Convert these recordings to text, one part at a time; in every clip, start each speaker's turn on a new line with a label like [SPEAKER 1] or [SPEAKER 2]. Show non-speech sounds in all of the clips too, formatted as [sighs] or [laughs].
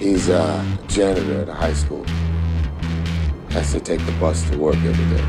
[SPEAKER 1] He's a janitor at a high school. Has to take the bus to work every day.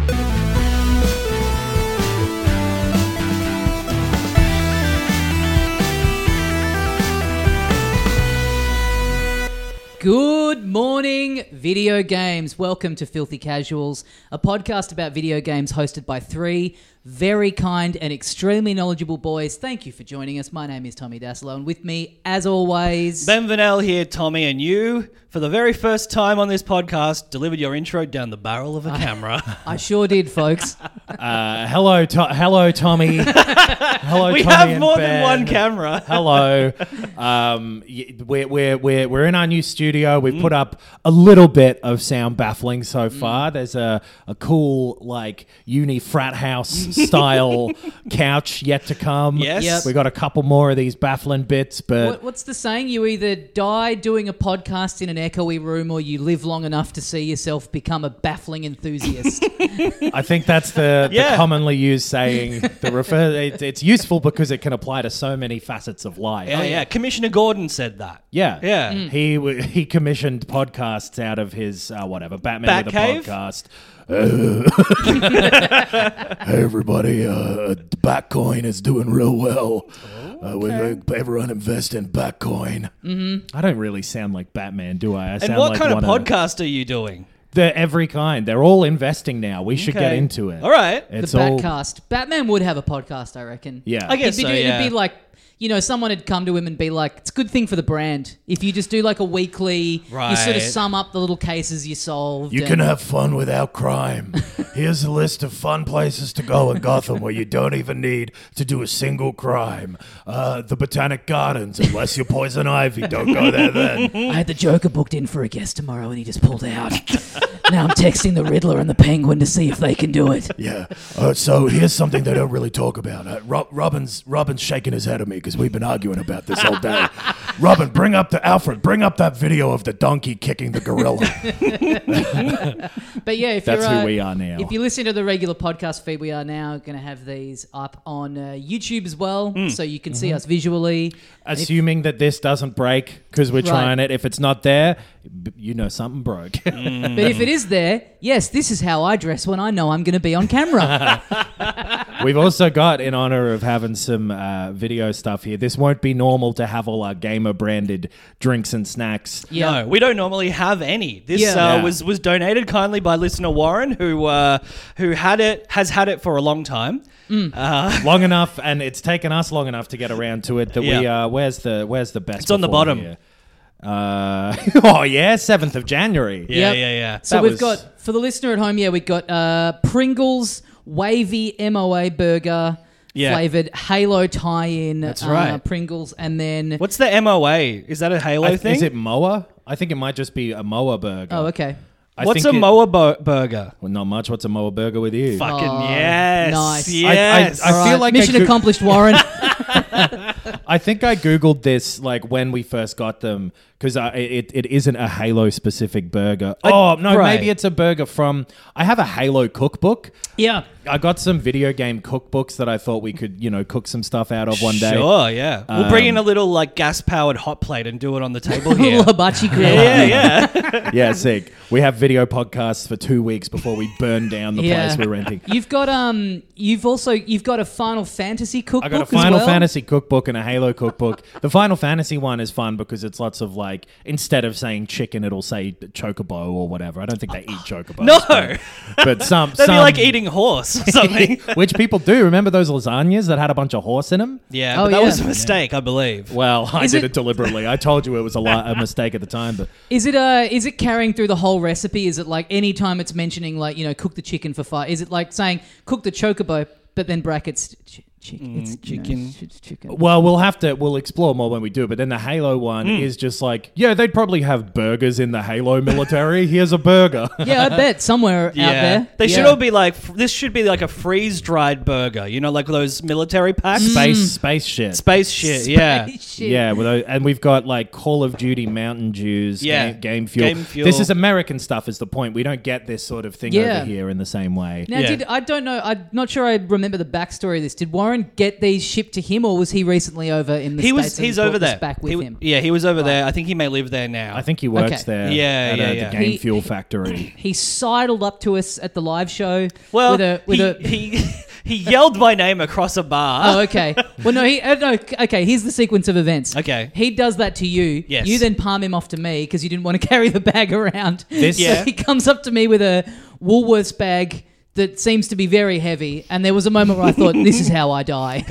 [SPEAKER 2] Good morning, video games. Welcome to Filthy Casuals, a podcast about video games hosted by three very kind and extremely knowledgeable boys. Thank you for joining us. My name is Tommy Daslow, and with me, as always,
[SPEAKER 3] Ben Vanel here, Tommy, and you, for the very first time on this podcast, delivered your intro down the barrel
[SPEAKER 4] [laughs]
[SPEAKER 3] of a camera.
[SPEAKER 2] I sure did, folks.
[SPEAKER 4] Hello, to-
[SPEAKER 3] [laughs]
[SPEAKER 4] hello, Tommy. hello,
[SPEAKER 3] we
[SPEAKER 4] Tommy
[SPEAKER 3] have
[SPEAKER 4] and
[SPEAKER 3] more
[SPEAKER 4] Ben.
[SPEAKER 3] than one camera. [laughs]
[SPEAKER 4] hello. Um, y- we're, we're, we're, we're in our new studio. We've
[SPEAKER 3] Mm.
[SPEAKER 4] put up a little bit of sound baffling so far. There's a, a cool, like, uni frat house
[SPEAKER 3] [laughs]
[SPEAKER 4] style couch yet to come.
[SPEAKER 3] Yes.
[SPEAKER 2] Yep.
[SPEAKER 4] We got a couple more of these baffling bits, but
[SPEAKER 2] What, what's the saying? You either die doing a podcast in an echoey room, or you live long enough to see yourself become a baffling enthusiast.
[SPEAKER 4] I think
[SPEAKER 3] [laughs]
[SPEAKER 4] that's the,
[SPEAKER 3] Yeah.
[SPEAKER 4] the commonly used saying.
[SPEAKER 3] [laughs]
[SPEAKER 4] The refer- it, it's useful because it can apply to so many facets of
[SPEAKER 3] [laughs]
[SPEAKER 4] life.
[SPEAKER 3] Oh, Yeah, yeah. Commissioner Gordon said that.
[SPEAKER 4] Yeah,
[SPEAKER 3] Yeah.
[SPEAKER 4] He w- he commissioned podcasts out of his uh, whatever Batman with
[SPEAKER 3] Batcave?
[SPEAKER 4] a podcast.
[SPEAKER 3] [laughs]
[SPEAKER 4] hey everybody, uh, Batcoin is doing real well. Uh, we make everyone invest in Batcoin. Mm-hmm. I don't really sound like Batman, do I? I
[SPEAKER 3] And
[SPEAKER 4] sound
[SPEAKER 3] what
[SPEAKER 4] like
[SPEAKER 3] kind of
[SPEAKER 4] one
[SPEAKER 3] podcast are you doing?
[SPEAKER 4] They're every kind. They're all investing now. We should get
[SPEAKER 3] Okay.
[SPEAKER 4] into it.
[SPEAKER 3] All right.
[SPEAKER 4] it's
[SPEAKER 2] the
[SPEAKER 4] all
[SPEAKER 2] Batcast. Batman would have a podcast, I reckon.
[SPEAKER 4] yeah.
[SPEAKER 3] I guess
[SPEAKER 2] It'd
[SPEAKER 3] so,
[SPEAKER 2] be,
[SPEAKER 3] yeah.
[SPEAKER 2] it'd be like you know someone had come to him and be like it's a good thing for the brand if you just do like a weekly you sort of
[SPEAKER 3] Right.
[SPEAKER 2] sum up the little cases you solved
[SPEAKER 4] You
[SPEAKER 2] and-
[SPEAKER 4] can have fun without crime. Here's a list of fun places to go in Gotham where you don't even need to do a single crime. Uh, the Botanic Gardens, unless you're poison ivy, don't go there then.
[SPEAKER 2] [laughs]
[SPEAKER 3] Mm.
[SPEAKER 2] I had the Joker booked in for a guest tomorrow and he just pulled out [laughs] now I'm texting the Riddler and the Penguin to see if they can do it
[SPEAKER 4] Yeah. Uh, so here's something they don't really talk about. Uh, Rob, Robin's Robin's shaking his head at me because we've been arguing about this all day. Robin, bring up the Alfred. Bring up that video of the donkey kicking the gorilla.
[SPEAKER 2] but yeah if
[SPEAKER 4] That's
[SPEAKER 2] you're,
[SPEAKER 4] who
[SPEAKER 2] uh,
[SPEAKER 4] we are now.
[SPEAKER 2] if you listen to the regular podcast feed we are now going to have these up on uh, YouTube as well
[SPEAKER 3] Hmm.
[SPEAKER 2] so you can
[SPEAKER 4] Mm-hmm.
[SPEAKER 2] see us visually
[SPEAKER 4] Assuming that this doesn't break because we're
[SPEAKER 2] trying
[SPEAKER 4] it. If it's not there, you know something broke. [laughs]
[SPEAKER 2] but if it is there yes this is how I dress when I know I'm going to be on
[SPEAKER 4] [laughs]
[SPEAKER 2] camera
[SPEAKER 4] We've also got, in honor of having some uh, video stuff here, this won't be normal to have all our gamer branded drinks
[SPEAKER 3] [laughs]
[SPEAKER 4] and snacks.
[SPEAKER 2] yeah
[SPEAKER 3] No, we don't normally have any. This
[SPEAKER 2] Yeah.
[SPEAKER 3] uh,
[SPEAKER 4] Yeah.
[SPEAKER 3] was was donated kindly by listener Warren, who uh, who had it has had it for a long time.
[SPEAKER 4] long enough, and it's taken us long enough to get around to it. That we
[SPEAKER 3] Yeah.
[SPEAKER 4] uh, where's the where's the best?
[SPEAKER 3] It's on the
[SPEAKER 4] before
[SPEAKER 3] bottom.
[SPEAKER 4] here? Uh, [laughs] oh yeah, seventh of January.
[SPEAKER 3] Yeah,
[SPEAKER 2] Yep.
[SPEAKER 3] yeah, yeah.
[SPEAKER 2] So
[SPEAKER 4] That
[SPEAKER 2] we've
[SPEAKER 4] was-
[SPEAKER 2] got for the listener at home, yeah, we've got uh, Pringles wavy MOA burger
[SPEAKER 3] Yeah.
[SPEAKER 2] flavored Halo tie-in. That's Uh,
[SPEAKER 3] right.
[SPEAKER 2] Pringles, and then
[SPEAKER 3] What's the MOA? Is that a Halo
[SPEAKER 4] I,
[SPEAKER 3] thing?
[SPEAKER 4] is it Moa? I think it might just be a Moa burger.
[SPEAKER 2] oh, okay,
[SPEAKER 4] I
[SPEAKER 3] What's a
[SPEAKER 4] think it-
[SPEAKER 3] Moa bo- burger?
[SPEAKER 4] Well, not much. What's a Moa burger with you?
[SPEAKER 3] Fucking yes,
[SPEAKER 2] nice. I- I-
[SPEAKER 3] yes.
[SPEAKER 4] I feel
[SPEAKER 2] Alright,
[SPEAKER 4] like I
[SPEAKER 2] mission
[SPEAKER 4] could- [laughs]
[SPEAKER 2] accomplished, Warren.
[SPEAKER 4] I think I googled this like when we first got them because it, it isn't a Halo specific burger. oh no,
[SPEAKER 3] right.
[SPEAKER 4] maybe it's a burger from. I have a Halo cookbook.
[SPEAKER 2] yeah,
[SPEAKER 4] I got some video game cookbooks that I thought we could you know cook some stuff out of one day.
[SPEAKER 3] Sure, yeah. we'll bring in
[SPEAKER 2] Um,
[SPEAKER 3] a little like gas powered hot plate and do it on
[SPEAKER 2] [laughs]
[SPEAKER 3] the table here.
[SPEAKER 2] Labachi grill. [laughs]
[SPEAKER 3] yeah, yeah.
[SPEAKER 4] Yeah, sick. We have video podcasts for two weeks before we burn down the
[SPEAKER 2] Yeah.
[SPEAKER 4] place we're renting.
[SPEAKER 2] You've got um, you've also you've got a Final Fantasy cookbook.
[SPEAKER 4] I got a
[SPEAKER 2] as
[SPEAKER 4] Final
[SPEAKER 2] well.
[SPEAKER 4] Fantasy cookbook and a Halo cookbook. the Final Fantasy one is fun because it's lots of like instead of saying chicken, it'll say chocobo or whatever. I don't think they eat chocobo.
[SPEAKER 3] No.
[SPEAKER 4] but, but some
[SPEAKER 3] [laughs] That'd
[SPEAKER 4] some
[SPEAKER 3] be like eating horse
[SPEAKER 2] [laughs]
[SPEAKER 3] or something.
[SPEAKER 4] [laughs] which people do. Remember those lasagnas that had a bunch of horse in them?
[SPEAKER 3] yeah,
[SPEAKER 2] Oh,
[SPEAKER 3] but that
[SPEAKER 2] yeah.
[SPEAKER 3] was a mistake, I believe.
[SPEAKER 4] [laughs] Well, I
[SPEAKER 2] Is
[SPEAKER 4] did
[SPEAKER 2] it-
[SPEAKER 4] it, deliberately. I told you it was a, li- a mistake at the time, but
[SPEAKER 2] Is it uh, is it carrying through the whole recipe? Is it like any time it's mentioning like you know cook the chicken for five? Is it like saying cook the chocobo, but then brackets ch- Chicken. it's, you know,
[SPEAKER 3] Mm, chicken.
[SPEAKER 2] it's chicken.
[SPEAKER 4] [laughs] Well, we'll have to we'll explore more when we do. But then the Halo
[SPEAKER 3] Hmm.
[SPEAKER 4] one is just like, yeah, they'd probably have burgers in the Halo military. Here's
[SPEAKER 3] [laughs]
[SPEAKER 4] a burger.
[SPEAKER 3] Hmm.
[SPEAKER 2] Yeah, I bet somewhere out there.
[SPEAKER 3] They should
[SPEAKER 2] Yeah. [laughs]
[SPEAKER 3] all be like, f- this should be like a freeze dried burger, you know, like those military packs.
[SPEAKER 4] space space shit.
[SPEAKER 3] Space shit, yeah.
[SPEAKER 2] Mm. Shit.
[SPEAKER 4] Yeah, with those, and we've got like Call of Duty Mountain Dews,
[SPEAKER 3] Yeah.
[SPEAKER 4] game, game, fuel.
[SPEAKER 3] Game Fuel.
[SPEAKER 4] This is American stuff, is the point. We don't get this sort of thing
[SPEAKER 2] Yeah.
[SPEAKER 4] over here in the same way.
[SPEAKER 2] Now,
[SPEAKER 3] Yeah.
[SPEAKER 2] did I don't know. I'm not sure I remember the backstory of this. Did Warren get these shipped to him, or was he recently over in the
[SPEAKER 3] He
[SPEAKER 2] states?
[SPEAKER 3] was,
[SPEAKER 2] and
[SPEAKER 3] he's
[SPEAKER 2] brought
[SPEAKER 3] over
[SPEAKER 2] this
[SPEAKER 3] there.
[SPEAKER 2] Back with
[SPEAKER 3] He-
[SPEAKER 2] him.
[SPEAKER 3] Yeah, he was over there. I think he may live there now.
[SPEAKER 4] I think he works
[SPEAKER 2] Okay.
[SPEAKER 4] there.
[SPEAKER 3] Yeah,
[SPEAKER 4] at, uh,
[SPEAKER 3] yeah,
[SPEAKER 4] the
[SPEAKER 3] yeah.
[SPEAKER 4] Game
[SPEAKER 2] He-
[SPEAKER 4] Fuel Factory.
[SPEAKER 2] He sidled up to us at the live show.
[SPEAKER 3] well,
[SPEAKER 2] with a with
[SPEAKER 3] he,
[SPEAKER 2] a.
[SPEAKER 3] [laughs] he,
[SPEAKER 2] [laughs]
[SPEAKER 3] he yelled my name across a bar.
[SPEAKER 2] Oh, okay. Well, no, he, uh, no. Okay, here's the sequence of events.
[SPEAKER 3] Okay.
[SPEAKER 2] He does that to you.
[SPEAKER 3] Yes.
[SPEAKER 2] You then palm him off to me because you didn't want to [laughs] carry the bag around.
[SPEAKER 4] This-
[SPEAKER 2] So
[SPEAKER 3] Yeah.
[SPEAKER 2] he comes up to me with a Woolworths bag that seems to be very heavy, and there was a moment where I thought, "This is how I
[SPEAKER 3] [laughs]
[SPEAKER 2] die."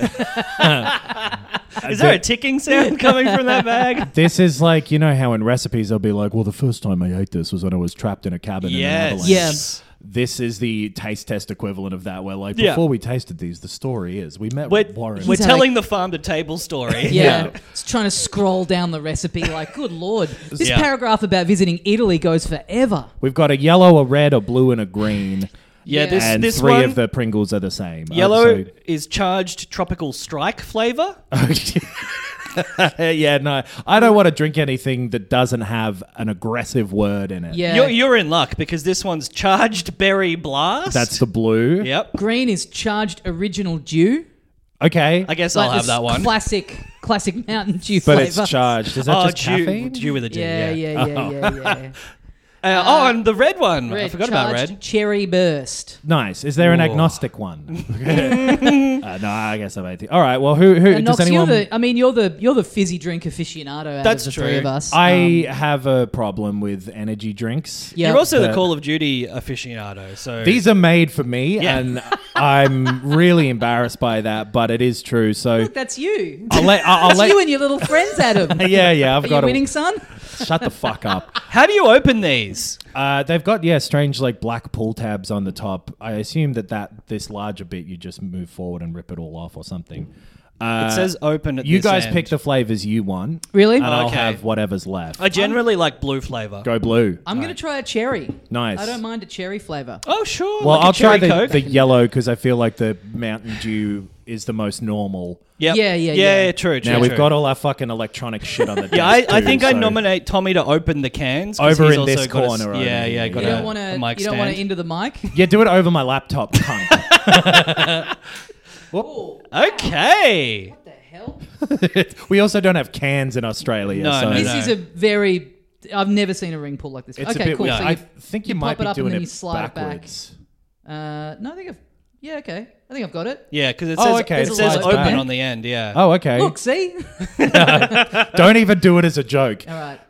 [SPEAKER 3] Is there a ticking sound coming from
[SPEAKER 2] [laughs]
[SPEAKER 3] that bag?
[SPEAKER 4] this is like you know how in recipes they'll be like, well, the first time I ate this was when I was trapped in a cabin. In an
[SPEAKER 3] Yes.
[SPEAKER 4] avalanche."
[SPEAKER 2] Yes.
[SPEAKER 4] This is the taste test equivalent of that, where like
[SPEAKER 3] Yeah.
[SPEAKER 4] before we tasted these, the story is we met
[SPEAKER 3] We're,
[SPEAKER 4] Warren.
[SPEAKER 3] we're
[SPEAKER 2] He's had,
[SPEAKER 3] telling the farm to table
[SPEAKER 2] [laughs]
[SPEAKER 3] story.
[SPEAKER 2] Yeah.
[SPEAKER 4] Yeah.
[SPEAKER 2] It's trying to scroll down the recipe like, good
[SPEAKER 3] [laughs]
[SPEAKER 2] lord. This
[SPEAKER 3] Yeah.
[SPEAKER 2] paragraph about visiting Italy goes forever.
[SPEAKER 4] We've got a yellow, a red, a blue, and a green.
[SPEAKER 3] Yeah,
[SPEAKER 2] Yeah.
[SPEAKER 3] this
[SPEAKER 4] and
[SPEAKER 3] this
[SPEAKER 4] three
[SPEAKER 3] one,
[SPEAKER 4] of the Pringles are the same. Uh,
[SPEAKER 3] yellow
[SPEAKER 4] so-
[SPEAKER 3] is charged tropical strike flavor.
[SPEAKER 4] [laughs] yeah, no, I don't want to drink anything that doesn't have an aggressive word in it.
[SPEAKER 2] Yeah.
[SPEAKER 3] You're, you're in luck because this one's charged berry blast.
[SPEAKER 4] That's the blue.
[SPEAKER 3] yep.
[SPEAKER 2] Green is charged original dew.
[SPEAKER 4] Okay.
[SPEAKER 3] I guess
[SPEAKER 2] Like
[SPEAKER 3] I'll have
[SPEAKER 2] this
[SPEAKER 3] that one.
[SPEAKER 2] Classic classic [laughs] mountain dew
[SPEAKER 4] but
[SPEAKER 2] flavor.
[SPEAKER 4] it's charged. Is that
[SPEAKER 3] oh,
[SPEAKER 4] just
[SPEAKER 3] Jew,
[SPEAKER 4] caffeine?
[SPEAKER 3] Jew with a D.
[SPEAKER 2] Yeah,
[SPEAKER 3] [laughs]
[SPEAKER 2] yeah,
[SPEAKER 3] Yeah,
[SPEAKER 2] yeah, yeah,
[SPEAKER 3] [laughs]
[SPEAKER 2] yeah.
[SPEAKER 3] Uh, oh, and the red one. I forgot about
[SPEAKER 2] charged
[SPEAKER 3] red.
[SPEAKER 2] Cherry burst.
[SPEAKER 4] Nice. Is there an
[SPEAKER 3] Ooh.
[SPEAKER 2] [laughs]
[SPEAKER 4] agnostic one? uh, no, I guess I'm atheist. All right. Well, who who
[SPEAKER 2] And
[SPEAKER 4] does
[SPEAKER 2] Knox,
[SPEAKER 4] anyone?
[SPEAKER 2] you're the I mean you're the you're the fizzy drink aficionado out
[SPEAKER 3] That's
[SPEAKER 2] of the
[SPEAKER 3] true.
[SPEAKER 2] three of us.
[SPEAKER 4] I have a problem with energy drinks.
[SPEAKER 2] Um, yeah.
[SPEAKER 3] You're also the
[SPEAKER 4] Uh,
[SPEAKER 3] Call of Duty aficionado. So
[SPEAKER 4] These are made for me,
[SPEAKER 3] Yeah.
[SPEAKER 4] and I'm really embarrassed by that, but it is true. So
[SPEAKER 2] Look, that's you.
[SPEAKER 4] I'll let. I'll, I'll
[SPEAKER 2] That's
[SPEAKER 4] let
[SPEAKER 2] you and your little friends, Adam.
[SPEAKER 4] [laughs] yeah, yeah. I've
[SPEAKER 2] Are
[SPEAKER 4] got
[SPEAKER 2] you
[SPEAKER 4] to
[SPEAKER 2] winning, son?
[SPEAKER 4] Shut the fuck up.
[SPEAKER 3] how do you open these?
[SPEAKER 4] Uh, they've got yeah, strange like black pull tabs on the top. I assume that that this larger bit you just move forward and rip it all off or something. Uh,
[SPEAKER 3] It says open at
[SPEAKER 4] you
[SPEAKER 3] this
[SPEAKER 4] guys
[SPEAKER 3] end.
[SPEAKER 4] pick the flavors you want,
[SPEAKER 2] Really?
[SPEAKER 4] and I'll
[SPEAKER 3] Okay.
[SPEAKER 4] have whatever's left.
[SPEAKER 3] I generally like blue flavor.
[SPEAKER 4] Go blue.
[SPEAKER 2] I'm gonna try a cherry.
[SPEAKER 4] Nice.
[SPEAKER 2] I don't mind a cherry flavour.
[SPEAKER 3] Oh sure.
[SPEAKER 4] Well,
[SPEAKER 3] like a
[SPEAKER 4] I'll try
[SPEAKER 3] cherry
[SPEAKER 4] the,
[SPEAKER 3] Coke.
[SPEAKER 4] the yellow because I feel like the Mountain Dew is the most normal.
[SPEAKER 3] Yep.
[SPEAKER 2] Yeah, yeah,
[SPEAKER 3] yeah,
[SPEAKER 2] yeah.
[SPEAKER 3] True, true.
[SPEAKER 4] Now we've
[SPEAKER 3] true.
[SPEAKER 4] got all our fucking electronic shit on the
[SPEAKER 3] [laughs]
[SPEAKER 4] desk.
[SPEAKER 3] Yeah, I, I
[SPEAKER 4] too,
[SPEAKER 3] think I
[SPEAKER 4] so-
[SPEAKER 3] nominate Tommy to open the cans. 'cause
[SPEAKER 4] Over
[SPEAKER 3] he's
[SPEAKER 4] in
[SPEAKER 3] also
[SPEAKER 4] this
[SPEAKER 3] got a s-
[SPEAKER 4] corner over
[SPEAKER 3] yeah,
[SPEAKER 4] here.
[SPEAKER 3] yeah.
[SPEAKER 4] You
[SPEAKER 3] Got
[SPEAKER 2] You
[SPEAKER 3] a-
[SPEAKER 2] don't
[SPEAKER 3] a
[SPEAKER 2] want to.
[SPEAKER 3] mic
[SPEAKER 2] You don't want to
[SPEAKER 3] stand.
[SPEAKER 2] into the mic.
[SPEAKER 4] Yeah, do it over my
[SPEAKER 3] [laughs]
[SPEAKER 4] laptop, cunt.
[SPEAKER 3] Okay.
[SPEAKER 2] What the hell?
[SPEAKER 4] we also don't have cans in Australia.
[SPEAKER 3] No,
[SPEAKER 4] so
[SPEAKER 3] no,
[SPEAKER 2] This
[SPEAKER 3] no.
[SPEAKER 2] is a very. I've never seen a ring pull like this.
[SPEAKER 4] It's
[SPEAKER 2] okay,
[SPEAKER 4] a bit
[SPEAKER 2] cool.
[SPEAKER 4] weird.
[SPEAKER 2] So
[SPEAKER 4] I
[SPEAKER 2] you,
[SPEAKER 4] think you,
[SPEAKER 2] pop
[SPEAKER 4] might
[SPEAKER 2] it
[SPEAKER 4] be
[SPEAKER 2] up and
[SPEAKER 4] doing
[SPEAKER 2] then
[SPEAKER 4] it
[SPEAKER 2] you slide it back.
[SPEAKER 4] backwards.
[SPEAKER 2] uh, no, I think I've. Yeah, okay. I think I've got it.
[SPEAKER 3] Yeah, because it
[SPEAKER 4] Oh,
[SPEAKER 3] says
[SPEAKER 4] okay,
[SPEAKER 3] it
[SPEAKER 2] it's
[SPEAKER 3] says
[SPEAKER 2] like
[SPEAKER 3] open
[SPEAKER 4] that.
[SPEAKER 3] on the end. Yeah.
[SPEAKER 4] Oh, okay.
[SPEAKER 2] Look, see.
[SPEAKER 4] Don't even do it as a joke.
[SPEAKER 2] All right.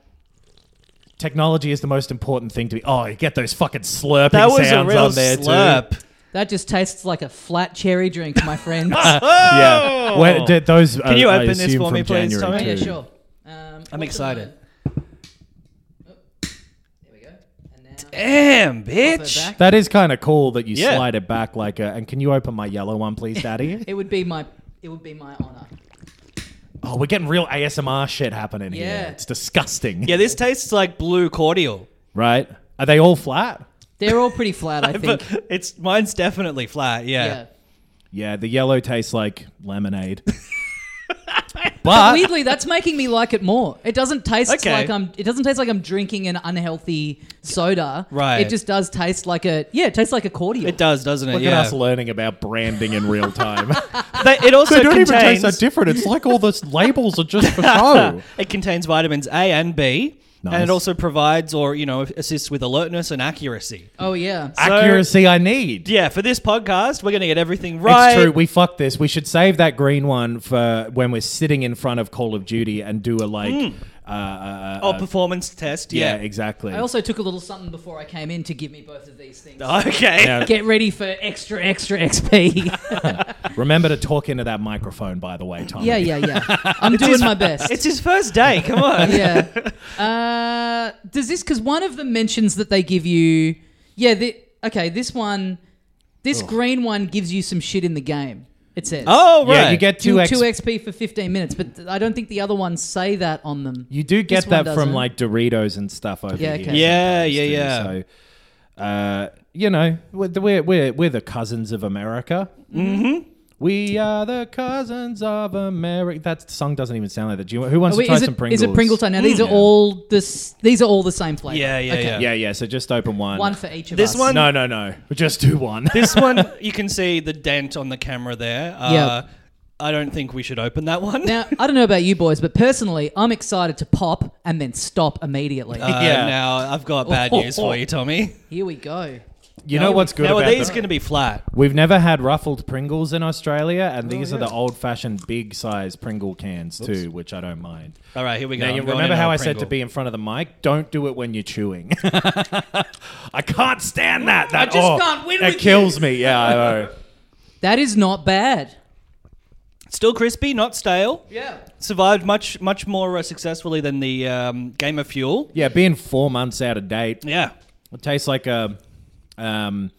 [SPEAKER 4] Technology is the most important thing to be. Oh, you get those fucking slurping
[SPEAKER 3] that was a
[SPEAKER 4] sounds
[SPEAKER 3] real
[SPEAKER 4] on there too.
[SPEAKER 3] slurp.
[SPEAKER 2] That just tastes like a flat cherry drink, my friend.
[SPEAKER 4] Yeah. Where, d- those Can
[SPEAKER 3] you open this for me, please, Tommy?
[SPEAKER 2] yeah,
[SPEAKER 3] Dude.
[SPEAKER 2] sure. Um,
[SPEAKER 3] I'm excited.
[SPEAKER 2] There we go. And now
[SPEAKER 3] Damn,
[SPEAKER 2] put it
[SPEAKER 3] bitch.
[SPEAKER 2] back.
[SPEAKER 4] That is kind of cool that you
[SPEAKER 3] Yeah.
[SPEAKER 4] slide it back like a. And can you open my yellow one,
[SPEAKER 3] [laughs]
[SPEAKER 4] please, Daddy?
[SPEAKER 2] It would be my. It would be my honor.
[SPEAKER 4] oh, we're getting real ASMR shit happening
[SPEAKER 2] Yeah.
[SPEAKER 4] here. It's disgusting.
[SPEAKER 3] Yeah, this tastes like blue cordial.
[SPEAKER 4] Right? Are they all flat?
[SPEAKER 2] They're all pretty flat, I think.
[SPEAKER 3] [laughs] But it's mine's definitely flat.
[SPEAKER 2] yeah.
[SPEAKER 3] Yeah.
[SPEAKER 4] Yeah, the yellow tastes like
[SPEAKER 3] [laughs]
[SPEAKER 4] lemonade.
[SPEAKER 2] But
[SPEAKER 4] but
[SPEAKER 2] weirdly, that's making me like it more. It doesn't taste
[SPEAKER 3] Okay.
[SPEAKER 2] like I'm. It doesn't taste like I'm drinking an unhealthy soda.
[SPEAKER 3] Right.
[SPEAKER 2] It just does taste like a. Yeah, it tastes like a cordial.
[SPEAKER 3] It does, doesn't it?
[SPEAKER 4] look
[SPEAKER 3] yeah.
[SPEAKER 4] at us learning about branding in
[SPEAKER 3] [laughs]
[SPEAKER 4] real time.
[SPEAKER 3] They- it also
[SPEAKER 4] [laughs] they don't even
[SPEAKER 3] contains
[SPEAKER 4] taste that different. It's like all the labels are just for show.
[SPEAKER 3] it contains vitamins A and B, and
[SPEAKER 4] Nice.
[SPEAKER 3] it also provides or you know assists with alertness and accuracy.
[SPEAKER 2] Oh yeah.
[SPEAKER 4] Accuracy I need.
[SPEAKER 3] Yeah, for this podcast, we're gonna get everything right.
[SPEAKER 4] It's true. We fucked this. We should save that green one for when we're sitting in front of Call of Duty and do a like. Uh, uh,
[SPEAKER 3] Oh,
[SPEAKER 4] uh,
[SPEAKER 3] performance test.
[SPEAKER 4] yeah,
[SPEAKER 3] Yeah.
[SPEAKER 4] exactly.
[SPEAKER 2] I also took a little something before I came in to give me both of these things.
[SPEAKER 3] [laughs] Okay.
[SPEAKER 4] Yeah.
[SPEAKER 2] Get ready for extra extra
[SPEAKER 3] [laughs]
[SPEAKER 2] XP.
[SPEAKER 4] Remember to talk into that microphone, by the way, Tom.
[SPEAKER 2] yeah, yeah, yeah. I'm doing my best.
[SPEAKER 3] It's his first day. Come
[SPEAKER 4] [laughs]
[SPEAKER 3] on. [laughs]
[SPEAKER 2] yeah. Uh, does this because one of them mentions that they give you? Yeah. The, okay. This one, this green one gives you some shit in the game. It says.
[SPEAKER 3] Oh right.
[SPEAKER 4] Yeah, you get
[SPEAKER 2] Two,
[SPEAKER 4] two X.
[SPEAKER 2] two XP for 15 minutes, but th- I don't think the other ones say that on them.
[SPEAKER 4] You do
[SPEAKER 2] This
[SPEAKER 4] get
[SPEAKER 2] one
[SPEAKER 4] that from
[SPEAKER 2] doesn't.
[SPEAKER 4] like Doritos and stuff over
[SPEAKER 2] Yeah,
[SPEAKER 4] here.
[SPEAKER 2] okay.
[SPEAKER 3] Yeah,
[SPEAKER 4] sometimes
[SPEAKER 3] yeah,
[SPEAKER 4] too.
[SPEAKER 3] yeah.
[SPEAKER 4] So, uh, you know, we're the- we're we're, we're the cousins of America. Mm-hmm. We are the cousins of America. That song doesn't even sound like that. Do you, who wants
[SPEAKER 2] Oh, wait,
[SPEAKER 4] to try
[SPEAKER 2] is,
[SPEAKER 4] some
[SPEAKER 2] it,
[SPEAKER 4] Pringles?
[SPEAKER 2] is it Pringle time? Now these are all this. These are all the same flavor.
[SPEAKER 3] Hmm. Yeah, yeah, yeah.
[SPEAKER 4] Yeah, yeah. So just open one.
[SPEAKER 2] One for each of
[SPEAKER 3] This
[SPEAKER 2] us.
[SPEAKER 3] one-
[SPEAKER 4] no, no, no. Just do one. [laughs]
[SPEAKER 3] This one, you can see the dent on the camera there. Uh,
[SPEAKER 2] Yeah.
[SPEAKER 3] I don't think we should open that one. [laughs]
[SPEAKER 2] Now I don't know about you boys, but personally, I'm excited to pop and then stop immediately.
[SPEAKER 3] Uh,
[SPEAKER 4] yeah.
[SPEAKER 3] Now I've got
[SPEAKER 4] [laughs]
[SPEAKER 3] bad
[SPEAKER 2] Oh,
[SPEAKER 3] news
[SPEAKER 2] oh.
[SPEAKER 3] for you, Tommy.
[SPEAKER 2] Here we go.
[SPEAKER 4] you know what's good
[SPEAKER 3] Now
[SPEAKER 4] about
[SPEAKER 3] are these
[SPEAKER 4] them?
[SPEAKER 3] going to be flat?
[SPEAKER 4] We've never had ruffled Pringles in Australia, and
[SPEAKER 3] Oh,
[SPEAKER 4] these are the old-fashioned big-size Pringle cans too, which I don't mind.
[SPEAKER 3] All right, here we go.
[SPEAKER 4] Now,
[SPEAKER 3] I'm
[SPEAKER 4] you
[SPEAKER 3] going
[SPEAKER 4] remember
[SPEAKER 3] in
[SPEAKER 4] how
[SPEAKER 3] on a
[SPEAKER 4] I said to
[SPEAKER 3] Pringle.
[SPEAKER 4] be in front of the mic? Don't do it when you're chewing. [laughs] I can't stand that. That
[SPEAKER 2] I just
[SPEAKER 4] oh,
[SPEAKER 2] can't win
[SPEAKER 4] It
[SPEAKER 2] with
[SPEAKER 4] kills me. Yeah, I know. [laughs]
[SPEAKER 2] That is not bad.
[SPEAKER 3] still crispy, not stale?
[SPEAKER 2] Yeah.
[SPEAKER 3] Survived much much more uh, successfully than the um, Game of Fuel.
[SPEAKER 4] yeah, being four months out of date,
[SPEAKER 3] Yeah.
[SPEAKER 4] it tastes like a um,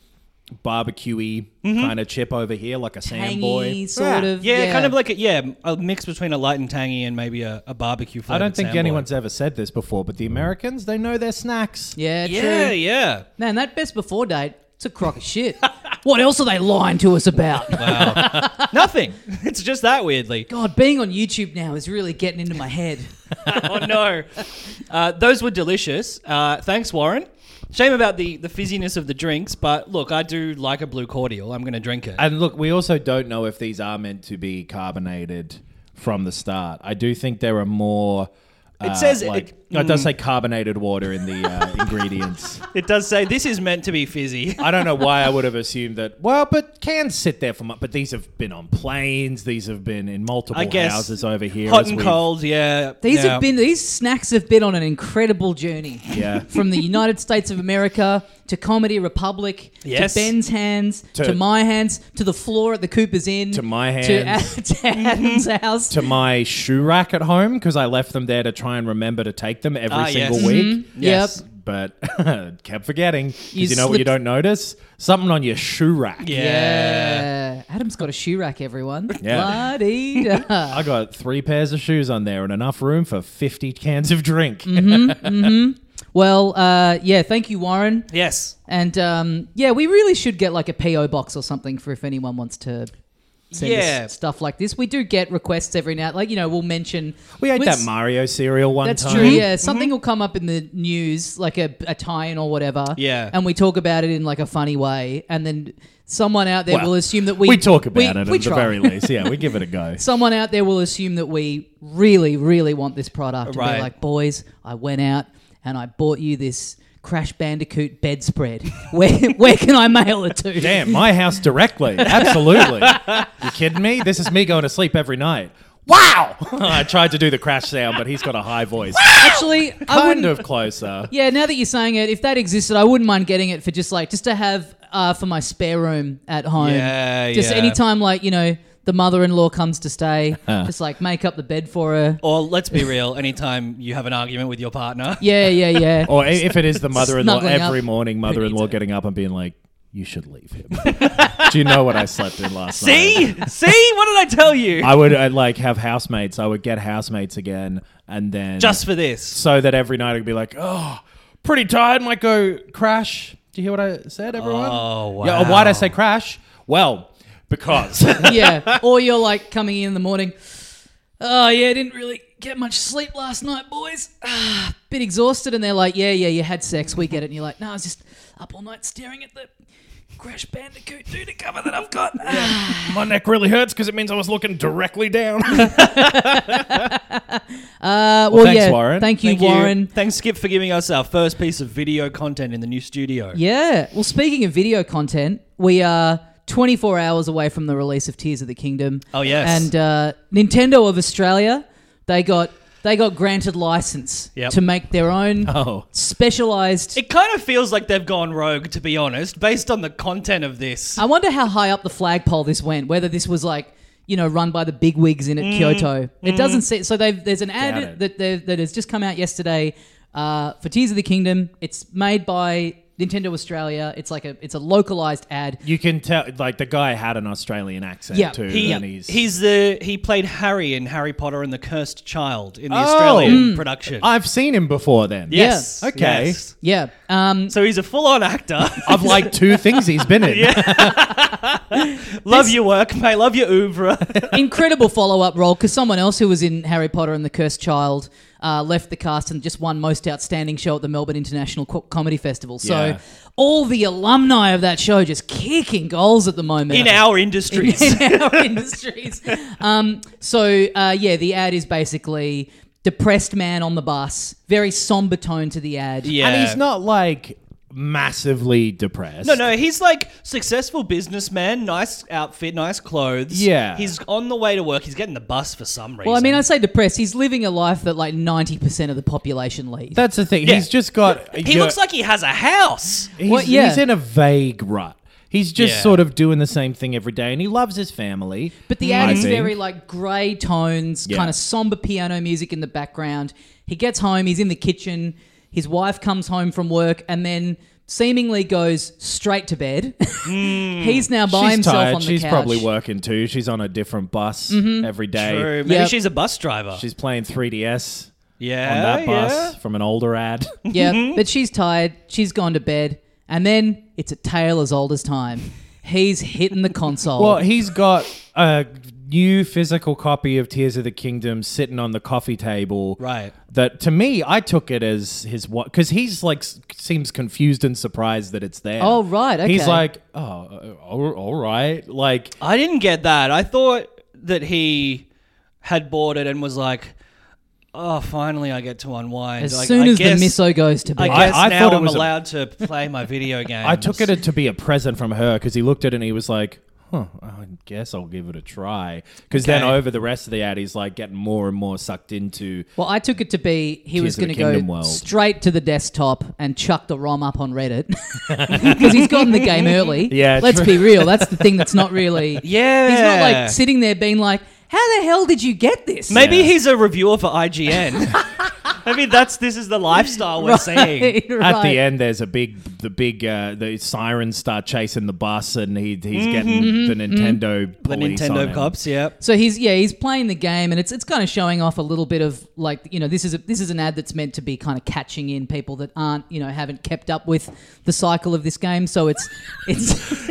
[SPEAKER 4] barbecue-y kind of chip over here, like a
[SPEAKER 2] Mm-hmm. Tangy,
[SPEAKER 4] sandboy.
[SPEAKER 2] sort
[SPEAKER 4] Yeah.
[SPEAKER 2] of.
[SPEAKER 3] Ah, Yeah, kind of like a yeah, a mix between a light and tangy and maybe a, a barbecue flavor.
[SPEAKER 4] I don't think anyone's ever said this before, but the Americans they know their snacks.
[SPEAKER 2] Yeah, true.
[SPEAKER 3] Yeah, yeah.
[SPEAKER 2] Man, that best before date, it's a crock of shit. [laughs] what else are they lying to us
[SPEAKER 4] [laughs]
[SPEAKER 2] about?
[SPEAKER 3] Nothing. [laughs] It's just that weirdly.
[SPEAKER 2] God, being on YouTube now is really getting into my head.
[SPEAKER 3] [laughs] oh no. Uh, those were delicious. Uh, thanks, Warren. Shame about the, the fizziness of the drinks, but look, I do like a blue cordial. I'm going to drink it.
[SPEAKER 4] And look, we also don't know if these are meant to be carbonated from the start. I do think there are more. uh,
[SPEAKER 3] says it- mm.
[SPEAKER 4] like,
[SPEAKER 3] it-
[SPEAKER 4] no, it does say carbonated water in the uh, [laughs] ingredients.
[SPEAKER 3] It does say this is meant to be fizzy.
[SPEAKER 4] [laughs] I don't know why I would have assumed that. Well, but cans sit there for. Mu- but these have been on planes. These have been in multiple
[SPEAKER 3] I guess
[SPEAKER 4] houses over here.
[SPEAKER 3] Hot
[SPEAKER 4] as
[SPEAKER 3] and
[SPEAKER 4] we've-
[SPEAKER 3] cold, yeah.
[SPEAKER 2] These
[SPEAKER 3] yeah.
[SPEAKER 2] have been these snacks have been on an incredible journey.
[SPEAKER 4] [laughs] Yeah.
[SPEAKER 2] From the United States of America to Comedy Republic
[SPEAKER 3] Yes.
[SPEAKER 2] to Ben's hands to,
[SPEAKER 4] To-
[SPEAKER 2] my hands to the floor at the Cooper's Inn
[SPEAKER 4] To my
[SPEAKER 2] to,
[SPEAKER 4] hands.
[SPEAKER 2] [laughs] to Adam's house.
[SPEAKER 4] [laughs] To my shoe rack at home because I left them there to try and remember to take them every
[SPEAKER 3] Ah,
[SPEAKER 4] single
[SPEAKER 3] yes.
[SPEAKER 4] week.
[SPEAKER 3] Yes.
[SPEAKER 2] Yep.
[SPEAKER 4] But [laughs] kept forgetting. 'Cause
[SPEAKER 2] You
[SPEAKER 4] You, know what
[SPEAKER 2] slipped-
[SPEAKER 4] you don't notice? Something on your shoe rack.
[SPEAKER 3] Yeah.
[SPEAKER 2] Yeah. Adam's got a shoe rack, everyone.
[SPEAKER 4] Yeah.
[SPEAKER 2] [laughs] La-dee-da.
[SPEAKER 4] I got three pairs of shoes on there and enough room for 50 cans of drink.
[SPEAKER 2] Mm-hmm. well, uh, yeah, thank you, Warren.
[SPEAKER 3] Yes.
[SPEAKER 2] And um, yeah, we really should get like a PO box or something for if anyone wants to send
[SPEAKER 3] Yeah.
[SPEAKER 2] us stuff like this. We do get requests every now, like you know, we'll mention.
[SPEAKER 4] we ate that
[SPEAKER 2] Let's-
[SPEAKER 4] Mario cereal one
[SPEAKER 2] That's
[SPEAKER 4] time. Mm-hmm.
[SPEAKER 2] true. Yeah, something will come up in the news, like a, a tie-in or whatever.
[SPEAKER 3] Yeah.
[SPEAKER 2] and we talk about it in like a funny way, and then someone out there
[SPEAKER 4] Well,
[SPEAKER 2] will assume that we
[SPEAKER 4] talk about
[SPEAKER 2] we-
[SPEAKER 4] it at
[SPEAKER 2] we
[SPEAKER 4] the
[SPEAKER 2] try.
[SPEAKER 4] very least. Yeah, we give it
[SPEAKER 2] [laughs]
[SPEAKER 4] a go.
[SPEAKER 2] Someone out there will assume that we really, really want this product. And
[SPEAKER 3] Right.
[SPEAKER 2] be like, boys, I went out and I bought you this Crash Bandicoot bedspread. [laughs] Where, where can I mail it to?
[SPEAKER 4] Damn, my
[SPEAKER 2] [laughs]
[SPEAKER 4] house directly. Absolutely. you kidding me? This is me going to sleep every night. Wow! [laughs] I tried to do the crash sound, but he's got a high voice.
[SPEAKER 2] Actually, I
[SPEAKER 4] kind
[SPEAKER 2] wouldn't.
[SPEAKER 4] of closer.
[SPEAKER 2] Yeah, now that you're saying it, if that existed, I wouldn't mind getting it for just like just to have uh, for my spare room at home.
[SPEAKER 3] Yeah,
[SPEAKER 2] just
[SPEAKER 3] yeah.
[SPEAKER 2] anytime, like you know, the mother-in-law comes to stay, just like make up the bed for her.
[SPEAKER 3] Or let's be real, anytime you have an argument with your partner.
[SPEAKER 2] Yeah, yeah, yeah.
[SPEAKER 4] Or i- if it is the mother in law,
[SPEAKER 2] Snuggling up.
[SPEAKER 4] every morning, mother in law getting up and being like, you should leave him. [laughs] do you know what I slept in last night?
[SPEAKER 3] See? See? What did I tell you?
[SPEAKER 4] I would I'd like have housemates. I would get housemates again, and then
[SPEAKER 3] Just for this.
[SPEAKER 4] so that every night I'd be like, oh, pretty tired. Might go crash. Do you hear what I said, everyone?
[SPEAKER 3] Oh, wow.
[SPEAKER 4] Yeah, why'd I say crash? Well,
[SPEAKER 3] [laughs]
[SPEAKER 4] because [laughs]
[SPEAKER 2] yeah. Or you're like coming in in the morning. Oh yeah, didn't really get much sleep last night, boys. [sighs] Ah, bit exhausted, and they're like, yeah, yeah, you had sex. We get it. And you're like, no, I was just up all night staring at the Crash Bandicoot dude cover that I've got. Ah.
[SPEAKER 4] my neck really hurts because it means I was looking directly down. [laughs]
[SPEAKER 2] Uh, well,
[SPEAKER 4] thanks,
[SPEAKER 2] yeah.
[SPEAKER 4] Warren.
[SPEAKER 2] Thank you, Warren.
[SPEAKER 3] Thanks, Skip, for giving us our first piece of video content in the new studio.
[SPEAKER 2] Yeah. Well, speaking of video content, we are 24 hours away from the release of Tears of the Kingdom.
[SPEAKER 3] Oh, yes.
[SPEAKER 2] And uh, Nintendo of Australia, they got they got granted license
[SPEAKER 3] Yep. Oh.
[SPEAKER 2] to make their own specialized.
[SPEAKER 3] It kind of feels like they've gone rogue, to be honest, based on the content of this.
[SPEAKER 2] I wonder how high up the flagpole this went. Whether this was like you know run by the big wigs in at
[SPEAKER 3] Mm.
[SPEAKER 2] Kyoto. It doesn't seem so. They've, there's an
[SPEAKER 4] Doubt
[SPEAKER 2] ad
[SPEAKER 4] it.
[SPEAKER 2] that they- that has just come out yesterday uh, for Tears of the Kingdom. It's made by Nintendo Australia. It's like a it's a localized ad.
[SPEAKER 4] You can tell, like the guy had an Australian accent
[SPEAKER 2] Yeah,
[SPEAKER 4] too,
[SPEAKER 3] He,
[SPEAKER 4] and he's.
[SPEAKER 3] he's the he played Harry in Harry Potter and the Cursed Child in the Australian production.
[SPEAKER 4] I've seen him before then.
[SPEAKER 3] yes.
[SPEAKER 4] Yeah. Ah, Okay.
[SPEAKER 3] yes.
[SPEAKER 2] Yeah. Um,
[SPEAKER 3] So he's a full-on actor.
[SPEAKER 4] Of
[SPEAKER 3] [laughs]
[SPEAKER 4] like two things he's been in.
[SPEAKER 3] love your work, mate. Love your oeuvre.
[SPEAKER 2] incredible follow up role because someone else who was in Harry Potter and the Cursed Child uh, left the cast and just won most outstanding show at the Melbourne International Co- Comedy Festival. So
[SPEAKER 4] Yeah.
[SPEAKER 2] all the alumni of that show just kicking goals at the moment
[SPEAKER 3] in our industries.
[SPEAKER 2] [laughs] in our industries. Um, so uh, yeah, the ad is basically depressed man on the bus, very somber tone to the ad.
[SPEAKER 3] [laughs] yeah.
[SPEAKER 4] And he's not like massively depressed.
[SPEAKER 3] No, no, he's like successful businessman, nice outfit, nice clothes.
[SPEAKER 4] Yeah.
[SPEAKER 3] He's on the way to work. He's getting the bus for some reason.
[SPEAKER 2] Well, I mean, I say depressed. He's living a life that like ninety percent of the population leads.
[SPEAKER 4] That's the thing.
[SPEAKER 3] Yeah.
[SPEAKER 4] He's just got.
[SPEAKER 3] he looks like he has a house.
[SPEAKER 4] He's,
[SPEAKER 2] Well, yeah.
[SPEAKER 4] he's in a vague rut. He's just
[SPEAKER 3] Yeah.
[SPEAKER 4] sort of doing the same thing every day, and he loves his family.
[SPEAKER 2] But the
[SPEAKER 4] Mm. I
[SPEAKER 2] ad is
[SPEAKER 4] think.
[SPEAKER 2] very like grey tones,
[SPEAKER 4] Yeah.
[SPEAKER 2] kind of somber piano music in the background. He gets home, he's in the kitchen, his wife comes home from work, and then seemingly goes straight to bed. [laughs] he's now by
[SPEAKER 4] Mm. She's
[SPEAKER 2] himself
[SPEAKER 4] tired.
[SPEAKER 2] on the
[SPEAKER 4] She's
[SPEAKER 2] couch. Mm-hmm.
[SPEAKER 4] probably working too. She's on a different bus every day.
[SPEAKER 3] True. Maybe
[SPEAKER 2] Yep.
[SPEAKER 3] she's a bus driver.
[SPEAKER 4] She's playing 3DS
[SPEAKER 3] yeah.
[SPEAKER 4] on that bus
[SPEAKER 3] yeah.
[SPEAKER 4] from an older ad.
[SPEAKER 2] [laughs]
[SPEAKER 4] Mm-hmm.
[SPEAKER 2] Yeah, but she's tired. She's gone to bed, and then it's a tale as old as time. He's hitting the console.
[SPEAKER 4] well, he's got a new physical copy of Tears of the Kingdom sitting on the coffee table.
[SPEAKER 3] Right.
[SPEAKER 4] That to me, I took it as his what because he's like s- seems confused and surprised that it's there.
[SPEAKER 2] Oh, right,
[SPEAKER 4] He's
[SPEAKER 2] okay.
[SPEAKER 4] like, oh, uh, all all right, like
[SPEAKER 3] I didn't get that. I thought that he had bought it and was like, oh, finally I get to unwind.
[SPEAKER 2] as
[SPEAKER 3] I,
[SPEAKER 2] soon
[SPEAKER 3] I
[SPEAKER 2] as
[SPEAKER 3] guess-
[SPEAKER 2] the miso goes to bed,
[SPEAKER 3] I guess
[SPEAKER 4] I- I
[SPEAKER 3] now
[SPEAKER 4] thought it
[SPEAKER 3] I'm
[SPEAKER 4] was a-
[SPEAKER 3] allowed to play my video game.
[SPEAKER 4] [laughs] I took it to be a present from her because he looked at it and he was like, huh, I guess I'll give it a try. Because then
[SPEAKER 3] Okay.
[SPEAKER 4] over the rest of the ad, he's like getting more and more sucked into.
[SPEAKER 2] well, I took it to be he was
[SPEAKER 4] Tears of
[SPEAKER 2] going
[SPEAKER 4] the
[SPEAKER 2] to go
[SPEAKER 4] Kingdom world.
[SPEAKER 2] straight to the desktop and chuck the ROM up on Reddit [laughs] because he's gotten the game early.
[SPEAKER 4] [laughs] Yeah,
[SPEAKER 2] let's
[SPEAKER 4] true.
[SPEAKER 2] be real. That's the thing that's not
[SPEAKER 4] [laughs]
[SPEAKER 2] really.
[SPEAKER 3] Yeah.
[SPEAKER 2] he's not like sitting there being like, "How the hell did you get this?"
[SPEAKER 3] Maybe
[SPEAKER 4] Yeah.
[SPEAKER 3] he's a reviewer for
[SPEAKER 4] [laughs]
[SPEAKER 3] IGN. Maybe that's this is the lifestyle we're seeing.
[SPEAKER 4] [laughs]
[SPEAKER 2] [laughs]
[SPEAKER 4] At
[SPEAKER 2] Right.
[SPEAKER 4] the end, there's a big, the big, uh, the sirens start chasing the bus, and he, he's getting the Nintendo,
[SPEAKER 3] Mm-hmm. The
[SPEAKER 4] police on
[SPEAKER 3] Nintendo
[SPEAKER 4] him.
[SPEAKER 3] cops, yeah.
[SPEAKER 2] So he's yeah he's playing the game and it's it's kind of showing off a little bit of like you know this is a, this is an ad that's meant to be kind of catching in people that aren't you know haven't kept up with the cycle of this game so it's it's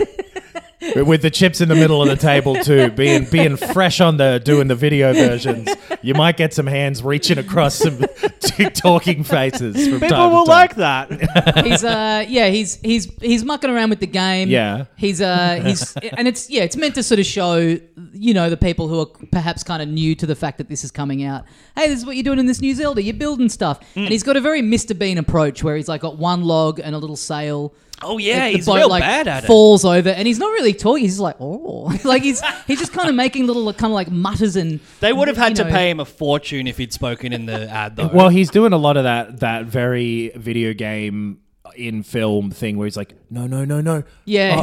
[SPEAKER 4] with the chips in the middle of the table too, being being fresh on the doing the video versions. You might get some hands reaching across some [laughs] talking faces from
[SPEAKER 3] People
[SPEAKER 4] time
[SPEAKER 3] will
[SPEAKER 4] to time.
[SPEAKER 3] like that.
[SPEAKER 2] he's uh yeah he's he's he's mucking around with the game
[SPEAKER 4] Yeah.
[SPEAKER 2] he's uh
[SPEAKER 3] [laughs]
[SPEAKER 2] he's and it's yeah it's meant to sort of show you know the people who are perhaps kind of new to the fact that this is coming out hey this is what you're doing in this new Zelda you're building stuff
[SPEAKER 3] Mm.
[SPEAKER 2] and he's got a very Mr Bean approach where he's like got one log and a little sail
[SPEAKER 3] Oh yeah,
[SPEAKER 2] the
[SPEAKER 3] he's
[SPEAKER 2] boat
[SPEAKER 3] real
[SPEAKER 2] like
[SPEAKER 3] bad at it.
[SPEAKER 2] falls over, and he's not really talking. He's just like, oh, [laughs] like he's he's just kind of making little kind of like mutters and.
[SPEAKER 3] They would have had
[SPEAKER 2] you
[SPEAKER 3] to
[SPEAKER 2] know.
[SPEAKER 3] pay him a fortune if he'd spoken in the ad though.
[SPEAKER 4] Well, he's doing a lot of that that very video game in film thing where he's like, no, no, no, no.
[SPEAKER 2] Yeah.
[SPEAKER 4] Oh,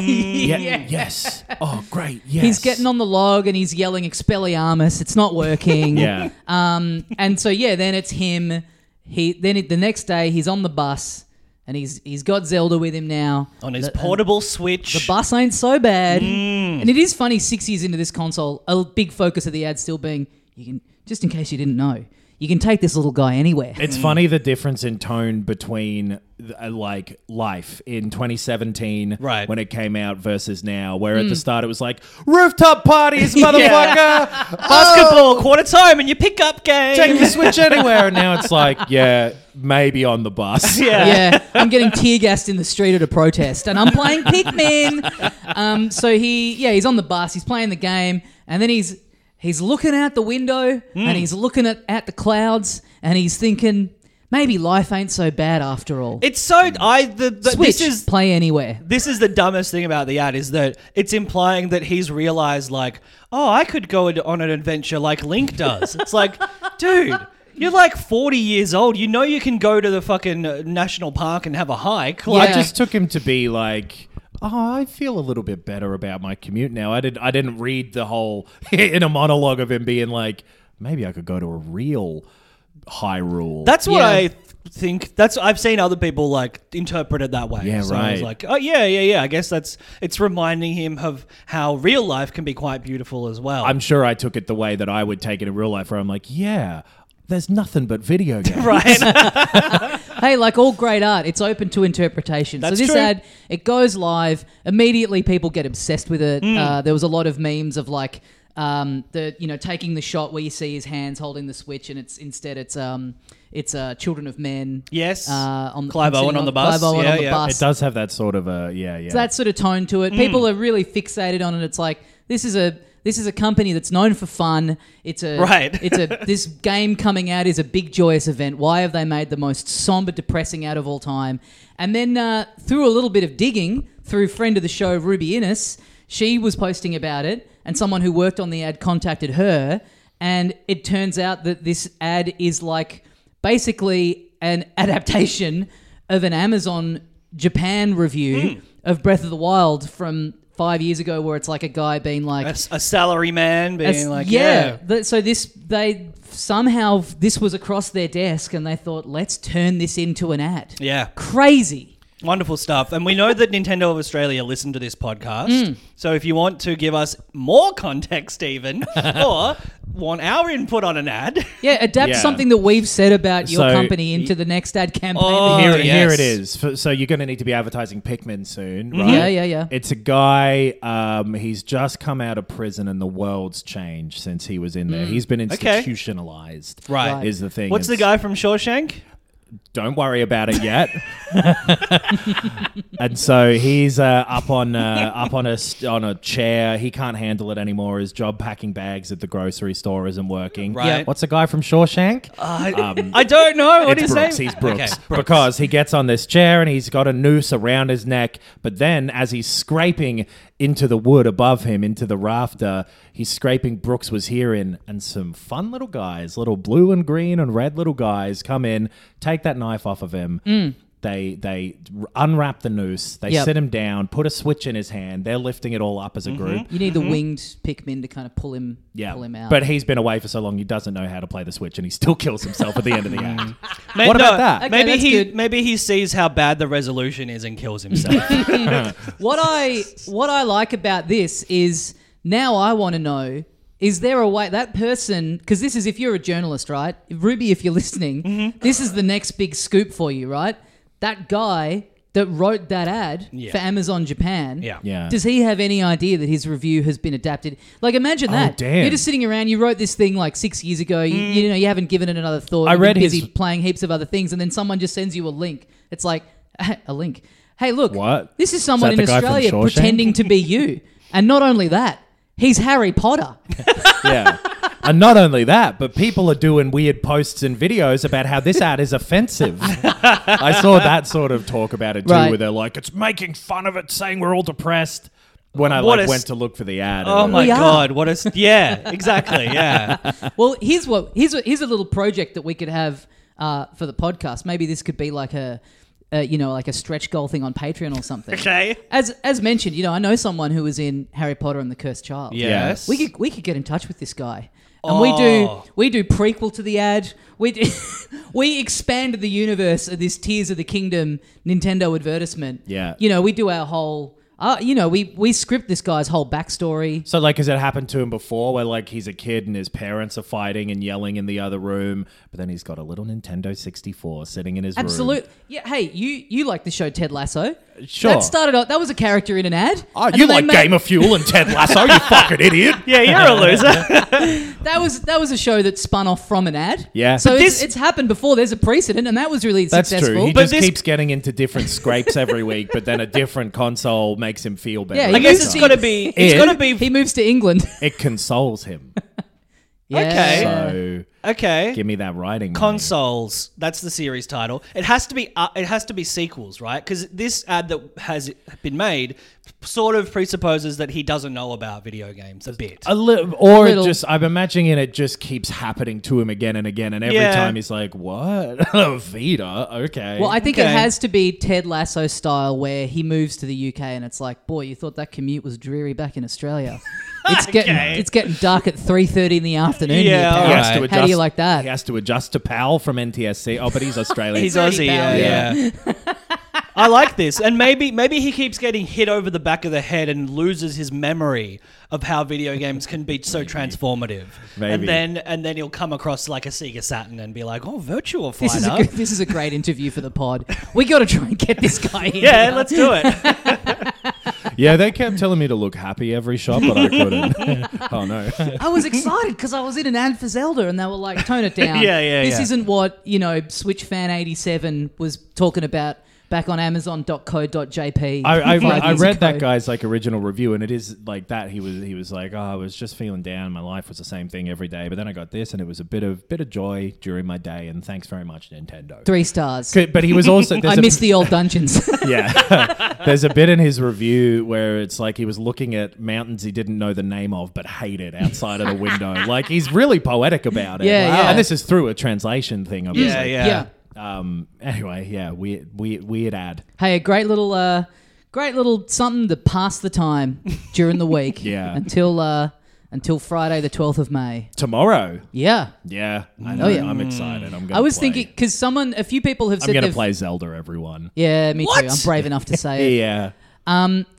[SPEAKER 2] [laughs]
[SPEAKER 4] yeah,
[SPEAKER 2] Yeah.
[SPEAKER 4] Yes. Oh, great. Yes.
[SPEAKER 2] He's getting on the log and he's yelling Expelliarmus. It's not
[SPEAKER 3] [laughs]
[SPEAKER 2] working.
[SPEAKER 4] Yeah.
[SPEAKER 2] [laughs] Um. And so yeah, then it's him. He then it, the next day he's on the bus and he's he's got Zelda with him now.
[SPEAKER 3] on
[SPEAKER 4] uh,
[SPEAKER 3] his portable switch.
[SPEAKER 2] The bus ain't so bad. And it is funny, six years into this console, a big focus of the ad still being, you can just in case you didn't know, you can take this little guy anywhere.
[SPEAKER 4] It's funny the difference in tone between uh, like life in 2017
[SPEAKER 3] Right.
[SPEAKER 4] when it came out versus now where
[SPEAKER 2] Mm.
[SPEAKER 4] at the start it was like
[SPEAKER 2] [laughs]
[SPEAKER 4] rooftop parties motherfucker Oh!
[SPEAKER 3] Basketball, quarter time in your pickup game.
[SPEAKER 4] take your switch anywhere and now it's like yeah maybe on the bus
[SPEAKER 2] [laughs]
[SPEAKER 3] yeah.
[SPEAKER 2] yeah, I'm getting tear gassed in the street at a protest, and I'm playing Pikmin. Um, so he, yeah, he's on the bus, he's playing the game, and then he's he's looking out the window
[SPEAKER 3] Hmm.
[SPEAKER 2] and he's looking at, at the clouds, and he's thinking maybe life ain't so bad after all.
[SPEAKER 3] It's so I the, the
[SPEAKER 2] Switch,
[SPEAKER 3] this is
[SPEAKER 2] play anywhere.
[SPEAKER 3] this is the dumbest thing about the ad is that it's implying that he's realized like, oh, I could go ad- on an adventure like Link does. It's like, [laughs] dude, you're like 40 years old. You know you can go to the fucking uh, national park and have a hike. Like,
[SPEAKER 4] I
[SPEAKER 2] Yeah.
[SPEAKER 4] just took him to be like, oh, I feel a little bit better about my commute now. I didn't, I didn't [laughs] read the whole in a monologue of him being like, maybe I could go to a real Hyrule.
[SPEAKER 3] That's what
[SPEAKER 2] Yeah.
[SPEAKER 3] I th- think. That's I've seen other people like interpret it that way.
[SPEAKER 4] Yeah,
[SPEAKER 3] so I was
[SPEAKER 4] right.
[SPEAKER 3] like, oh yeah, yeah, yeah. I guess that's it's reminding him of how real life can be quite beautiful as well.
[SPEAKER 4] I'm sure I took it the way that I would take it in real life, where I'm like, yeah, there's nothing
[SPEAKER 2] [laughs]
[SPEAKER 4] but video
[SPEAKER 3] [laughs]
[SPEAKER 4] games. [laughs]
[SPEAKER 3] right.
[SPEAKER 2] Hey, like all great art, it's open to interpretation.
[SPEAKER 3] That's
[SPEAKER 2] so this
[SPEAKER 3] true.
[SPEAKER 2] ad, it goes live immediately. People get obsessed with it.
[SPEAKER 3] Hmm.
[SPEAKER 2] Uh, there was a lot of memes of like um, the you know taking the shot where you see his hands holding the switch, and it's instead it's um it's uh, Children of Men.
[SPEAKER 3] Yes.
[SPEAKER 2] uh, on
[SPEAKER 3] Clive
[SPEAKER 2] sitting
[SPEAKER 3] Owen on the bus.
[SPEAKER 2] Clive Owen
[SPEAKER 3] Yeah,
[SPEAKER 2] on the
[SPEAKER 3] yeah. Hmm.
[SPEAKER 2] bus.
[SPEAKER 4] It does have that sort of a yeah, yeah.
[SPEAKER 2] It's that sort of tone to it. People are really fixated on it. It's like this is a this is a company that's known for fun. It's a
[SPEAKER 3] Right.
[SPEAKER 2] it's a this game coming out is a big joyous event. Why have they made the most somber, depressing out of all time? And then uh, through a little bit of digging, through friend of the show Ruby Innes, she was posting about it, and someone who worked on the ad contacted her, and it turns out that this ad is like basically an [laughs] adaptation of an Amazon Japan review of Breath of the Wild from five years ago, where it's like a guy being like,
[SPEAKER 3] a, s- a salary man being
[SPEAKER 2] as-
[SPEAKER 3] like, yeah.
[SPEAKER 2] Th- so this they somehow f- this was across their desk, and they thought, let's turn this into an ad.
[SPEAKER 3] Yeah.
[SPEAKER 2] Crazy.
[SPEAKER 3] Wonderful stuff. And we know that Nintendo of Australia listened to this podcast. So if you want to give us more context, even, or want our input on an ad,
[SPEAKER 2] Yeah, adapt
[SPEAKER 4] Yeah.
[SPEAKER 2] something that we've said about your
[SPEAKER 4] So,
[SPEAKER 2] company into the next ad campaign.
[SPEAKER 3] Oh,
[SPEAKER 4] here,
[SPEAKER 3] yes. Mm-hmm.
[SPEAKER 4] here it is. F- So you're going to need to be advertising Pikmin soon, right?
[SPEAKER 2] Yeah, yeah, yeah.
[SPEAKER 4] It's a guy. Um, he's just come out of prison, and the world's changed since he was in there. He's been
[SPEAKER 3] Mm. Okay.
[SPEAKER 4] institutionalized.
[SPEAKER 3] Right. Right.
[SPEAKER 4] is the thing.
[SPEAKER 3] what's the
[SPEAKER 4] It's-
[SPEAKER 3] guy from Shawshank?
[SPEAKER 4] Don't worry about it
[SPEAKER 3] [laughs]
[SPEAKER 4] yet. [laughs] and so he's uh, up on uh, up on a st- on a chair. He can't handle it anymore. His job packing bags at the grocery store isn't working.
[SPEAKER 3] Right. Yeah.
[SPEAKER 4] What's the guy from Shawshank?
[SPEAKER 3] I, I don't know. What
[SPEAKER 4] it's
[SPEAKER 3] is
[SPEAKER 4] Brooks.
[SPEAKER 3] name?
[SPEAKER 4] He's Brooks.
[SPEAKER 3] Okay, Brooks.
[SPEAKER 4] Because he gets on this chair and he's got a noose around his neck. But then, as he's scraping into the wood above him, into the rafter, he's scraping. Brooks was hearing, and some fun little guys, little blue and green and red little guys, come in, take that knife off of him. They they r- unwrap the noose. They
[SPEAKER 2] Mm. Yep. Mm-hmm.
[SPEAKER 4] sit him down. Put a switch in his hand. They're lifting it all up as a group.
[SPEAKER 2] You need the winged Pikmin to kind of pull him,
[SPEAKER 4] Yeah,
[SPEAKER 2] pull him out.
[SPEAKER 4] but he's been away for so long he doesn't know how to play the switch, and he still kills himself at the end of the
[SPEAKER 2] [laughs]
[SPEAKER 4] act.
[SPEAKER 3] May-
[SPEAKER 4] What about
[SPEAKER 3] no,
[SPEAKER 4] that?
[SPEAKER 2] Okay,
[SPEAKER 3] maybe
[SPEAKER 2] that's
[SPEAKER 3] he
[SPEAKER 2] good.
[SPEAKER 3] maybe he sees how bad the resolution is and kills himself.
[SPEAKER 2] what I what I like about this is now I want to know is there a way that person because this is if you're a journalist right Ruby if you're listening this is the next big scoop for you right that guy that wrote that ad for Amazon Japan
[SPEAKER 3] Yeah.
[SPEAKER 4] Yeah.
[SPEAKER 2] does he have any idea that his review has been adapted like imagine that
[SPEAKER 4] Oh, damn.
[SPEAKER 2] you're just sitting around you wrote this thing like six years ago you, you know you haven't given it another thought
[SPEAKER 4] I
[SPEAKER 2] You've been
[SPEAKER 4] read his-
[SPEAKER 2] busy playing heaps of other things and then someone just sends you a link it's like [laughs] a link hey look
[SPEAKER 4] What?
[SPEAKER 2] this is
[SPEAKER 4] Is
[SPEAKER 2] someone
[SPEAKER 4] that
[SPEAKER 2] in
[SPEAKER 4] the guy from
[SPEAKER 2] Australia
[SPEAKER 4] Shawshank?
[SPEAKER 2] pretending to be you. And not only that, he's Harry
[SPEAKER 4] [laughs]
[SPEAKER 2] Potter.
[SPEAKER 4] Yeah. And not only that, but people are doing weird posts and videos about how this ad is
[SPEAKER 3] [laughs]
[SPEAKER 4] offensive. I saw that sort of talk about it too,
[SPEAKER 2] Right.
[SPEAKER 4] where they're like, it's making fun of it, saying we're all depressed. When I
[SPEAKER 3] What
[SPEAKER 4] like
[SPEAKER 3] a
[SPEAKER 4] went
[SPEAKER 3] s-
[SPEAKER 4] to look for the ad,
[SPEAKER 3] Oh
[SPEAKER 4] it
[SPEAKER 3] my
[SPEAKER 2] We are.
[SPEAKER 3] god! What is? Yeah, exactly. Yeah.
[SPEAKER 2] Well, here's what here's a, here's a little project that we could have uh, for the podcast. Maybe this could be like a uh, you know like a stretch goal thing on Patreon or something.
[SPEAKER 3] Okay.
[SPEAKER 2] As as mentioned, you know I know someone who was in Harry Potter and the Cursed Child.
[SPEAKER 3] Yes.
[SPEAKER 2] We could we could get in touch with this guy. And we
[SPEAKER 4] Oh.
[SPEAKER 2] do we do prequel to the ad. We do, [laughs] we expand the universe of this Tears of the Kingdom Nintendo advertisement.
[SPEAKER 4] Yeah.
[SPEAKER 2] You know, we do our whole uh, you know, we we script this guy's whole backstory.
[SPEAKER 4] So like, has it happened to him before, where like he's a kid and his parents are fighting and yelling in the other room, but then he's got a little Nintendo 64 sitting in his room.
[SPEAKER 2] Absolute. Yeah, hey, you you like the show Ted Lasso?
[SPEAKER 4] Sure.
[SPEAKER 2] That started off that was a character in an ad.
[SPEAKER 4] Oh,
[SPEAKER 2] And then
[SPEAKER 4] you
[SPEAKER 2] they
[SPEAKER 4] like
[SPEAKER 2] made-
[SPEAKER 4] Game of Fuel and Ted Lasso,
[SPEAKER 3] [laughs]
[SPEAKER 4] you fucking idiot.
[SPEAKER 3] Yeah, you're a
[SPEAKER 4] [laughs]
[SPEAKER 3] loser.
[SPEAKER 2] That was that was a show that spun off from an ad.
[SPEAKER 4] Yeah.
[SPEAKER 2] So
[SPEAKER 4] But
[SPEAKER 2] it's,
[SPEAKER 3] this-
[SPEAKER 2] it's happened before. There's a precedent, and that was really
[SPEAKER 4] That's
[SPEAKER 2] successful.
[SPEAKER 4] true. He
[SPEAKER 3] But
[SPEAKER 4] just
[SPEAKER 3] this-
[SPEAKER 4] keeps getting into different scrapes every week, but then a different console makes him feel better.
[SPEAKER 2] Yeah, he
[SPEAKER 3] I guess
[SPEAKER 2] moves
[SPEAKER 3] it's
[SPEAKER 2] to-
[SPEAKER 3] gotta be. It's
[SPEAKER 4] Ed?
[SPEAKER 3] gotta be.
[SPEAKER 2] He moves to England. [laughs]
[SPEAKER 4] it consoles [laughs] him.
[SPEAKER 2] Yeah.
[SPEAKER 3] Okay.
[SPEAKER 4] So
[SPEAKER 3] Okay.
[SPEAKER 4] give me that writing. money.
[SPEAKER 3] Consoles. That's the series title. It has to be. Uh, it has to be sequels, right? Because this ad that has been made sort of presupposes that he doesn't know about video games a bit.
[SPEAKER 4] A little, or
[SPEAKER 2] Little.
[SPEAKER 4] just I'm imagining it just keeps happening to him again and again, and every
[SPEAKER 3] Yeah.
[SPEAKER 4] time he's like, "What, [laughs] Vita? Okay."
[SPEAKER 2] Well, I think it
[SPEAKER 3] Okay.
[SPEAKER 2] has to be Ted Lasso
[SPEAKER 3] [laughs]
[SPEAKER 2] style, where he moves to the UK, and it's like, boy, you thought that commute was dreary back in Australia. It's getting
[SPEAKER 3] Okay.
[SPEAKER 2] it's getting dark at three thirty in the afternoon.
[SPEAKER 3] Yeah,
[SPEAKER 2] here, pal.
[SPEAKER 3] all
[SPEAKER 4] He has
[SPEAKER 2] How
[SPEAKER 4] to
[SPEAKER 2] do you
[SPEAKER 4] adjust-
[SPEAKER 2] like
[SPEAKER 4] He
[SPEAKER 2] that?
[SPEAKER 4] has to adjust to Pal from NTSC. Oh, but [laughs] he's Australian.
[SPEAKER 3] He's
[SPEAKER 2] already
[SPEAKER 3] Aussie, yeah,
[SPEAKER 2] bowed.
[SPEAKER 3] yeah. I like this, and maybe maybe he keeps getting hit over the back of the head and loses his memory of how video games can be so transformative.
[SPEAKER 4] Maybe.
[SPEAKER 3] And then and then he'll come across like a Sega Saturn and be like, "Oh, Virtual
[SPEAKER 2] This is a
[SPEAKER 3] Fighter."
[SPEAKER 2] good, this is a great interview for the pod. We got to try and get this guy in.
[SPEAKER 3] [laughs] yeah,
[SPEAKER 2] here.
[SPEAKER 3] let's do
[SPEAKER 2] [laughs]
[SPEAKER 3] it.
[SPEAKER 4] yeah, they kept telling me to look happy every shot, but I couldn't. [laughs] oh no.
[SPEAKER 2] I was excited because I was in an ad for Zelda, and they were like, "Tone
[SPEAKER 3] [laughs]
[SPEAKER 2] it down.
[SPEAKER 3] Yeah, yeah,
[SPEAKER 2] This
[SPEAKER 3] yeah.
[SPEAKER 2] isn't what you know. Switch fan eighty seven was talking about back on Amazon.co.jp.
[SPEAKER 4] I, I,
[SPEAKER 2] five
[SPEAKER 4] I
[SPEAKER 2] years
[SPEAKER 4] read that
[SPEAKER 2] ago.
[SPEAKER 4] guy's like original review, and it is like that. He was he was like, oh, I was just feeling down. My life was the same thing every day, but then I got this, and it was a bit of bit of joy during my day. And thanks very much, Nintendo.
[SPEAKER 2] three stars.
[SPEAKER 4] Good, But
[SPEAKER 2] [laughs]
[SPEAKER 4] he was also there's
[SPEAKER 2] I
[SPEAKER 4] a-
[SPEAKER 2] miss the old dungeons.
[SPEAKER 4] [laughs]
[SPEAKER 2] [laughs]
[SPEAKER 4] Yeah. [laughs] There's a bit in his review where it's like he was looking at mountains he didn't know the name of but hated outside of the window.
[SPEAKER 2] [laughs]
[SPEAKER 4] Like he's really poetic about it.
[SPEAKER 2] Yeah, yeah.
[SPEAKER 4] And this is through a translation thing, obviously.
[SPEAKER 3] yeah.
[SPEAKER 4] Um anyway, yeah, weird weird weird ad.
[SPEAKER 2] Hey, a great little, uh, great little something to pass the time during the week.
[SPEAKER 4] [laughs] Yeah.
[SPEAKER 2] Until uh, until Friday the twelfth of May.
[SPEAKER 4] Tomorrow.
[SPEAKER 2] Yeah.
[SPEAKER 4] Yeah. I know.
[SPEAKER 2] Oh, yeah. Mm.
[SPEAKER 4] I'm excited. I'm gonna
[SPEAKER 2] I was
[SPEAKER 4] play.
[SPEAKER 2] thinking because someone, a few people have said
[SPEAKER 4] I'm gonna
[SPEAKER 2] they've-
[SPEAKER 4] play Zelda, everyone.
[SPEAKER 2] Yeah, me
[SPEAKER 3] What?
[SPEAKER 2] too. I'm brave enough
[SPEAKER 4] [laughs]
[SPEAKER 2] to say it.
[SPEAKER 4] Yeah.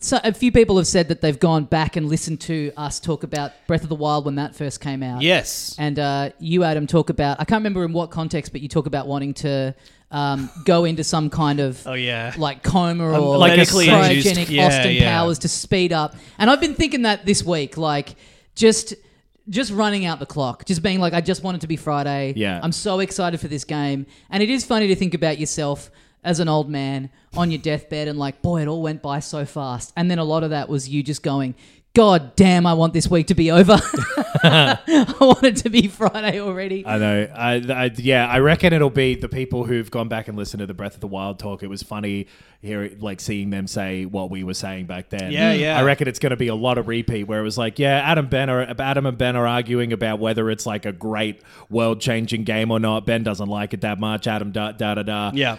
[SPEAKER 2] So a few people have said that they've gone back and listened to us talk about Breath of the Wild when that first came out.
[SPEAKER 3] Yes.
[SPEAKER 2] And uh, you, Adam, talk about I can't remember in what context, but you talk about wanting to um, go into some kind
[SPEAKER 4] [laughs]
[SPEAKER 2] of
[SPEAKER 3] Oh, yeah.
[SPEAKER 2] like coma or
[SPEAKER 3] like
[SPEAKER 4] a
[SPEAKER 2] cryogenic
[SPEAKER 3] induced- yeah,
[SPEAKER 2] Austin
[SPEAKER 3] yeah.
[SPEAKER 2] Powers to speed up. And I've been thinking that this week, like just just running out the clock, just being like, I just want it to be Friday.
[SPEAKER 4] Yeah.
[SPEAKER 2] I'm so excited for this game. And it is funny to think about yourself as an old man on your deathbed and like, boy, it all went by so fast. And then a lot of that was you just going, God damn, I want this week to be over. [laughs] I want it to be Friday already.
[SPEAKER 4] I know. I, I yeah. I reckon it'll be the people who've gone back and listened to the Breath of the Wild talk. It was funny here, like seeing them say what we were saying back then.
[SPEAKER 3] Yeah,
[SPEAKER 2] Mm.
[SPEAKER 3] yeah.
[SPEAKER 4] I reckon it's going to be a lot of repeat where it was like, yeah, Adam Ben are Adam and Ben are arguing about whether it's like a great world changing game or not. Ben doesn't like it that much. Adam da da da da.
[SPEAKER 3] Yeah.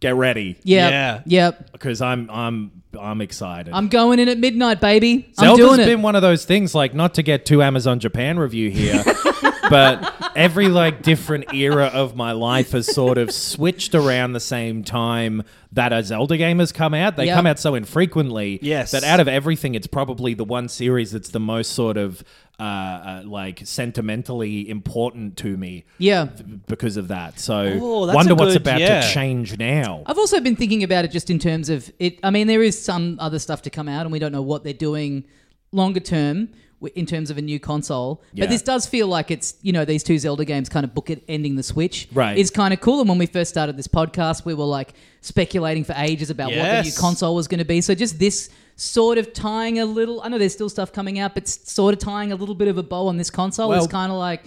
[SPEAKER 4] Get ready.
[SPEAKER 2] Yep.
[SPEAKER 3] Yeah.
[SPEAKER 2] Yep.
[SPEAKER 4] Because I'm I'm I'm excited.
[SPEAKER 2] I'm going in at midnight, baby. I'm
[SPEAKER 4] Zelda's
[SPEAKER 2] doing it.
[SPEAKER 4] been one of those things, like not to get too Amazon Japan review here, [laughs] but every like different era of my life has sort of switched around the same time that a Zelda game has come out. They
[SPEAKER 2] Yeah.
[SPEAKER 4] come out so infrequently
[SPEAKER 3] Yes.
[SPEAKER 4] that out of everything, it's probably the one series that's the most sort of uh, uh, like sentimentally important to me
[SPEAKER 2] yeah.
[SPEAKER 4] because of that. So
[SPEAKER 3] Oh, that's
[SPEAKER 4] wonder
[SPEAKER 3] a
[SPEAKER 4] what's
[SPEAKER 3] good-
[SPEAKER 4] about
[SPEAKER 3] yeah.
[SPEAKER 4] to change now.
[SPEAKER 2] I've also been thinking about it just in terms of it. I mean, there is some other stuff to come out, and we don't know what they're doing longer term w- in terms of a new console.
[SPEAKER 4] Yeah.
[SPEAKER 2] But this does feel like it's you know these two Zelda games kind of book it ending the Switch.
[SPEAKER 4] Right.
[SPEAKER 2] is kind of cool. And when we first started this podcast, we were like speculating for ages about what the new
[SPEAKER 3] Yes.
[SPEAKER 2] console was going to be. So just this sort of tying a little. I know there's still stuff coming out, but s- sort of tying a little bit of a bow on this console
[SPEAKER 4] Well-
[SPEAKER 2] is kind of like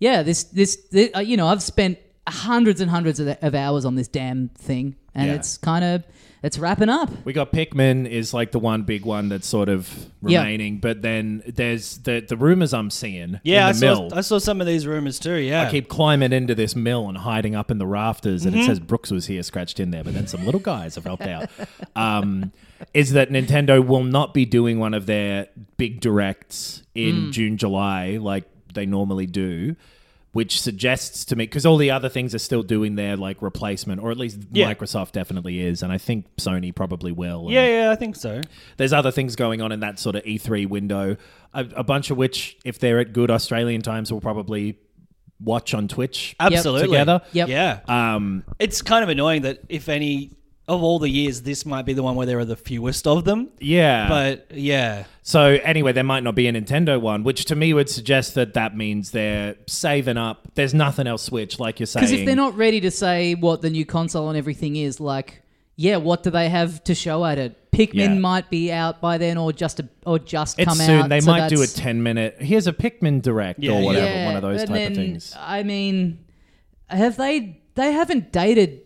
[SPEAKER 2] yeah, this this, thi- uh, you know I've spent hundreds and hundreds of, of hours on this damn thing, and
[SPEAKER 4] Yeah.
[SPEAKER 2] it's kind of it's wrapping up.
[SPEAKER 4] We got Pikmin is like the one big one that's sort of
[SPEAKER 2] Yeah.
[SPEAKER 4] remaining, but then there's the the rumors I'm seeing
[SPEAKER 3] Yeah, I
[SPEAKER 4] in the
[SPEAKER 3] saw,
[SPEAKER 4] mill.
[SPEAKER 3] I saw some of these rumors too. Yeah.
[SPEAKER 4] I keep climbing into this mill and hiding up in the rafters,
[SPEAKER 3] Mm-hmm.
[SPEAKER 4] and it says Brooks was here scratched in there, but then some little guys have helped out. Um, is that Nintendo will not be doing one of their big directs in
[SPEAKER 3] Mm.
[SPEAKER 4] June, July like they normally do, which suggests to me because all the other things are still doing their like replacement, or at least
[SPEAKER 3] Yeah.
[SPEAKER 4] Microsoft definitely is, and I think Sony probably will. and-
[SPEAKER 3] yeah, yeah, I think so.
[SPEAKER 4] there's other things going on in that sort of E3 window, a, a bunch of which, if they're at good Australian times, we'll probably watch on Twitch
[SPEAKER 3] Absolutely.
[SPEAKER 4] together.
[SPEAKER 2] Yep.
[SPEAKER 3] Yeah.
[SPEAKER 4] Um,
[SPEAKER 3] It's kind of annoying that if any of all the years, this might be the one where there are the fewest of them.
[SPEAKER 4] yeah.
[SPEAKER 3] But yeah,
[SPEAKER 4] so anyway, there might not be a Nintendo one, which to me would suggest that that means they're saving up. There's nothing else Switch, like you're saying.
[SPEAKER 2] Because if they're not ready to say what the new console and everything is, like, yeah, what do they have to show at it? Pikmin
[SPEAKER 4] Yeah.
[SPEAKER 2] might be out by then, or just a, or just
[SPEAKER 4] it's
[SPEAKER 2] come
[SPEAKER 4] soon.
[SPEAKER 2] out.
[SPEAKER 4] they
[SPEAKER 2] so
[SPEAKER 4] might do a
[SPEAKER 2] that's-
[SPEAKER 4] 10 minute. Here's a Pikmin direct
[SPEAKER 3] Yeah,
[SPEAKER 4] or
[SPEAKER 3] yeah.
[SPEAKER 4] whatever,
[SPEAKER 2] Yeah,
[SPEAKER 4] one of those
[SPEAKER 2] and
[SPEAKER 4] type
[SPEAKER 2] then,
[SPEAKER 4] of
[SPEAKER 2] uh,
[SPEAKER 4] things.
[SPEAKER 2] I mean, have they? They haven't dated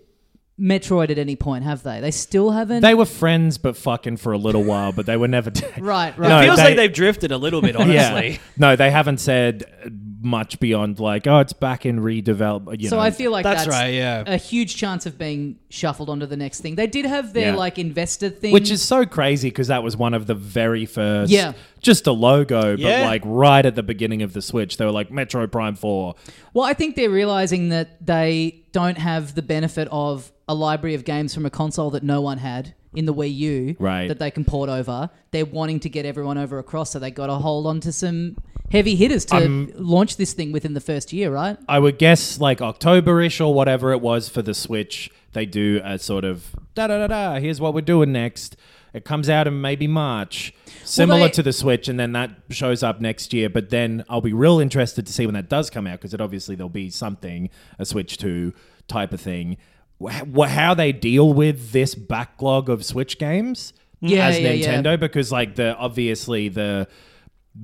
[SPEAKER 2] Metroid at any point, have they? They still haven't.
[SPEAKER 4] They were friends, but fucking for a little while, but
[SPEAKER 2] [laughs]
[SPEAKER 4] they were never.
[SPEAKER 2] right, right.
[SPEAKER 4] No,
[SPEAKER 3] feels
[SPEAKER 4] they- [laughs]
[SPEAKER 3] like they've drifted a little bit, honestly.
[SPEAKER 4] No, they haven't said uh, much beyond like, oh, it's back in redevelop. You
[SPEAKER 2] So
[SPEAKER 4] know.
[SPEAKER 2] I feel like
[SPEAKER 3] That's
[SPEAKER 2] that's,
[SPEAKER 3] right, yeah.
[SPEAKER 2] a huge chance of being shuffled onto the next thing. They did have their
[SPEAKER 4] Yeah.
[SPEAKER 2] like investor thing,
[SPEAKER 4] Which is so crazy because that was one of the very first,
[SPEAKER 2] Yeah.
[SPEAKER 4] just a logo,
[SPEAKER 3] Yeah.
[SPEAKER 4] but like right at the beginning of the Switch, they were like Metro Prime Four.
[SPEAKER 2] Well, I think they're realizing that they don't have the benefit of a library of games from a console that no one had in the Wii U
[SPEAKER 4] Right.
[SPEAKER 2] that they can port over. They're wanting to get everyone over across, so they got to hold on to some heavy hitters to launch this thing within the first year, right?
[SPEAKER 4] I would guess like October-ish or whatever it was for the Switch, they do a sort of da da da da. Here's what we're doing next. It comes out in maybe March, similar
[SPEAKER 2] they-
[SPEAKER 4] to the Switch, and then that shows up next year. But then I'll be real interested to see when that does come out because it obviously there'll be something a Switch Two type of thing. Wh- wh- How they deal with this backlog of Switch games
[SPEAKER 2] Yeah,
[SPEAKER 4] as
[SPEAKER 2] yeah, yeah.
[SPEAKER 4] Nintendo because like the obviously the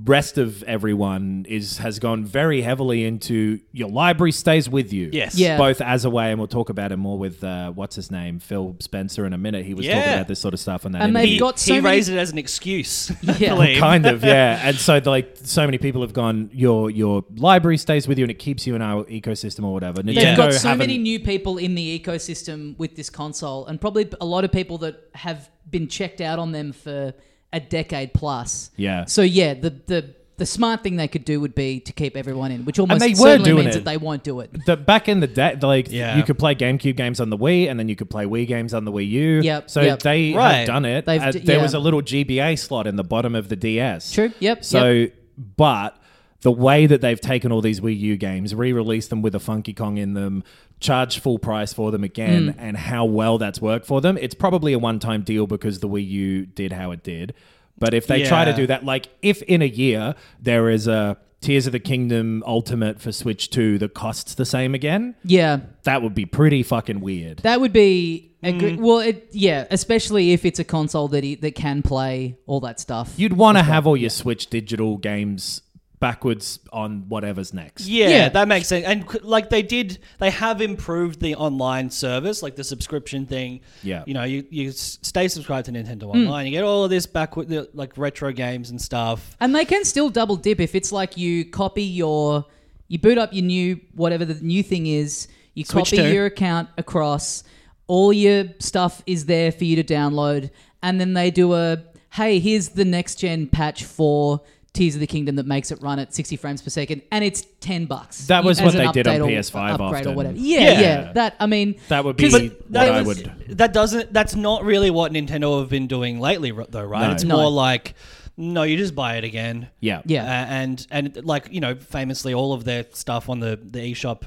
[SPEAKER 4] rest of everyone is has gone very heavily into your library stays with you.
[SPEAKER 3] Yes.
[SPEAKER 2] Yeah.
[SPEAKER 4] Both as a way, and we'll talk about it more with uh, what's his name, Phil Spencer, in a minute. He was talking
[SPEAKER 3] Yeah.
[SPEAKER 4] about this sort of stuff on that.
[SPEAKER 2] And
[SPEAKER 4] interview.
[SPEAKER 2] They've got so
[SPEAKER 3] he
[SPEAKER 2] many-
[SPEAKER 3] raised it as an excuse. [laughs]
[SPEAKER 2] Yeah.
[SPEAKER 3] I believe.
[SPEAKER 4] kind of yeah. And so like so many people have gone. Your your library stays with you, and it keeps you in our ecosystem or whatever. Nintendo
[SPEAKER 2] They've got so
[SPEAKER 4] haven't-
[SPEAKER 2] many new people in the ecosystem with this console, and probably a lot of people that have been checked out on them for a decade plus.
[SPEAKER 4] Yeah.
[SPEAKER 2] So yeah, the the the smart thing they could do would be to keep everyone in, which almost
[SPEAKER 4] they were
[SPEAKER 2] certainly
[SPEAKER 4] doing
[SPEAKER 2] means
[SPEAKER 4] it.
[SPEAKER 2] that they won't do it.
[SPEAKER 4] the back in the day, like
[SPEAKER 3] Yeah.
[SPEAKER 4] you could play GameCube games on the Wii, and then you could play Wii games on the Wii U.
[SPEAKER 2] Yep,
[SPEAKER 4] So
[SPEAKER 2] yep.
[SPEAKER 4] they
[SPEAKER 3] Right.
[SPEAKER 4] have done it.
[SPEAKER 2] They've
[SPEAKER 4] Uh,
[SPEAKER 2] d-
[SPEAKER 4] there
[SPEAKER 2] yeah.
[SPEAKER 4] was a little GBA slot in the bottom of the DS.
[SPEAKER 2] True. Yep,
[SPEAKER 4] So,
[SPEAKER 2] yep.
[SPEAKER 4] but the way that they've taken all these Wii U games, re-released them with a Funky Kong in them, charged full price for them again, and how well that's worked for them, it's probably a one-time deal because the Wii U did how it did. But if they try to
[SPEAKER 3] Yeah.
[SPEAKER 4] do that that like if in a year there is a Tears of the Kingdom Ultimate for Switch 2 that costs the same again,
[SPEAKER 2] Yeah.
[SPEAKER 4] that would be pretty fucking weird.
[SPEAKER 2] That would be a
[SPEAKER 4] Mm.
[SPEAKER 2] gr- well, it, yeah, especially if it's a console that he, that can play all that stuff.
[SPEAKER 4] You'd want to have all your Switch digital games backwards on whatever's next.
[SPEAKER 3] Yeah,
[SPEAKER 2] Yeah.
[SPEAKER 3] that makes sense. And c- like they did, they have improved the online service, like the subscription thing.
[SPEAKER 4] Yeah.
[SPEAKER 3] you know, you, you s- stay subscribed to Nintendo
[SPEAKER 2] Hmm.
[SPEAKER 3] Online, you get all of this back with the, like retro games and stuff.
[SPEAKER 2] and they can still double dip if it's like you copy your you boot up your new whatever the new thing is, you
[SPEAKER 3] Switch
[SPEAKER 2] copy
[SPEAKER 3] two.
[SPEAKER 2] your account across, all your stuff is there for you to download, and then they do a hey, here's the next gen patch for Tears of the Kingdom that makes it run at 60 frames per second, and it's 10 bucks.
[SPEAKER 4] That was
[SPEAKER 2] as
[SPEAKER 4] what
[SPEAKER 2] an
[SPEAKER 4] they did on
[SPEAKER 2] update or
[SPEAKER 4] PS5
[SPEAKER 2] upgrade
[SPEAKER 4] often.
[SPEAKER 2] Or whatever. Yeah, yeah,
[SPEAKER 3] Yeah.
[SPEAKER 2] That, I mean,
[SPEAKER 4] That would be
[SPEAKER 2] 'cause
[SPEAKER 4] what
[SPEAKER 2] that
[SPEAKER 4] I
[SPEAKER 2] was-
[SPEAKER 4] would.
[SPEAKER 3] That doesn't. That's not really what Nintendo have been doing lately, r- though, right?
[SPEAKER 4] No.
[SPEAKER 3] It's
[SPEAKER 2] No.
[SPEAKER 3] more like, no, you just buy it again.
[SPEAKER 4] Yeah.
[SPEAKER 2] Yeah.
[SPEAKER 3] Uh, and and like you know, famously, all of their stuff on the the eShop.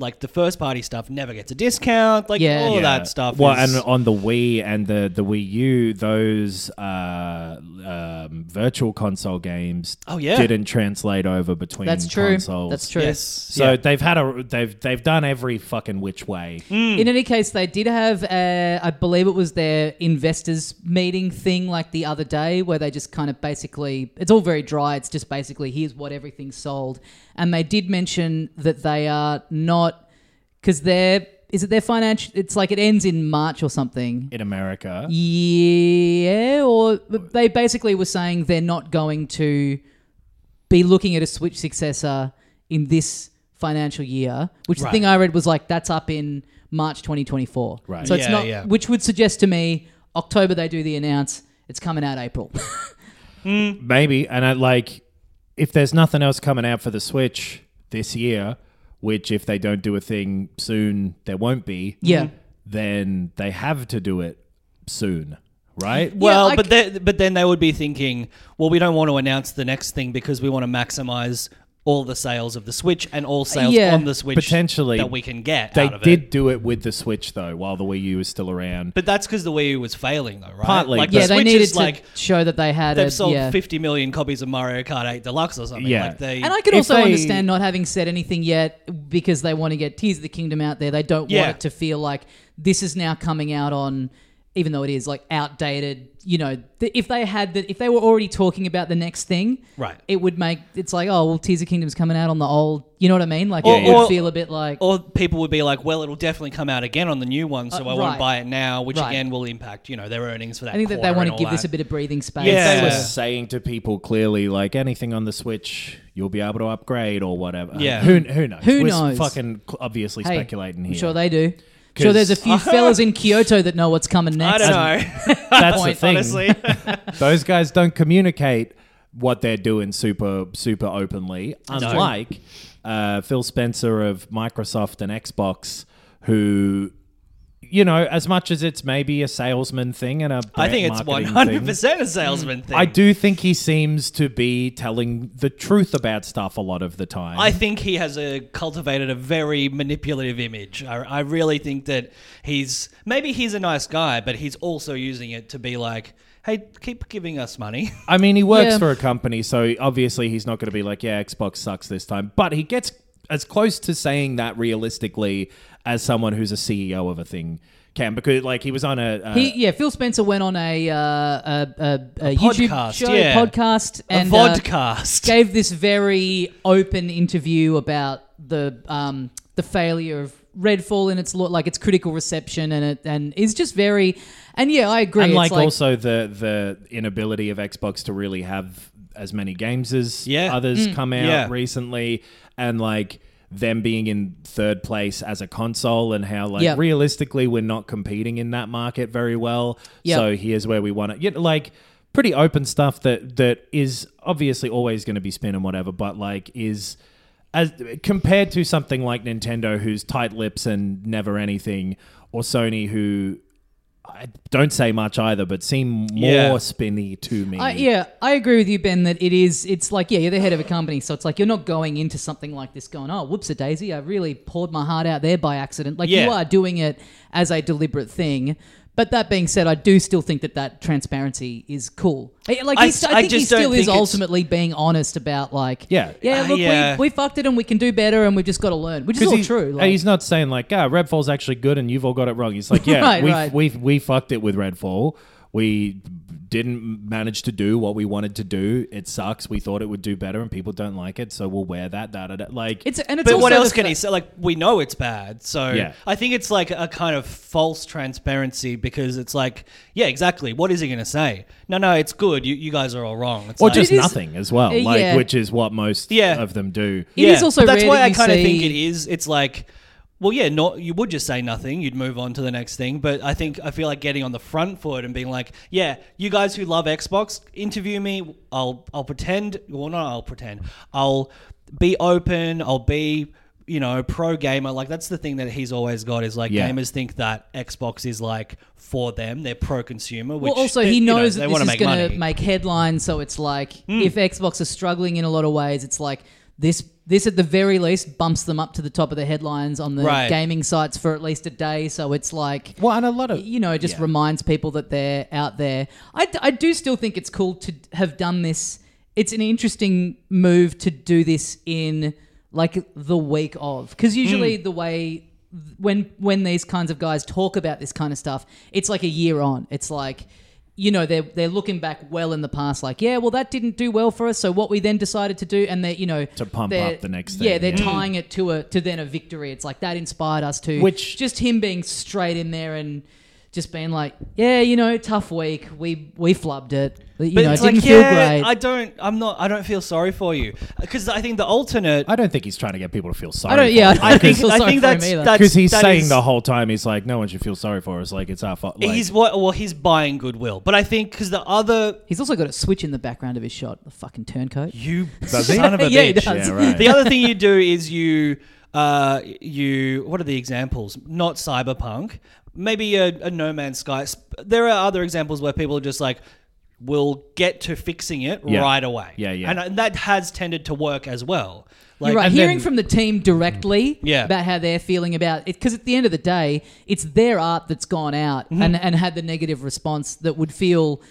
[SPEAKER 3] Like the first party stuff never gets a discount, like
[SPEAKER 2] Yeah.
[SPEAKER 3] all
[SPEAKER 2] Yeah.
[SPEAKER 3] of that stuff.
[SPEAKER 4] Well,
[SPEAKER 3] is-
[SPEAKER 4] and on the Wii and the, the Wii U, those uh, um, virtual console games
[SPEAKER 3] Oh, yeah.
[SPEAKER 4] didn't translate over between
[SPEAKER 2] That's true.
[SPEAKER 4] consoles.
[SPEAKER 2] That's true.
[SPEAKER 3] yes,
[SPEAKER 4] So
[SPEAKER 3] Yeah.
[SPEAKER 4] they've had a they've they've done every fucking which way.
[SPEAKER 3] Mm.
[SPEAKER 2] In any case, they did have, uh, I believe it was their investors meeting thing like the other day, where they just kind of basically, it's all very dry. It's just basically, here's what everything's sold. And they did mention that they are not, because they're, is it their financial, it's like it ends in March or something.
[SPEAKER 4] in America.
[SPEAKER 2] Yeah, or they basically were saying they're not going to be looking at a Switch successor in this financial year, which the thing I read was like that's up in March 2024.
[SPEAKER 4] Right.
[SPEAKER 2] So it's
[SPEAKER 3] Yeah,
[SPEAKER 2] not,
[SPEAKER 3] yeah.
[SPEAKER 2] which would suggest to me October they do the announce. It's coming out
[SPEAKER 3] [laughs]
[SPEAKER 2] April.
[SPEAKER 4] Maybe. And I like if there's nothing else coming out for the Switch this year, which if they don't do a thing soon, there won't be.
[SPEAKER 3] Mm.
[SPEAKER 2] yeah.
[SPEAKER 4] Then they have to do it soon, right?
[SPEAKER 3] Well,
[SPEAKER 2] I
[SPEAKER 3] but
[SPEAKER 2] c-
[SPEAKER 3] they, but then they would be thinking, well, we don't want to announce the next thing because we want to maximize all the sales of the Switch and all sales
[SPEAKER 2] Yeah.
[SPEAKER 3] on the Switch
[SPEAKER 4] Potentially,
[SPEAKER 3] that we can get.
[SPEAKER 4] They
[SPEAKER 3] out of
[SPEAKER 4] did
[SPEAKER 3] it.
[SPEAKER 4] do it with the Switch though, while the Wii U was still around.
[SPEAKER 3] but that's because the Wii U was failing, though, right?
[SPEAKER 4] Partly,
[SPEAKER 3] like
[SPEAKER 4] but-
[SPEAKER 2] Yeah,
[SPEAKER 3] the
[SPEAKER 2] they
[SPEAKER 3] Switch
[SPEAKER 2] needed
[SPEAKER 3] is
[SPEAKER 2] to
[SPEAKER 3] like
[SPEAKER 2] show that they had a
[SPEAKER 3] they've sold
[SPEAKER 2] yeah.
[SPEAKER 3] 50 million copies of Mario Kart 8 Deluxe or something.
[SPEAKER 4] Yeah.
[SPEAKER 3] like they,
[SPEAKER 2] And I could
[SPEAKER 4] If
[SPEAKER 2] also
[SPEAKER 4] they-
[SPEAKER 2] understand not having said anything yet because they want to get Tears of the Kingdom out there. They don't
[SPEAKER 3] Yeah.
[SPEAKER 2] want it to feel like this is now coming out on even though it is like outdated, you know, th- if they had the, if they were already talking about the next thing,
[SPEAKER 3] Right.
[SPEAKER 2] It would make it's like, oh well, Teaser Kingdom's coming out on the old, you know what I mean? Like
[SPEAKER 3] Or-
[SPEAKER 2] it would
[SPEAKER 3] or-
[SPEAKER 2] feel a bit like
[SPEAKER 3] Or people would be like, well, it'll definitely come out again on the new one, so
[SPEAKER 2] Uh,
[SPEAKER 3] I won't
[SPEAKER 2] right.
[SPEAKER 3] buy it now, which
[SPEAKER 2] Right.
[SPEAKER 3] again will impact, you know, their earnings for that.
[SPEAKER 2] I think that they
[SPEAKER 3] quarter
[SPEAKER 2] want
[SPEAKER 3] and
[SPEAKER 2] to give
[SPEAKER 3] all
[SPEAKER 2] this a
[SPEAKER 3] that.
[SPEAKER 2] bit of breathing space.
[SPEAKER 3] Yeah.
[SPEAKER 4] They were saying to people clearly, like anything on the Switch, you'll be able to upgrade or whatever.
[SPEAKER 3] Yeah.
[SPEAKER 4] who who knows?
[SPEAKER 2] Who
[SPEAKER 4] We're
[SPEAKER 2] knows?
[SPEAKER 4] Fucking cl- obviously
[SPEAKER 2] Hey,
[SPEAKER 4] speculating
[SPEAKER 2] I'm
[SPEAKER 4] here.
[SPEAKER 2] sure they do. Sure, there's a few
[SPEAKER 3] [laughs] 'Cause-
[SPEAKER 2] fellas in Kyoto that know what's coming next.
[SPEAKER 3] I don't know.
[SPEAKER 4] That's the
[SPEAKER 2] point,
[SPEAKER 3] [laughs]
[SPEAKER 4] thing.
[SPEAKER 3] Honestly,
[SPEAKER 4] Those guys don't communicate what they're doing super super openly, unlike uh, Phil Spencer of Microsoft and Xbox, who. You know, as much as it's maybe a salesman thing and a
[SPEAKER 3] I
[SPEAKER 4] brand
[SPEAKER 3] think it's one
[SPEAKER 4] marketing
[SPEAKER 3] hundred
[SPEAKER 4] thing,
[SPEAKER 3] percent a salesman thing.
[SPEAKER 4] I do think he seems to be telling the truth about stuff a lot of the time.
[SPEAKER 3] I think he has uh cultivated a very manipulative image. I, I really think that he's maybe he's a nice guy, but he's also using it to be like, "Hey, keep giving us money." [laughs]
[SPEAKER 4] I mean, he works
[SPEAKER 2] Yeah.
[SPEAKER 4] for a company, so obviously he's not going to be like, yeah, Xbox sucks this time. But he gets as close to saying that realistically as someone who's a CEO of a thing can, because like he was on a. a
[SPEAKER 2] He, yeah, Phil Spencer went on a uh, a, a, a, YouTube
[SPEAKER 3] podcast,
[SPEAKER 2] show,
[SPEAKER 3] yeah.
[SPEAKER 2] podcast, and
[SPEAKER 3] a
[SPEAKER 2] uh,
[SPEAKER 3] vodcast.
[SPEAKER 2] gave this very open interview about the um, the failure of Redfall and its lo- like its critical reception, and it and is just very, and yeah, I agree.
[SPEAKER 4] and
[SPEAKER 2] it's
[SPEAKER 4] like,
[SPEAKER 2] like-
[SPEAKER 4] also the the inability of Xbox to really have as many games as
[SPEAKER 3] Yeah.
[SPEAKER 2] Mm.
[SPEAKER 4] others come out
[SPEAKER 3] Yeah.
[SPEAKER 4] recently, and like them being in third place as a console, and how like
[SPEAKER 2] Yep.
[SPEAKER 4] realistically we're not competing in that market very well.
[SPEAKER 2] Yep.
[SPEAKER 4] So here's where we want it. You know, like pretty open stuff that that is obviously always going to be spin and whatever, but like is. As compared to something like Nintendo, who's tight lips and never anything, or Sony, who I don't say much either, but seem more
[SPEAKER 3] Yeah.
[SPEAKER 4] spinny to me.
[SPEAKER 2] I, yeah, I agree with you, Ben. That it is. It's like yeah, you're the head of a company, so it's like you're not going into something like this going, oh, whoops, a daisy. I really poured my heart out there by accident. Like
[SPEAKER 3] Yeah.
[SPEAKER 2] you are doing it as a deliberate thing. But that being said, I do still think that that transparency is cool. I- Like
[SPEAKER 3] I
[SPEAKER 2] he's, I,
[SPEAKER 3] s- I
[SPEAKER 2] think he
[SPEAKER 3] just don't
[SPEAKER 2] still
[SPEAKER 3] think
[SPEAKER 2] is
[SPEAKER 3] it's-
[SPEAKER 2] ultimately being honest about like
[SPEAKER 4] Yeah.
[SPEAKER 2] yeah,
[SPEAKER 3] Uh,
[SPEAKER 2] look,
[SPEAKER 3] yeah.
[SPEAKER 2] We, we fucked it and we can do better and we've just got to learn, which is all
[SPEAKER 4] he-
[SPEAKER 2] true.
[SPEAKER 4] and
[SPEAKER 2] Like,
[SPEAKER 4] he's not saying like, "Ah, Redfall's actually good, and you've all got it
[SPEAKER 2] [laughs]
[SPEAKER 4] wrong." He's like, "Yeah,
[SPEAKER 2] Right,
[SPEAKER 4] we
[SPEAKER 2] right.
[SPEAKER 4] we we fucked it with Redfall. We didn't manage to do what we wanted to do. It sucks. We thought it would do better, and people don't like it, so we'll wear that. That, that. like
[SPEAKER 2] it's and it's
[SPEAKER 3] But
[SPEAKER 2] also
[SPEAKER 3] what
[SPEAKER 2] the
[SPEAKER 3] else can
[SPEAKER 2] fa-
[SPEAKER 3] he say? Like, we know it's bad. So
[SPEAKER 4] Yeah.
[SPEAKER 3] I think it's like a kind of false transparency because it's like, yeah, exactly. What is he going to say? No, no, it's good. You, you guys are all wrong. It's
[SPEAKER 4] or
[SPEAKER 3] like,
[SPEAKER 4] just
[SPEAKER 2] It is-
[SPEAKER 4] nothing as well.
[SPEAKER 2] Uh,
[SPEAKER 4] Like
[SPEAKER 2] yeah.
[SPEAKER 4] which is what most
[SPEAKER 3] Yeah.
[SPEAKER 4] of them do.
[SPEAKER 2] It is also
[SPEAKER 3] but that's
[SPEAKER 2] rare
[SPEAKER 3] why
[SPEAKER 2] that
[SPEAKER 3] I
[SPEAKER 2] you
[SPEAKER 3] kind of think
[SPEAKER 2] see-
[SPEAKER 3] it is. It's like, well, yeah, not you would just say nothing. You'd move on to the next thing. But I think I feel like getting on the front foot and being like, yeah, you guys who love Xbox, interview me. I'll I'll pretend. Well, not I'll pretend. I'll be open. I'll be you know pro gamer. Like that's the thing that he's always got is like
[SPEAKER 4] Yeah.
[SPEAKER 3] gamers think that Xbox is like for them. They're pro consumer. Which
[SPEAKER 2] well, also
[SPEAKER 3] they-
[SPEAKER 2] he
[SPEAKER 3] you know,
[SPEAKER 2] knows
[SPEAKER 3] they
[SPEAKER 2] that
[SPEAKER 3] wanna
[SPEAKER 2] this is
[SPEAKER 3] make
[SPEAKER 2] going
[SPEAKER 3] money. Hmm.
[SPEAKER 2] to make headlines. So it's like if Xbox is struggling in a lot of ways, it's like this. This at the very least bumps them up to the top of the headlines on the
[SPEAKER 3] Right.
[SPEAKER 2] gaming sites for at least a day. So it's like
[SPEAKER 4] Well, and a lot of
[SPEAKER 2] you know, it just reminds people that they're out there. I, d- I do still think it's cool to have done this. It's an interesting move to do this in like the week of, because usually
[SPEAKER 4] Mm.
[SPEAKER 2] the way when when these kinds of guys talk about this kind of stuff, it's like a year on. It's like you know they're they're looking back well in the past, like yeah, well that didn't do well for us, so what we then decided to do, and they're you know to
[SPEAKER 4] pump up the next
[SPEAKER 2] Yeah,
[SPEAKER 4] thing,
[SPEAKER 2] they're
[SPEAKER 4] yeah.
[SPEAKER 2] tying it to a to then a victory. It's like that inspired us to
[SPEAKER 4] Which-
[SPEAKER 2] just him being straight in there and just being like, yeah, you know, tough week. We we flubbed it. You know, it
[SPEAKER 3] it's
[SPEAKER 2] didn't
[SPEAKER 3] like,
[SPEAKER 2] feel
[SPEAKER 3] yeah,
[SPEAKER 2] great.
[SPEAKER 3] I don't. I'm not. I don't feel sorry for you because I think the alternate.
[SPEAKER 4] I don't think he's trying to get people to feel sorry.
[SPEAKER 2] I don't. Yeah,
[SPEAKER 4] for
[SPEAKER 2] I don't
[SPEAKER 3] [laughs] I
[SPEAKER 4] him. [laughs]
[SPEAKER 3] think,
[SPEAKER 2] feel
[SPEAKER 3] I
[SPEAKER 2] sorry
[SPEAKER 3] think
[SPEAKER 2] for him
[SPEAKER 3] that's
[SPEAKER 2] either.
[SPEAKER 3] that's-
[SPEAKER 4] because he's
[SPEAKER 3] that
[SPEAKER 4] saying
[SPEAKER 3] is-
[SPEAKER 4] the whole time he's like, no one should feel sorry for us. Like it's our fault. Like,
[SPEAKER 3] he's what well he's buying goodwill, but I think because the other
[SPEAKER 2] He's also got a switch in the background of his shot. The fucking turncoat. [laughs]
[SPEAKER 3] you
[SPEAKER 4] he?
[SPEAKER 3] son of a
[SPEAKER 2] Yeah, he
[SPEAKER 3] bitch.
[SPEAKER 2] does.
[SPEAKER 4] Yeah,
[SPEAKER 3] [laughs]
[SPEAKER 4] right.
[SPEAKER 3] The other thing you do is you uh you what are the examples? Not cyberpunk, maybe a, a No Man's Sky. Sp- There are other examples where people are just like. Will get to fixing it
[SPEAKER 4] Yeah.
[SPEAKER 3] right away.
[SPEAKER 4] Yeah, yeah.
[SPEAKER 3] and, and that has tended to work as well. Like,
[SPEAKER 2] You're right.
[SPEAKER 4] and
[SPEAKER 2] Hearing
[SPEAKER 4] then-
[SPEAKER 2] from the team directly
[SPEAKER 3] Yeah.
[SPEAKER 2] about how they're feeling about it, because at the end of the day, it's their art that's gone out
[SPEAKER 4] Mm-hmm.
[SPEAKER 2] and, and had the negative response that would feel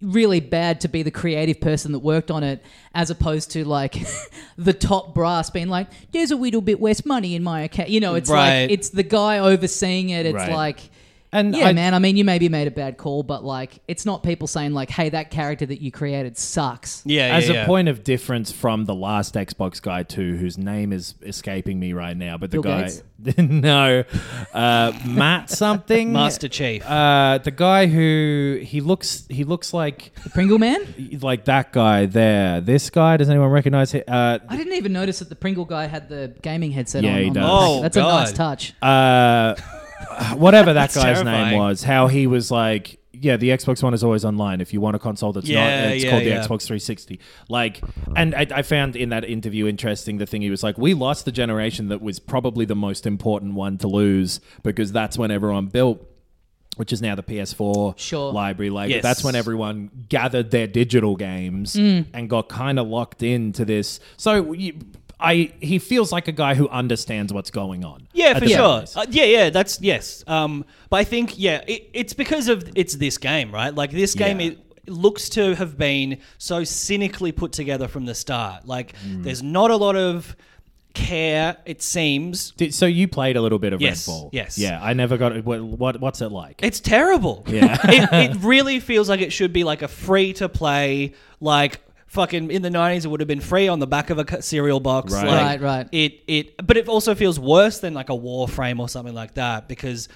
[SPEAKER 2] really bad to be the creative person that worked on it, as opposed to like [laughs] the top brass being like, "There's a little bit less money in my account." You know, it's
[SPEAKER 3] Right.
[SPEAKER 2] like it's the guy overseeing it. It's
[SPEAKER 4] Right.
[SPEAKER 2] like
[SPEAKER 4] And
[SPEAKER 2] Yeah,
[SPEAKER 4] I,
[SPEAKER 2] man. I mean, you maybe made a bad call, but like, it's not people saying like, "Hey, that character that you created sucks."
[SPEAKER 3] Yeah,
[SPEAKER 4] as
[SPEAKER 3] yeah,
[SPEAKER 4] a
[SPEAKER 3] yeah.
[SPEAKER 4] point of difference from the last Xbox guy too, whose name is escaping me right now, but the
[SPEAKER 2] Bill
[SPEAKER 4] guy, [laughs] no, uh,
[SPEAKER 3] [laughs]
[SPEAKER 4] Matt something,
[SPEAKER 3] Master Chief.
[SPEAKER 4] uh, the guy who he looks, he looks like
[SPEAKER 2] The Pringle Man.
[SPEAKER 4] like that guy there. This guy, does anyone recognize him? Uh,
[SPEAKER 2] I didn't even notice that the Pringle guy had the gaming headset
[SPEAKER 4] Yeah,
[SPEAKER 2] on.
[SPEAKER 4] he
[SPEAKER 2] on
[SPEAKER 4] does.
[SPEAKER 2] the packet.
[SPEAKER 3] Oh,
[SPEAKER 2] that's a nice
[SPEAKER 3] God.
[SPEAKER 2] touch.
[SPEAKER 4] uh, [laughs] whatever that
[SPEAKER 3] That's
[SPEAKER 4] guy's name
[SPEAKER 3] terrifying.
[SPEAKER 4] was, how he was like, yeah, the Xbox One is always online. If you want a console that's
[SPEAKER 3] Yeah,
[SPEAKER 4] not, it's
[SPEAKER 3] yeah,
[SPEAKER 4] called the
[SPEAKER 3] yeah.
[SPEAKER 4] Xbox 360. Like, and I, I found in that interview interesting the thing he was like, we lost the generation that was probably the most important one to lose because that's when everyone built. Which is now the PS4
[SPEAKER 2] Sure.
[SPEAKER 4] library. Like
[SPEAKER 3] Yes.
[SPEAKER 4] that's when everyone gathered their digital games
[SPEAKER 3] Mm.
[SPEAKER 4] and got kind of locked into this. So you, I, he feels like a guy who understands what's going on.
[SPEAKER 3] Yeah,
[SPEAKER 4] at
[SPEAKER 3] for
[SPEAKER 4] the
[SPEAKER 3] sure.
[SPEAKER 4] very least.
[SPEAKER 3] Uh, yeah, yeah, that's yes. Um, but I think yeah, it, it's because of it's this game, right? Like this game
[SPEAKER 4] Yeah.
[SPEAKER 3] it looks to have been so cynically put together from the start. Like
[SPEAKER 4] Mm.
[SPEAKER 3] there's not a lot of care, it seems.
[SPEAKER 4] Did, so you played a little bit of
[SPEAKER 3] Yes,
[SPEAKER 4] Red Bull.
[SPEAKER 3] yes.
[SPEAKER 4] Yeah, I never got it. What, what what's it like?
[SPEAKER 3] It's terrible. Yeah. [laughs] it, it really feels like it should be like a free to play, like fucking in the 90s it would have been free on the back of a c- cereal box
[SPEAKER 4] Right.
[SPEAKER 3] like,
[SPEAKER 2] Right, right.
[SPEAKER 3] it it but it also feels worse than like a warframe or something like that because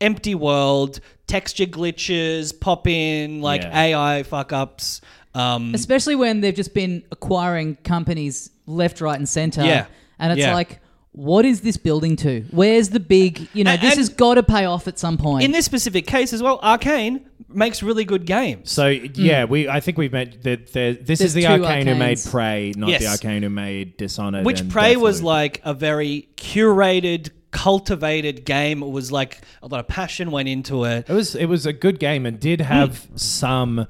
[SPEAKER 3] empty world texture glitches pop in like
[SPEAKER 4] Yeah.
[SPEAKER 3] ai fuck ups um
[SPEAKER 2] especially when they've just been acquiring companies left, right, and center.
[SPEAKER 3] Yeah.
[SPEAKER 2] and it's
[SPEAKER 3] Yeah.
[SPEAKER 2] like, what is this building to? Where's the big? You know,
[SPEAKER 3] And-
[SPEAKER 2] this
[SPEAKER 3] and-
[SPEAKER 2] has got to pay off at some point.
[SPEAKER 3] in this specific case as well arcane makes really good games
[SPEAKER 4] So yeah, we I think we've met that there, this
[SPEAKER 2] Hmm. There's
[SPEAKER 4] is the
[SPEAKER 2] two
[SPEAKER 4] Arcane who made
[SPEAKER 2] Arcanes.
[SPEAKER 4] Prey, not the
[SPEAKER 3] Yes.
[SPEAKER 4] Arcane who made Dishonored.
[SPEAKER 3] Which
[SPEAKER 4] and
[SPEAKER 3] Prey was
[SPEAKER 4] Deathloop.
[SPEAKER 3] like a very curated, cultivated game. It was like a lot of passion went into it.
[SPEAKER 4] It was it was a good game and
[SPEAKER 3] Hmm.
[SPEAKER 4] did have some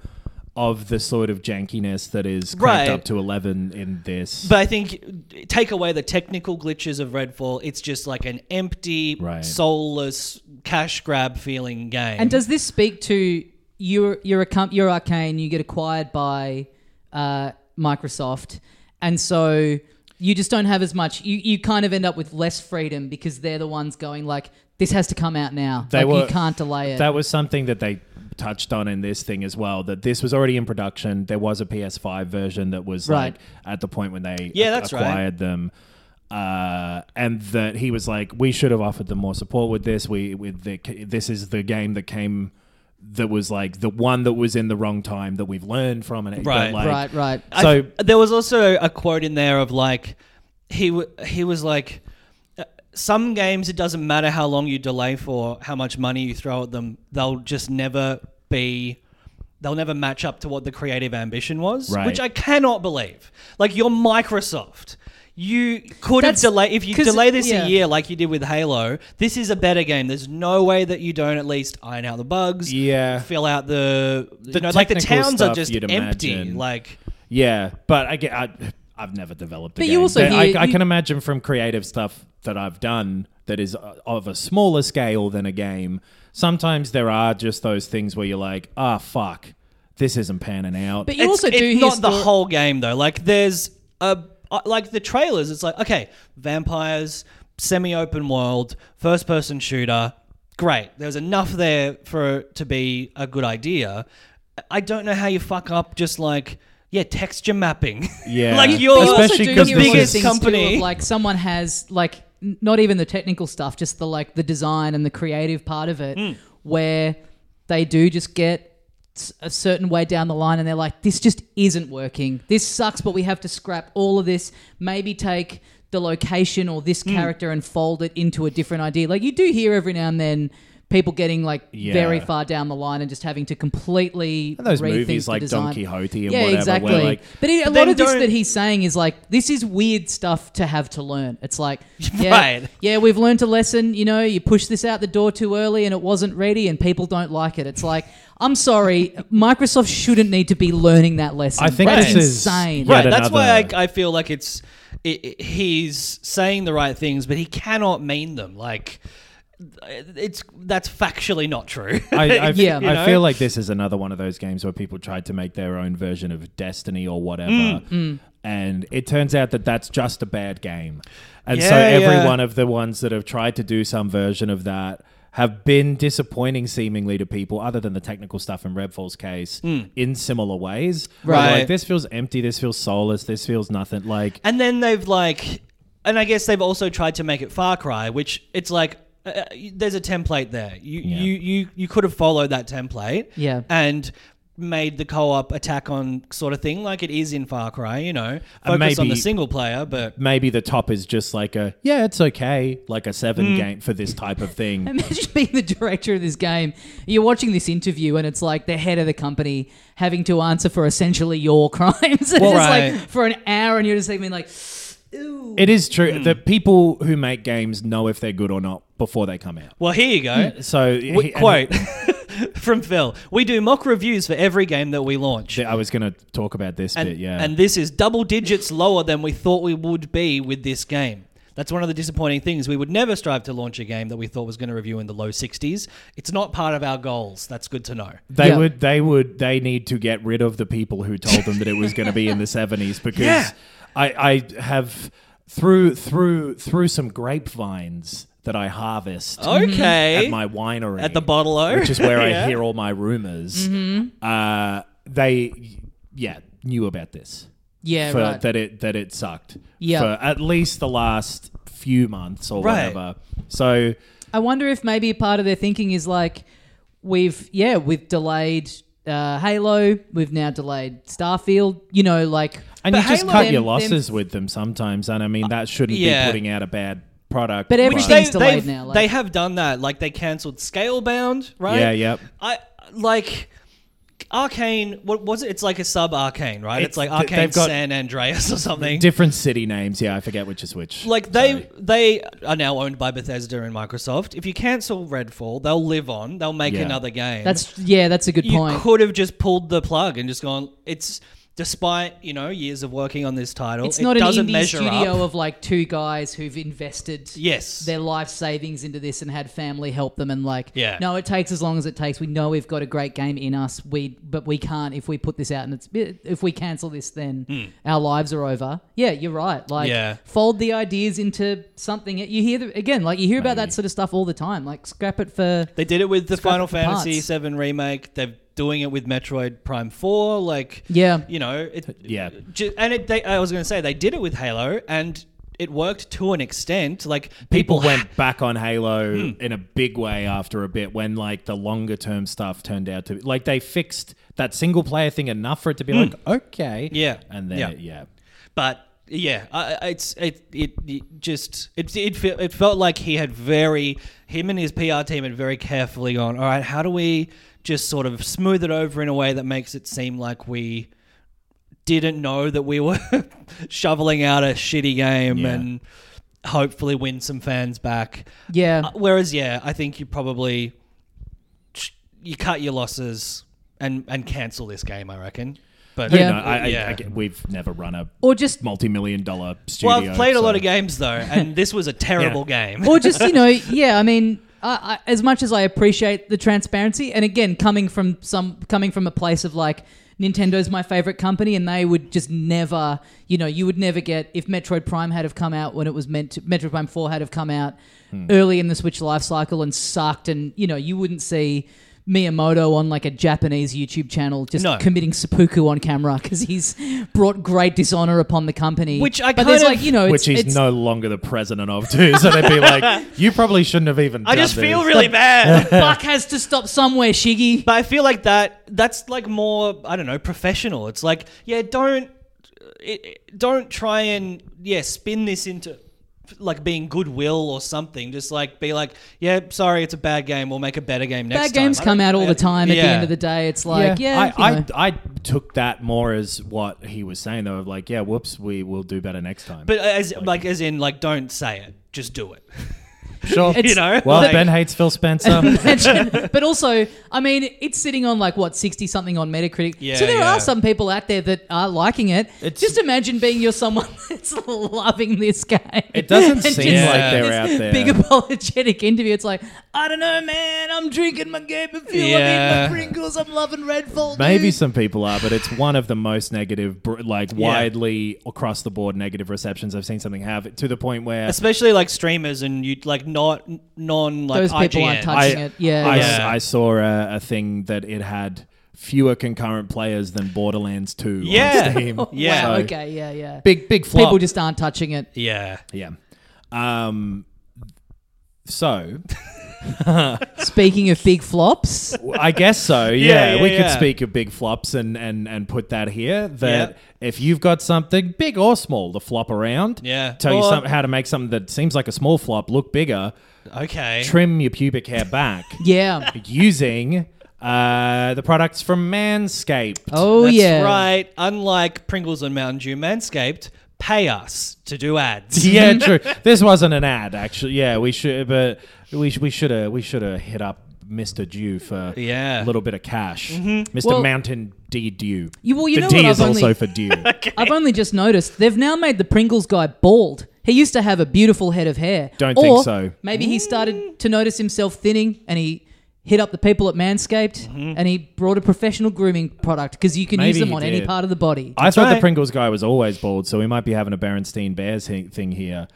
[SPEAKER 4] of the sort of jankiness that is cranked
[SPEAKER 3] Right.
[SPEAKER 4] up to eleven in this.
[SPEAKER 3] But I think take away the technical glitches of Redfall, it's just like an empty,
[SPEAKER 4] Right.
[SPEAKER 3] soulless cash grab feeling game.
[SPEAKER 2] and does this speak to you're you're a comp, you're arcane, you get acquired by uh, Microsoft, and so you just don't have as much. You you kind of end up with less freedom because they're the ones going like, this has to come out now.
[SPEAKER 4] They
[SPEAKER 2] like,
[SPEAKER 4] were-
[SPEAKER 2] you can't delay it.
[SPEAKER 4] That was something that they touched on in this thing as well. That this was already in production. There was a PS5 version that was
[SPEAKER 2] Right.
[SPEAKER 4] like at the point when they
[SPEAKER 3] Yeah,
[SPEAKER 4] ac-
[SPEAKER 3] that's right.
[SPEAKER 4] acquired them. Uh, and that he was like, we should have offered them more support with this. We with the, this is the game that came that was like the one that was in the wrong time that we've learned from and it- but,
[SPEAKER 3] Right.
[SPEAKER 4] like,
[SPEAKER 2] right, right.
[SPEAKER 4] So
[SPEAKER 3] there was also a quote in there of like he w- he was like uh, some games it doesn't matter how long you delay for how much money you throw at them they'll just never be they'll never match up to what the creative ambition was
[SPEAKER 4] Right.
[SPEAKER 3] which i cannot believe like you're microsoft you could
[SPEAKER 2] That's-
[SPEAKER 3] have delayed if you
[SPEAKER 2] 'cause-
[SPEAKER 3] delay this
[SPEAKER 2] yeah.
[SPEAKER 3] a year like you did with halo this is a better game there's no way that you don't at least iron out the bugs
[SPEAKER 4] Yeah.
[SPEAKER 3] fill out the, you
[SPEAKER 4] The
[SPEAKER 3] know, like the
[SPEAKER 4] technical
[SPEAKER 3] towns are
[SPEAKER 4] stuff,
[SPEAKER 3] just
[SPEAKER 4] you'd
[SPEAKER 3] empty
[SPEAKER 4] imagine.
[SPEAKER 3] like
[SPEAKER 4] yeah, but I get. I, I've never developed. A
[SPEAKER 2] But you
[SPEAKER 4] game.
[SPEAKER 2] also
[SPEAKER 4] But I,
[SPEAKER 2] hear-
[SPEAKER 4] I
[SPEAKER 2] you-
[SPEAKER 4] can imagine from creative stuff that I've done that is uh, of a smaller scale than a game. Sometimes there are just those things where you're like, ah, fuck, this isn't panning out.
[SPEAKER 2] But you
[SPEAKER 3] It's-
[SPEAKER 2] also do
[SPEAKER 3] it's
[SPEAKER 2] hear
[SPEAKER 3] not the
[SPEAKER 2] sto-
[SPEAKER 3] whole game though. Like there's a uh, like the trailers. It's like okay, vampires, semi-open world, first-person shooter. Great. There's enough there for it to be a good idea. I don't know how you fuck up just like yeah texture mapping. [laughs]
[SPEAKER 4] Yeah.
[SPEAKER 3] like
[SPEAKER 4] You-
[SPEAKER 3] you're
[SPEAKER 2] But you also
[SPEAKER 4] Especially
[SPEAKER 2] do
[SPEAKER 4] 'cause
[SPEAKER 2] hear
[SPEAKER 4] this
[SPEAKER 2] all those
[SPEAKER 4] is-
[SPEAKER 2] things, too,
[SPEAKER 3] company.
[SPEAKER 2] of, like someone has like n- not even the technical stuff, just the like the design and the creative part of it,
[SPEAKER 3] Hmm.
[SPEAKER 2] where they do just get s- a certain way down the line and they're like, this just isn't working. This sucks, but we have to scrap all of this. Maybe take the location or this
[SPEAKER 3] Hmm.
[SPEAKER 2] character and fold it into a different idea. Like you do hear every now and then. People getting like
[SPEAKER 4] Yeah.
[SPEAKER 2] very far down the line and just having to completely
[SPEAKER 4] And those
[SPEAKER 2] rethink
[SPEAKER 4] movies
[SPEAKER 2] the
[SPEAKER 4] like Don
[SPEAKER 2] design.
[SPEAKER 4] Quixote and
[SPEAKER 2] yeah,
[SPEAKER 4] whatever,
[SPEAKER 2] exactly.
[SPEAKER 4] where, like-
[SPEAKER 2] but he- a
[SPEAKER 3] But
[SPEAKER 2] lot
[SPEAKER 3] then
[SPEAKER 2] of this
[SPEAKER 3] don't-
[SPEAKER 2] that he's saying is like this is weird stuff to have to learn. It's
[SPEAKER 4] [laughs]
[SPEAKER 2] like yeah,
[SPEAKER 3] Right.
[SPEAKER 2] yeah, we've learned a lesson. You know, you push this out the door too early and it wasn't ready, and people don't like it. It's like I'm sorry, Microsoft shouldn't need to be learning that lesson.
[SPEAKER 4] I think
[SPEAKER 2] That's
[SPEAKER 4] this is-
[SPEAKER 2] insane.
[SPEAKER 4] yeah.
[SPEAKER 3] right.
[SPEAKER 4] yet
[SPEAKER 3] That's why
[SPEAKER 4] another-
[SPEAKER 3] I, I feel like it's it, it- he's saying the right things, but he cannot mean them. Like it's that's factually not true. [laughs]
[SPEAKER 4] I, I,
[SPEAKER 2] Yeah. You
[SPEAKER 4] I
[SPEAKER 3] know?
[SPEAKER 4] feel like this is another one of those games where people tried to make their own version of Destiny or whatever,
[SPEAKER 3] Mm,
[SPEAKER 4] and it turns out that that's just a bad game. And so
[SPEAKER 3] Yeah,
[SPEAKER 4] every
[SPEAKER 3] yeah.
[SPEAKER 4] one of the ones that have tried to do some version of that have been disappointing seemingly to people, other than the technical stuff in Redfall's case, in similar ways. Where you're
[SPEAKER 3] Mm. Right.
[SPEAKER 4] Like this feels empty. This feels soulless. This feels nothing. Like
[SPEAKER 3] And then they've like, and I guess they've also tried to make it Far Cry, which it's like uh, uh, there's a template there. You you you you could have followed that template,
[SPEAKER 2] Yeah.
[SPEAKER 3] and made the co-op attack on sort of thing like it is in Far Cry. You know,
[SPEAKER 4] And
[SPEAKER 3] focus on the
[SPEAKER 4] Uh, maybe-
[SPEAKER 3] single player, but
[SPEAKER 4] maybe the top is just like a yeah, it's okay, like a seven
[SPEAKER 3] Mm.
[SPEAKER 4] game for this type of
[SPEAKER 2] [laughs]
[SPEAKER 4] thing.
[SPEAKER 2] Imagine being the director of this game. You're watching this interview, and it's like the head of the company having to answer for essentially your [laughs] crimes. And
[SPEAKER 3] Well,
[SPEAKER 2] it's
[SPEAKER 3] right.
[SPEAKER 2] like for an hour, and you're just like being like,
[SPEAKER 4] It is true
[SPEAKER 3] Hmm.
[SPEAKER 4] that people who make games know if they're good or not before they come out.
[SPEAKER 3] well, here you go.
[SPEAKER 4] So
[SPEAKER 3] W-
[SPEAKER 4] he- [laughs] and-
[SPEAKER 3] quote [laughs] from Phil: "We do mock reviews for every game that we launch."
[SPEAKER 4] I was going to talk about this
[SPEAKER 3] and,
[SPEAKER 4] bit, yeah.
[SPEAKER 3] and this is double digits lower than we thought we would be with this game. That's one of the disappointing things. We would never strive to launch a game that we thought was going to review in the low 60s. It's not part of our goals. That's good to know.
[SPEAKER 4] they
[SPEAKER 2] Yeah.
[SPEAKER 4] would, they would, they need to get rid of the people who told them that it was going to be
[SPEAKER 3] [laughs]
[SPEAKER 4] in the seventies because
[SPEAKER 3] Yeah.
[SPEAKER 4] I, I have through through through some grapevines that I harvest
[SPEAKER 3] Okay.
[SPEAKER 4] [laughs] at my winery
[SPEAKER 3] At the bottle oh. o.
[SPEAKER 4] which is where I
[SPEAKER 3] Yeah. Mm-hmm.
[SPEAKER 4] hear all my rumors. Uh, they, yeah, knew about this.
[SPEAKER 2] yeah,
[SPEAKER 4] for
[SPEAKER 2] right.
[SPEAKER 4] that it that it sucked.
[SPEAKER 2] Yeah.
[SPEAKER 4] For at least the last few months or
[SPEAKER 3] Right.
[SPEAKER 4] whatever. So
[SPEAKER 2] I wonder if maybe part of their thinking is like, we've yeah, we've delayed uh, Halo, we've now delayed Starfield. You know, like
[SPEAKER 4] and you just
[SPEAKER 2] Halo-
[SPEAKER 4] cut
[SPEAKER 2] them-
[SPEAKER 4] your
[SPEAKER 2] them-
[SPEAKER 4] losses with them sometimes, and I mean that shouldn't
[SPEAKER 3] Yeah.
[SPEAKER 4] be putting out a bad product.
[SPEAKER 2] But
[SPEAKER 3] [laughs] Which
[SPEAKER 2] everything-
[SPEAKER 3] they,
[SPEAKER 2] Everything's delayed
[SPEAKER 3] they've-
[SPEAKER 2] now, like-
[SPEAKER 3] they have done that. Like they cancelled Scalebound, right?
[SPEAKER 4] Yeah, yep.
[SPEAKER 3] I like Arcane. What was it? It's like a sub Arcane, right? It's,
[SPEAKER 4] It's-
[SPEAKER 3] like
[SPEAKER 4] th-
[SPEAKER 3] Arcane
[SPEAKER 4] they've got
[SPEAKER 3] San Andreas or something.
[SPEAKER 4] different city names, yeah, I forget which is which.
[SPEAKER 3] like they
[SPEAKER 4] Sorry.
[SPEAKER 3] they are now owned by Bethesda and Microsoft. If you cancel Redfall, they'll live on. They'll make
[SPEAKER 4] Yeah.
[SPEAKER 3] another game.
[SPEAKER 2] That's yeah, that's a good
[SPEAKER 3] you
[SPEAKER 2] point.
[SPEAKER 3] could have just pulled the plug and just gone. It's despite you know years of working on this title,
[SPEAKER 2] it's
[SPEAKER 3] it
[SPEAKER 2] not an
[SPEAKER 3] doesn't
[SPEAKER 2] indie
[SPEAKER 3] measure
[SPEAKER 2] studio
[SPEAKER 3] up.
[SPEAKER 2] of like two guys who've invested
[SPEAKER 3] Yes.
[SPEAKER 2] their life savings into this and had family help them and like
[SPEAKER 3] Yeah.
[SPEAKER 2] no it takes as long as it takes we know we've got a great game in us we but we can't if we put this out and it's if we cancel this then our lives are over yeah you're right like
[SPEAKER 3] Hmm. Yeah.
[SPEAKER 2] fold the ideas into something you hear the, again like you hear about that sort of stuff all the time like scrap it for
[SPEAKER 3] they did it with the
[SPEAKER 2] Scrap
[SPEAKER 3] Final
[SPEAKER 2] it for
[SPEAKER 3] Fantasy
[SPEAKER 2] parts.
[SPEAKER 3] VII remake. They're doing it with Metroid Prime Four. Like
[SPEAKER 2] Yeah.
[SPEAKER 3] you know it.
[SPEAKER 4] Yeah.
[SPEAKER 3] ju- and it, they, I was going to say they did it with Halo and. It worked to an extent. Like
[SPEAKER 4] people
[SPEAKER 3] people, Hmm.
[SPEAKER 4] went back on Halo in a big way after a bit when like the longer term stuff turned out to be like they fixed that single player thing enough for it to be like, okay.
[SPEAKER 3] Hmm. Yeah.
[SPEAKER 4] And then
[SPEAKER 3] Yeah.
[SPEAKER 4] it- yeah.
[SPEAKER 3] but yeah, I, I- it's it, it it just it it fe- it felt like he had very him and his PR team had very carefully gone. All right, how do we just sort of smooth it over in a way that makes it seem like we didn't know that we were [laughs] shoveling out a shitty game
[SPEAKER 4] Yeah.
[SPEAKER 3] and hopefully win some fans back.
[SPEAKER 2] yeah
[SPEAKER 3] Uh, Whereas, yeah, I think you probably you cut your losses and and cancel this game. I reckon. But
[SPEAKER 2] Yeah.
[SPEAKER 4] No, I, I,
[SPEAKER 3] Yeah.
[SPEAKER 4] I get- we've never run a
[SPEAKER 2] or just
[SPEAKER 4] multi-million dollar studio.
[SPEAKER 3] Well, I've played a lot
[SPEAKER 4] so-
[SPEAKER 3] of games though, and this
[SPEAKER 4] [laughs]
[SPEAKER 3] was a terrible game.
[SPEAKER 2] or just you know yeah i mean I, I, as much as i appreciate the transparency and again coming from some coming from a place of like nintendo's my favorite company and they would just never you know you would never get if metroid prime had have come out when it was meant to metroid prime 4 had have come out
[SPEAKER 3] Hmm.
[SPEAKER 2] early in the switch life cycle and sucked and you know you wouldn't see Miyamoto on like a Japanese YouTube channel just
[SPEAKER 3] No.
[SPEAKER 2] committing seppuku on camera because he's brought great dishonor upon the company.
[SPEAKER 3] Which I
[SPEAKER 2] but there's
[SPEAKER 3] kind of-
[SPEAKER 2] like you know, it's,
[SPEAKER 4] which he's
[SPEAKER 2] it's,
[SPEAKER 4] no longer the president of too. So they'd be like, [laughs] "You probably shouldn't have
[SPEAKER 3] [laughs]
[SPEAKER 4] even."
[SPEAKER 3] I
[SPEAKER 4] done
[SPEAKER 3] just feel
[SPEAKER 4] this." [laughs]
[SPEAKER 3] really bad.
[SPEAKER 2] Buck has to stop somewhere, Shiggy.
[SPEAKER 3] But I feel like that that's like more I don't know professional. It's like yeah, don't it, it- don't try and yeah spin this into like being goodwill or something. Just like be like yeah, sorry, it's a bad game. We'll make a better game next.
[SPEAKER 2] Bad games
[SPEAKER 3] time.
[SPEAKER 2] come out all the time. At the
[SPEAKER 3] Yeah.
[SPEAKER 2] end of the day, it's like yeah,
[SPEAKER 4] I,
[SPEAKER 2] you know.
[SPEAKER 4] I, I took that more as what he was saying though, of like, "Yeah, whoops, we will do better next time."
[SPEAKER 3] But uh, as like as in like don't say it, just do it. [laughs]
[SPEAKER 4] sure,
[SPEAKER 3] you know,
[SPEAKER 4] well,
[SPEAKER 3] like-
[SPEAKER 4] Ben hates Phil Spencer.
[SPEAKER 2] [laughs] Imagine. but also, I mean, it's sitting on like what sixty something on Metacritic.
[SPEAKER 3] Yeah,
[SPEAKER 2] so there
[SPEAKER 3] yeah.
[SPEAKER 2] are some people out there that are liking it. Just imagine being you're someone [laughs] that's loving this game.
[SPEAKER 4] [laughs] It doesn't
[SPEAKER 2] And
[SPEAKER 4] seem
[SPEAKER 2] just
[SPEAKER 4] like
[SPEAKER 3] they're
[SPEAKER 2] this
[SPEAKER 4] out there.
[SPEAKER 2] Big apologetic interview. It's like I don't know, man. I'm drinking my game of fuel.
[SPEAKER 3] Yeah.
[SPEAKER 2] I'm eating my Pringles. I'm loving Redfall.
[SPEAKER 4] Maybe
[SPEAKER 2] dude.
[SPEAKER 4] some people are, but it's one of the most negative, br- like widely across the board negative receptions I've seen something have to the point where
[SPEAKER 3] Especially like streamers and you like not non like
[SPEAKER 2] Those people
[SPEAKER 3] IGN.
[SPEAKER 2] aren't touching it. Yeah.
[SPEAKER 4] I,
[SPEAKER 2] yeah.
[SPEAKER 3] Yeah.
[SPEAKER 4] I saw a, a thing that it had fewer concurrent players than Borderlands 2 on
[SPEAKER 3] Yeah.
[SPEAKER 2] [laughs]
[SPEAKER 4] Steam.
[SPEAKER 3] Yeah.
[SPEAKER 4] So,
[SPEAKER 2] Oh, okay. Yeah. Yeah.
[SPEAKER 4] Big, big flop.
[SPEAKER 2] People just aren't touching it.
[SPEAKER 3] yeah.
[SPEAKER 4] yeah. Um, so,
[SPEAKER 2] Speaking of big flops,
[SPEAKER 4] I guess so. [laughs] Yeah,
[SPEAKER 3] yeah,
[SPEAKER 4] we could
[SPEAKER 3] yeah.
[SPEAKER 4] speak of big flops and and and put that here. That if you've got something big or small to flop around,
[SPEAKER 3] Yeah.
[SPEAKER 4] tell you
[SPEAKER 3] Or-
[SPEAKER 4] some, how to make something that seems like a small flop look bigger.
[SPEAKER 3] Okay.
[SPEAKER 4] Trim your pubic hair back [laughs]
[SPEAKER 2] yeah.
[SPEAKER 4] using uh, the products from Manscaped.
[SPEAKER 2] Oh
[SPEAKER 3] That's
[SPEAKER 2] yeah.
[SPEAKER 3] right. Unlike Pringles and Mountain Dew, Manscaped pay us to do ads.
[SPEAKER 4] [laughs] Yeah, true. This wasn't an ad, actually. Yeah, we should, but we sh- we should have we should have hit up Mr. Dew for
[SPEAKER 3] Yeah.
[SPEAKER 4] a little bit of cash. Mr.
[SPEAKER 2] Mm-hmm. Well-
[SPEAKER 4] Mountain D Dew.
[SPEAKER 2] You- well, you
[SPEAKER 4] the
[SPEAKER 2] know
[SPEAKER 4] D
[SPEAKER 2] what,
[SPEAKER 4] is
[SPEAKER 2] I've
[SPEAKER 4] also
[SPEAKER 2] only- [laughs]
[SPEAKER 4] for Dew.
[SPEAKER 2] I've only just noticed they've now made the Pringles guy bald. He used to have a beautiful head of hair.
[SPEAKER 4] Don't
[SPEAKER 2] Or
[SPEAKER 4] think so.
[SPEAKER 2] Maybe he started to notice himself thinning and he hit up the people at Manscaped and he brought a professional grooming product because you can use
[SPEAKER 4] Mm-hmm. Maybe
[SPEAKER 2] them
[SPEAKER 4] he
[SPEAKER 2] on any
[SPEAKER 4] did.
[SPEAKER 2] part of the body.
[SPEAKER 4] I thought the
[SPEAKER 3] right.
[SPEAKER 4] Pringles guy was always bald, so we might be having a Berenstein Bears he- thing here.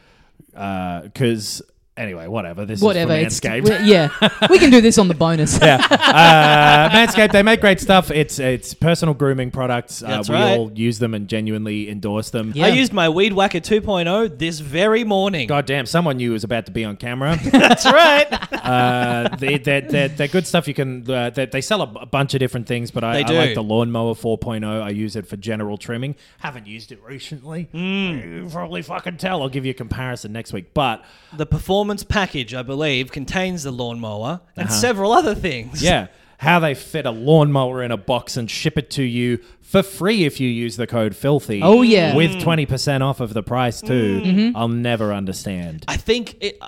[SPEAKER 4] Because anyway, whatever. This
[SPEAKER 2] Whatever.
[SPEAKER 4] is
[SPEAKER 2] It's, [laughs]
[SPEAKER 4] from Manscaped.
[SPEAKER 2] we- yeah. we can do this on the bonus.
[SPEAKER 4] [laughs] yeah. Uh, Manscaped, they make great stuff. It's it's personal grooming products. Uh,
[SPEAKER 3] That's
[SPEAKER 4] we
[SPEAKER 3] right.
[SPEAKER 4] all use them and genuinely endorse them.
[SPEAKER 2] Yeah.
[SPEAKER 3] I used my Weed Whacker 2.0 this very morning.
[SPEAKER 4] God damn, someone knew was about to be
[SPEAKER 2] [laughs]
[SPEAKER 4] on camera.
[SPEAKER 3] That's right.
[SPEAKER 4] uh, they, they're, they're, they're good stuff. You can uh, they, they sell a, b- a bunch of different things, but I,
[SPEAKER 3] They
[SPEAKER 4] I like
[SPEAKER 3] do.
[SPEAKER 4] the lawnmower 4.0. I use it for general trimming. Haven't used it recently.
[SPEAKER 3] Hmm.
[SPEAKER 4] You probably fucking tell. I'll give you a comparison next week.
[SPEAKER 3] [laughs]
[SPEAKER 4] But
[SPEAKER 3] [laughs] the performance package, I believe, contains the lawnmower and several other things.
[SPEAKER 4] Uh-huh. Yeah. How they fit a lawnmower in a box and ship it to you for free if you use the code filthy.
[SPEAKER 2] Oh, yeah. Mm-hmm.
[SPEAKER 4] With 20% off of the price too. I'll never understand.
[SPEAKER 3] I think it,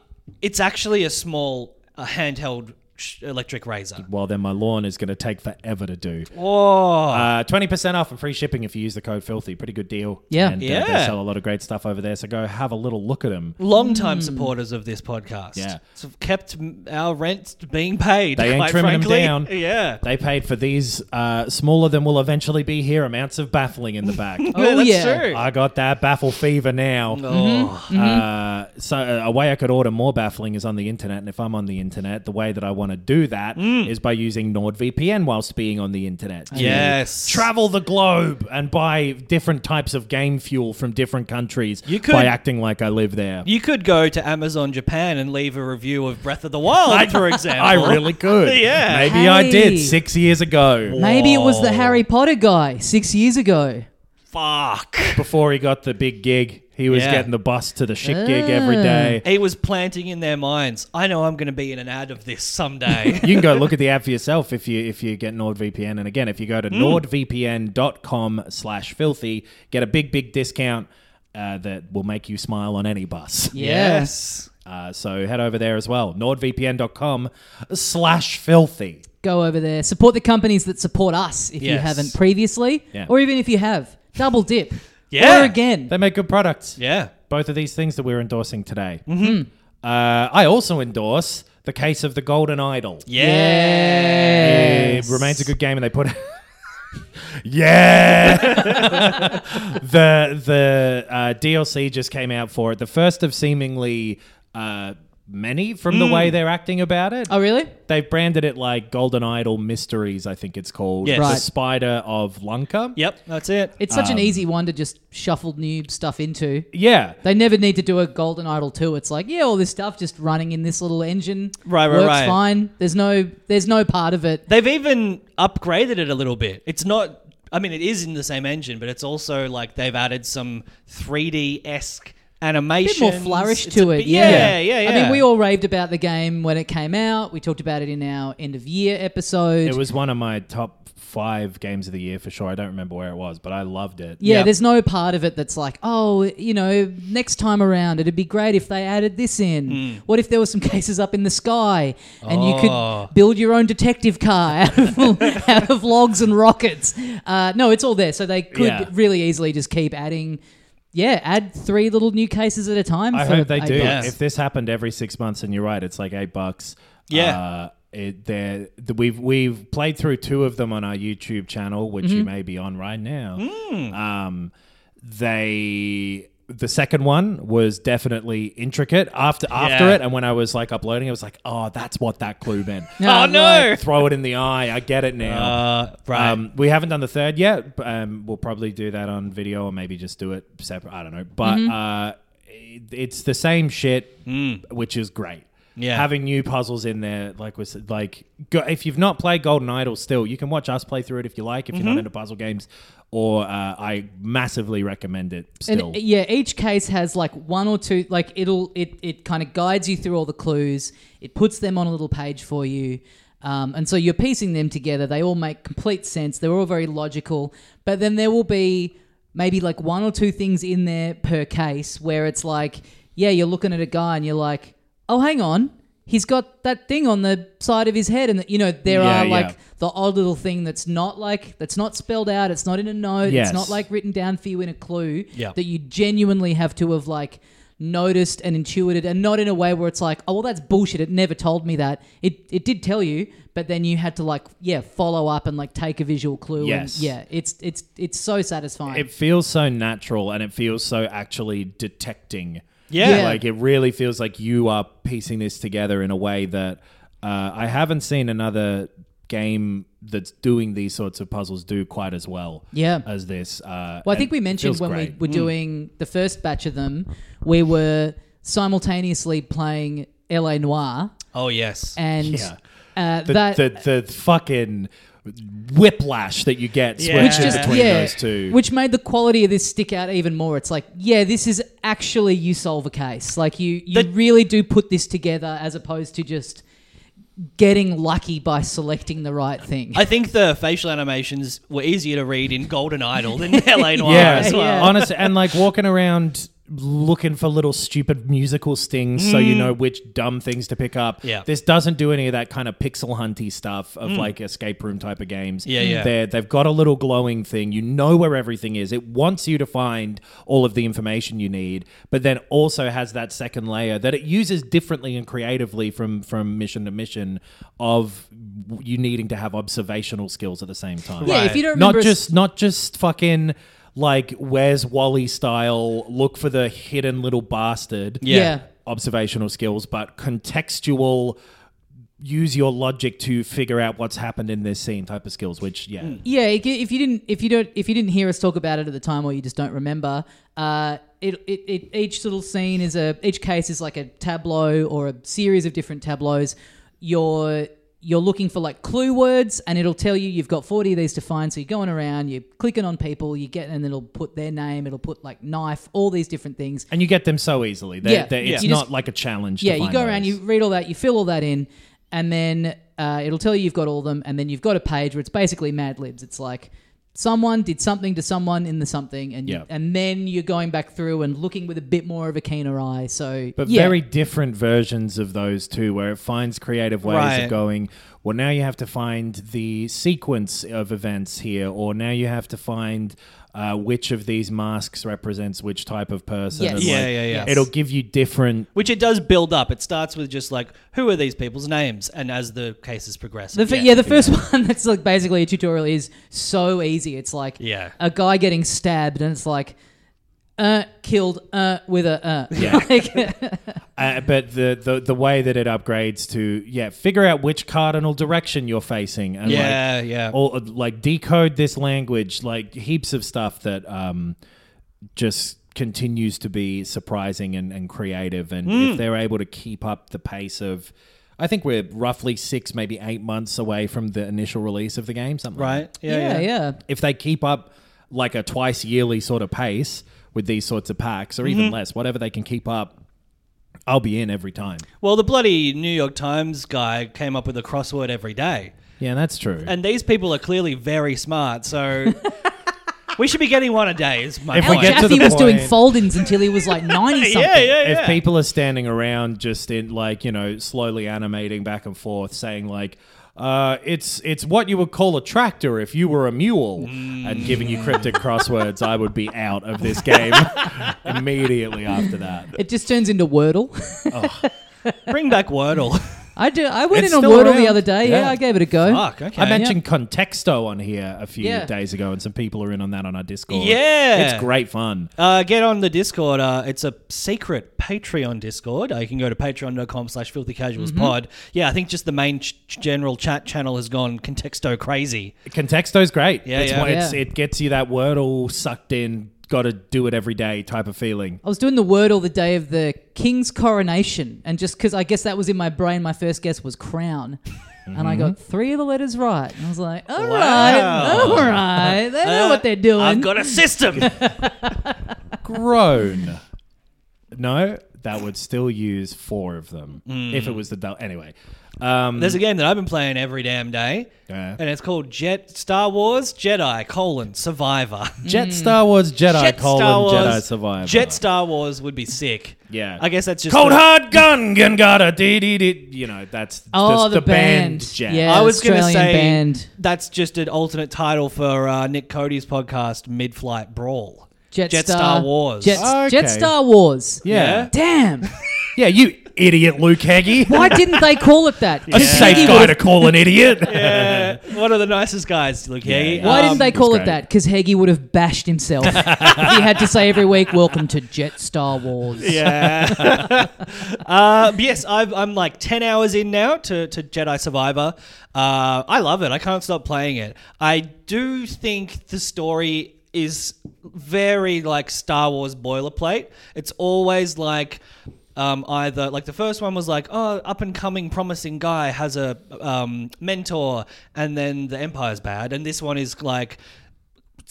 [SPEAKER 3] it's actually a small a handheld sh- electric razor.
[SPEAKER 4] Well, then my lawn is going to take forever to do.
[SPEAKER 3] Whoa.
[SPEAKER 4] Uh, 20% off and free shipping if you use the code filthy. Pretty good deal.
[SPEAKER 2] Yeah.
[SPEAKER 4] And uh, they
[SPEAKER 3] Yeah.
[SPEAKER 4] sell a lot of great stuff over there. So go have a little look at them.
[SPEAKER 3] Long time supporters of this podcast.
[SPEAKER 4] Hmm. Yeah.
[SPEAKER 3] So have kept m- our rent being paid.
[SPEAKER 4] They
[SPEAKER 3] [laughs]
[SPEAKER 4] ain't
[SPEAKER 3] quite
[SPEAKER 4] trimming 'em
[SPEAKER 3] frankly.
[SPEAKER 4] down.
[SPEAKER 3] Yeah.
[SPEAKER 4] They paid for these uh, smaller than will eventually be here amounts of baffling in
[SPEAKER 3] [laughs]
[SPEAKER 4] the back.
[SPEAKER 2] Oh,
[SPEAKER 3] that's
[SPEAKER 2] yeah.
[SPEAKER 3] true.
[SPEAKER 4] I got that baffle fever now.
[SPEAKER 3] Mm-hmm.
[SPEAKER 4] Uh, so uh, a way I could order more baffling is on the internet, and if I'm on the internet, the way that I want to do that is by using NordVPN whilst being on the internet. to
[SPEAKER 3] Mm. Yes.
[SPEAKER 4] travel the globe and buy different types of game fuel from different countries
[SPEAKER 3] You could-
[SPEAKER 4] by acting like I live there.
[SPEAKER 3] You could go to Amazon Japan and leave a review of Breath of the Wild, for example.
[SPEAKER 4] [laughs] I really
[SPEAKER 3] [laughs]
[SPEAKER 4] could.
[SPEAKER 3] Yeah.
[SPEAKER 4] maybe I
[SPEAKER 2] Hey.
[SPEAKER 4] did six years ago
[SPEAKER 2] Maybe it was the Harry Potter guy six years ago.
[SPEAKER 3] Fuck.
[SPEAKER 4] before he got the big gig. He was
[SPEAKER 3] Yeah.
[SPEAKER 4] getting the bus to the shit gig every day.
[SPEAKER 3] He was planting in their minds. I know I'm going to be in an ad of this
[SPEAKER 4] [laughs]
[SPEAKER 3] someday.
[SPEAKER 4] you can go look at the ad for yourself if you if you get NordVPN. And again, if you go to nordvpn.com slash filthy, get a big, big discount uh, that will make you smile on any bus.
[SPEAKER 2] Yeah.
[SPEAKER 4] Uh, so head over there as well. nordvpn.com slash filthy.
[SPEAKER 2] Go over there. Support the companies that support us if you
[SPEAKER 3] Yes.
[SPEAKER 2] haven't previously,
[SPEAKER 4] Yeah.
[SPEAKER 2] or even if you have. Double dip.
[SPEAKER 3] Yeah.
[SPEAKER 2] Or again.
[SPEAKER 4] They make good products.
[SPEAKER 3] Yeah.
[SPEAKER 4] Both of these things that we're endorsing today. Mm-hmm. Uh, I also endorse the case of the Golden Idol.
[SPEAKER 3] Yeah.
[SPEAKER 4] It remains a good game, and they put. [laughs] yeah. [laughs] the the uh, DLC just came out for it. The first of seemingly uh, many from the
[SPEAKER 3] Mm.
[SPEAKER 4] way they're acting about it.
[SPEAKER 2] Oh, really?
[SPEAKER 4] They've branded it like Golden Idol Mysteries, I think it's called.
[SPEAKER 3] Yes.
[SPEAKER 4] The
[SPEAKER 2] Right.
[SPEAKER 4] Spider of Lunka.
[SPEAKER 3] Yep, that's it.
[SPEAKER 2] It's such an easy one to just shuffle new stuff into.
[SPEAKER 4] Yeah.
[SPEAKER 2] They never need to do a Golden Idol too. It's like, yeah, all this stuff just running in this little engine.
[SPEAKER 3] Right, right,
[SPEAKER 2] works
[SPEAKER 3] right.
[SPEAKER 2] fine. There's no, there's no part of it.
[SPEAKER 3] They've even upgraded it a little bit. It's not. I mean, it is in the same engine, but it's also like they've added some 3D esque
[SPEAKER 2] bit
[SPEAKER 3] animation.
[SPEAKER 2] more flourish to it.
[SPEAKER 3] Yeah, yeah, yeah.
[SPEAKER 2] I mean, we all raved about the game when it came out. We talked about it in our end of year episode.
[SPEAKER 4] It was one of my top five games of the year for sure. I don't remember where it was, but I loved it.
[SPEAKER 2] yeah,
[SPEAKER 3] yeah.
[SPEAKER 2] there's no part of it that's like, oh, you know, next time around it'd be great if they added this in.
[SPEAKER 4] Hmm.
[SPEAKER 2] What if there were some [laughs] cases up in the sky and you
[SPEAKER 4] Oh.
[SPEAKER 2] could build your own detective car [laughs] out of, out of logs and rockets? Uh, no, it's all there. So they could
[SPEAKER 4] Yeah.
[SPEAKER 2] really easily just keep adding, yeah, add three little new cases at a time.
[SPEAKER 4] I
[SPEAKER 2] for
[SPEAKER 4] hope they
[SPEAKER 2] eight
[SPEAKER 4] do.
[SPEAKER 2] bucks. [laughs]
[SPEAKER 4] If this happened every six months, and you're right, it's like eight bucks.
[SPEAKER 3] Yeah.
[SPEAKER 4] Uh, it, they're- th- we've we've played through two of them on our
[SPEAKER 3] Hmm.
[SPEAKER 4] Mm-hmm. YouTube channel, which you may be on right now. Um, they the second one was definitely intricate. After after
[SPEAKER 3] Yeah.
[SPEAKER 4] it, and when I was like uploading, I was like, oh, that's what that clue [laughs] meant.
[SPEAKER 3] Oh, no.
[SPEAKER 4] Throw it in the eye. I get it now.
[SPEAKER 3] Uh, right.
[SPEAKER 4] Um, we haven't done the third yet. but, Um, we'll probably do that on video or maybe just do it separate. I don't know. But uh, it, it's the same shit, which is great.
[SPEAKER 3] Yeah.
[SPEAKER 4] Having new puzzles in there, like was like go, if you've not played Golden Idol, still you can watch us play through it if you like. If you're not into puzzle games, or uh, I massively recommend it. Still,
[SPEAKER 2] And yeah, each case has like one or two. Like it'll it it kind of guides you through all the clues. It puts them on a little page for you, um, and so you're piecing them together. They all make complete sense. They're all very logical. But then there will be maybe like one or two things in there per case where it's like, yeah, you're looking at a guy and you're like, oh, hang on. He's got that thing on the side of his head, and you know there
[SPEAKER 4] Yeah,
[SPEAKER 2] are
[SPEAKER 4] yeah.
[SPEAKER 2] like the odd little thing that's not like that's not spelled out. It's not in a note.
[SPEAKER 4] Yes.
[SPEAKER 2] It's not like written down for you in a clue
[SPEAKER 3] Yeah.
[SPEAKER 2] that you genuinely have to have like noticed and intuited and not in a way where it's like oh well that's bullshit it never told me that it it did tell you but then you had to like yeah follow up and like take a visual clue
[SPEAKER 4] Yes.
[SPEAKER 2] and yeah it's it's it's so satisfying
[SPEAKER 4] it feels so natural and it feels so actually detecting.
[SPEAKER 3] Yeah.
[SPEAKER 2] Yeah.
[SPEAKER 4] Like it really feels like you are piecing this together in a way that uh, I haven't seen another game that's doing these sorts of puzzles do quite as well
[SPEAKER 2] Yeah.
[SPEAKER 4] as this. Uh,
[SPEAKER 2] Well, I
[SPEAKER 4] and
[SPEAKER 2] think we
[SPEAKER 4] it
[SPEAKER 2] mentioned
[SPEAKER 4] feels
[SPEAKER 2] when
[SPEAKER 4] great. Mm.
[SPEAKER 2] we were doing the first batch of them, we were simultaneously playing LA Noir
[SPEAKER 3] oh yes.
[SPEAKER 2] and
[SPEAKER 4] Yeah.
[SPEAKER 2] uh,
[SPEAKER 4] the,
[SPEAKER 2] that
[SPEAKER 4] the, the fucking whiplash that you get
[SPEAKER 3] Yeah. Which
[SPEAKER 4] switching
[SPEAKER 3] just-
[SPEAKER 4] between those two.
[SPEAKER 2] Which made the quality of this stick out even more. It's like, yeah, this is actually you solve a case. Like you you
[SPEAKER 3] The-
[SPEAKER 2] really do put this together as opposed to just getting lucky by selecting the right thing.
[SPEAKER 3] I think the facial animations were easier to read in Golden Idol than [laughs] LA Noir
[SPEAKER 4] yeah,
[SPEAKER 3] as well.
[SPEAKER 2] Yeah.
[SPEAKER 4] honestly, and like walking around looking for little stupid musical stings so you know which dumb things to pick up.
[SPEAKER 3] Mm. Yeah. Mm.
[SPEAKER 4] this doesn't do any of that kind of pixel hunty stuff of like escape room type of games.
[SPEAKER 3] Yeah, yeah.
[SPEAKER 4] They're, they've got a little glowing thing. You know where everything is. It wants you to find all of the information you need, but then also has that second layer that it uses differently and creatively from from mission to mission of you needing to have observational skills at the same time
[SPEAKER 2] yeah, if you don't remember
[SPEAKER 4] not
[SPEAKER 2] a s-
[SPEAKER 4] just not just fucking like where's Wally style look for the hidden little bastard
[SPEAKER 2] yeah.
[SPEAKER 3] Yeah.
[SPEAKER 4] observational skills but contextual use your logic to figure out what's happened in this scene type of skills which yeah
[SPEAKER 2] Yeah, if you if you didn't if you don't if you didn't hear us talk about it at the time or you just don't remember, uh, it, it, it each little scene is a each case is like a tableau or a series of different tableaus. You're you're looking for like clue words, and it'll tell you you've got forty of these to find. So you're going around, you're clicking on people, you get, and it'll put their name, it'll put like knife, all these different things.
[SPEAKER 4] and you get them so easily they
[SPEAKER 2] Yeah.
[SPEAKER 4] they it's
[SPEAKER 2] You
[SPEAKER 4] not
[SPEAKER 2] just-
[SPEAKER 4] like a challenge
[SPEAKER 2] Yeah,
[SPEAKER 4] to
[SPEAKER 2] you
[SPEAKER 4] find
[SPEAKER 2] go around,
[SPEAKER 4] those.
[SPEAKER 2] you read all that, you fill all that in, and then uh, it'll tell you you've got all of them, and then you've got a page where it's basically Mad Libs. It's like someone did something to someone in the something, and you-
[SPEAKER 4] Yeah.
[SPEAKER 2] and then you're going back through and looking with a bit more of a keener eye. So,
[SPEAKER 4] but
[SPEAKER 2] yeah.
[SPEAKER 4] very different versions of those two where it finds creative ways
[SPEAKER 3] Right.
[SPEAKER 4] of going well now you have to find the sequence of events here or now you have to find uh, which of these masks represents which type of person
[SPEAKER 2] Yes.
[SPEAKER 4] and,
[SPEAKER 3] Yeah, yeah, yeah.
[SPEAKER 4] it'll give you different
[SPEAKER 3] Which it does build up. It starts with just like, who are these people's names? And as the cases progress.
[SPEAKER 2] The, yeah, yeah, the first [laughs] one that's like basically a tutorial is so easy. It's like
[SPEAKER 3] Yeah.
[SPEAKER 2] a guy getting stabbed, and it's like, uh, killed, uh, with a, uh. [laughs]
[SPEAKER 4] Yeah.
[SPEAKER 2] Like,
[SPEAKER 4] uh, but the, the the way that it upgrades to yeah figure out which cardinal direction you're facing and
[SPEAKER 3] Yeah,
[SPEAKER 4] like,
[SPEAKER 3] yeah.
[SPEAKER 4] all, like decode this language like heaps of stuff that um just continues to be surprising and, and creative and if they're able to keep up the pace of I think we're roughly six, maybe eight months away from the initial release of the game, something like
[SPEAKER 3] Right?
[SPEAKER 4] that
[SPEAKER 3] Yeah, yeah.
[SPEAKER 2] yeah, yeah.
[SPEAKER 4] if they keep up like a twice yearly sort of pace with these sorts of packs or even less, whatever they can keep up, I'll be in every time.
[SPEAKER 3] Well, the bloody New York Times guy came up with a crossword every day.
[SPEAKER 4] Yeah, that's true.
[SPEAKER 3] And these people are clearly very smart.
[SPEAKER 2] [laughs]
[SPEAKER 3] So we should be getting one a day, is my
[SPEAKER 4] If we
[SPEAKER 2] Al
[SPEAKER 3] point.
[SPEAKER 4] get to
[SPEAKER 2] Jaffe
[SPEAKER 4] the
[SPEAKER 2] was doing
[SPEAKER 4] point-
[SPEAKER 2] fold-ins until he was
[SPEAKER 4] [laughs]
[SPEAKER 2] like ninety something.
[SPEAKER 3] yeah, yeah, yeah.
[SPEAKER 4] if people are standing around just in like, you know, slowly animating back and forth saying like uh, it's it's what you would call a tractor if you were a mule, and giving you cryptic
[SPEAKER 3] Mm.
[SPEAKER 4] crosswords. I would be out of
[SPEAKER 3] [laughs]
[SPEAKER 4] this game immediately after that.
[SPEAKER 2] It just turns into Wordle.
[SPEAKER 3] Bring back Wordle.
[SPEAKER 2] I do. I went
[SPEAKER 4] It's
[SPEAKER 2] in on
[SPEAKER 4] still
[SPEAKER 2] Wordle the
[SPEAKER 4] around.
[SPEAKER 2] other day. Yeah.
[SPEAKER 4] Yeah.
[SPEAKER 2] I gave it a go.
[SPEAKER 3] Fuck, okay.
[SPEAKER 4] I mentioned Contexto on here a few
[SPEAKER 2] Yeah.
[SPEAKER 4] days ago, and some people are in on that on our Discord.
[SPEAKER 3] Yeah.
[SPEAKER 4] It's great fun.
[SPEAKER 3] Uh, get on the Discord. Uh, it's a secret Patreon Discord. Uh, you can go to patreon.com slash filthy casuals pod. Yeah, I think just the main ch- general chat channel has gone contexto crazy.
[SPEAKER 4] Contexto's great.
[SPEAKER 3] Yeah,
[SPEAKER 4] it's
[SPEAKER 3] yeah.
[SPEAKER 4] one- it's-
[SPEAKER 2] Yeah.
[SPEAKER 4] It gets you that word all sucked in, got to do it every day type of feeling.
[SPEAKER 2] I was doing the Wordle the day of the king's coronation, and just because I guess that was in my brain, my first guess was
[SPEAKER 4] [laughs]
[SPEAKER 2] crown. And
[SPEAKER 4] Mm-hmm.
[SPEAKER 2] I got three of the letters right. And I was like, all right, all right.
[SPEAKER 4] [laughs]
[SPEAKER 2] They know what they're doing.
[SPEAKER 3] I've got a system.
[SPEAKER 4] Groan. no, that would still use four of them
[SPEAKER 3] Mm.
[SPEAKER 4] if it was the. Del- anyway.
[SPEAKER 3] [laughs]
[SPEAKER 4] Um,
[SPEAKER 3] There's a game that I've been playing every damn day,
[SPEAKER 4] Yeah.
[SPEAKER 3] and it's called Jet Star Wars Jedi colon Survivor.
[SPEAKER 4] Jet Star Wars Jedi
[SPEAKER 3] [laughs] mm. Jet
[SPEAKER 4] colon
[SPEAKER 3] Star Wars
[SPEAKER 4] Jedi Survivor.
[SPEAKER 3] Jet Star Wars would be sick.
[SPEAKER 4] Yeah.
[SPEAKER 3] I guess that's just
[SPEAKER 4] Cold
[SPEAKER 3] the-
[SPEAKER 4] hard gun, gun got a dee dee dee. You know, that's
[SPEAKER 2] Oh,
[SPEAKER 4] just
[SPEAKER 2] the band.
[SPEAKER 4] Jet.
[SPEAKER 2] Yeah.
[SPEAKER 3] I was going to
[SPEAKER 2] Australian
[SPEAKER 3] say
[SPEAKER 2] band.
[SPEAKER 3] that's just an alternate title for uh, Nick Cody's podcast, Mid Flight Brawl.
[SPEAKER 2] Jet,
[SPEAKER 3] Star, Wars.
[SPEAKER 2] Jet,
[SPEAKER 4] Okay.
[SPEAKER 2] Jet Star Wars.
[SPEAKER 4] Yeah.
[SPEAKER 2] Damn.
[SPEAKER 4] Yeah, you idiot,
[SPEAKER 3] [laughs]
[SPEAKER 4] Luke Heggie.
[SPEAKER 2] Why didn't they call it that?
[SPEAKER 4] [laughs] A safe guy to call an idiot. [laughs]
[SPEAKER 3] Uh, one of the nicest guys, Luke Heggie.
[SPEAKER 2] Why
[SPEAKER 3] [laughs] Um,
[SPEAKER 2] didn't they call
[SPEAKER 4] was
[SPEAKER 2] it
[SPEAKER 4] great.
[SPEAKER 2] that? Because Heggie would have bashed
[SPEAKER 4] [laughs]
[SPEAKER 2] himself. if he had to say every week, "Welcome to Jet Star Wars."
[SPEAKER 3] Yeah. [laughs] uh, but yes, I've, I'm like 10 hours in now to, to Jedi Survivor. Uh, I love it. I can't stop playing it. I do think the story is very like Star Wars boilerplate. It's always like. Um, either like the first one was like oh up and coming promising guy has a um, mentor and then the empire's bad and this one is like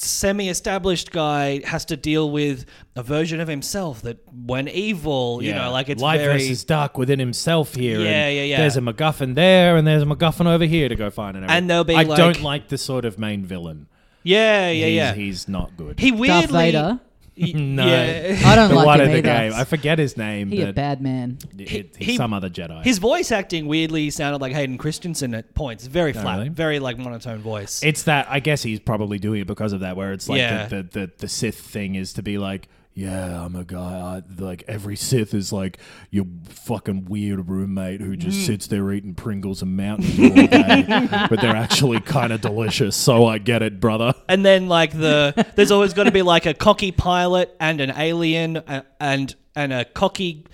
[SPEAKER 3] semi-established guy has to deal with a version of himself that when evil you know like it's
[SPEAKER 4] light
[SPEAKER 3] very
[SPEAKER 4] versus dark within himself here.
[SPEAKER 3] Yeah,
[SPEAKER 4] and
[SPEAKER 3] yeah, yeah.
[SPEAKER 4] There's a MacGuffin there, and there's a MacGuffin over here to go find. And, everything.
[SPEAKER 3] And they'll be
[SPEAKER 4] I
[SPEAKER 3] like-
[SPEAKER 4] don't like the sort of main villain.
[SPEAKER 3] yeah yeah
[SPEAKER 4] he's,
[SPEAKER 3] yeah
[SPEAKER 4] he's not good.
[SPEAKER 3] he weirdly
[SPEAKER 2] Darth Vader.
[SPEAKER 3] y-
[SPEAKER 4] [laughs] no,
[SPEAKER 3] yeah.
[SPEAKER 2] I don't
[SPEAKER 4] the
[SPEAKER 2] like
[SPEAKER 4] one
[SPEAKER 2] him
[SPEAKER 4] in the
[SPEAKER 2] either.
[SPEAKER 4] game. I forget his name.
[SPEAKER 2] He a
[SPEAKER 4] but
[SPEAKER 2] bad man.
[SPEAKER 4] it-
[SPEAKER 3] He-
[SPEAKER 4] it- he's
[SPEAKER 3] he-
[SPEAKER 4] some other Jedi.
[SPEAKER 3] his voice acting weirdly sounded like Hayden Christensen at points very flat
[SPEAKER 4] Oh, really?
[SPEAKER 3] very like monotone voice
[SPEAKER 4] It's that I guess he's probably doing it because of that, where it's like
[SPEAKER 3] Yeah.
[SPEAKER 4] the, the, the the Sith thing is to be like, yeah, I'm a guy. I, like every Sith is like your fucking weird roommate who
[SPEAKER 2] Mm.
[SPEAKER 4] just sits there eating Pringles and Mountain Dew
[SPEAKER 2] [laughs]
[SPEAKER 4] all day, but they're actually kind of delicious. So I get it, brother.
[SPEAKER 3] and then like the there's always got to be like a cocky pilot and an alien a- and and a cocky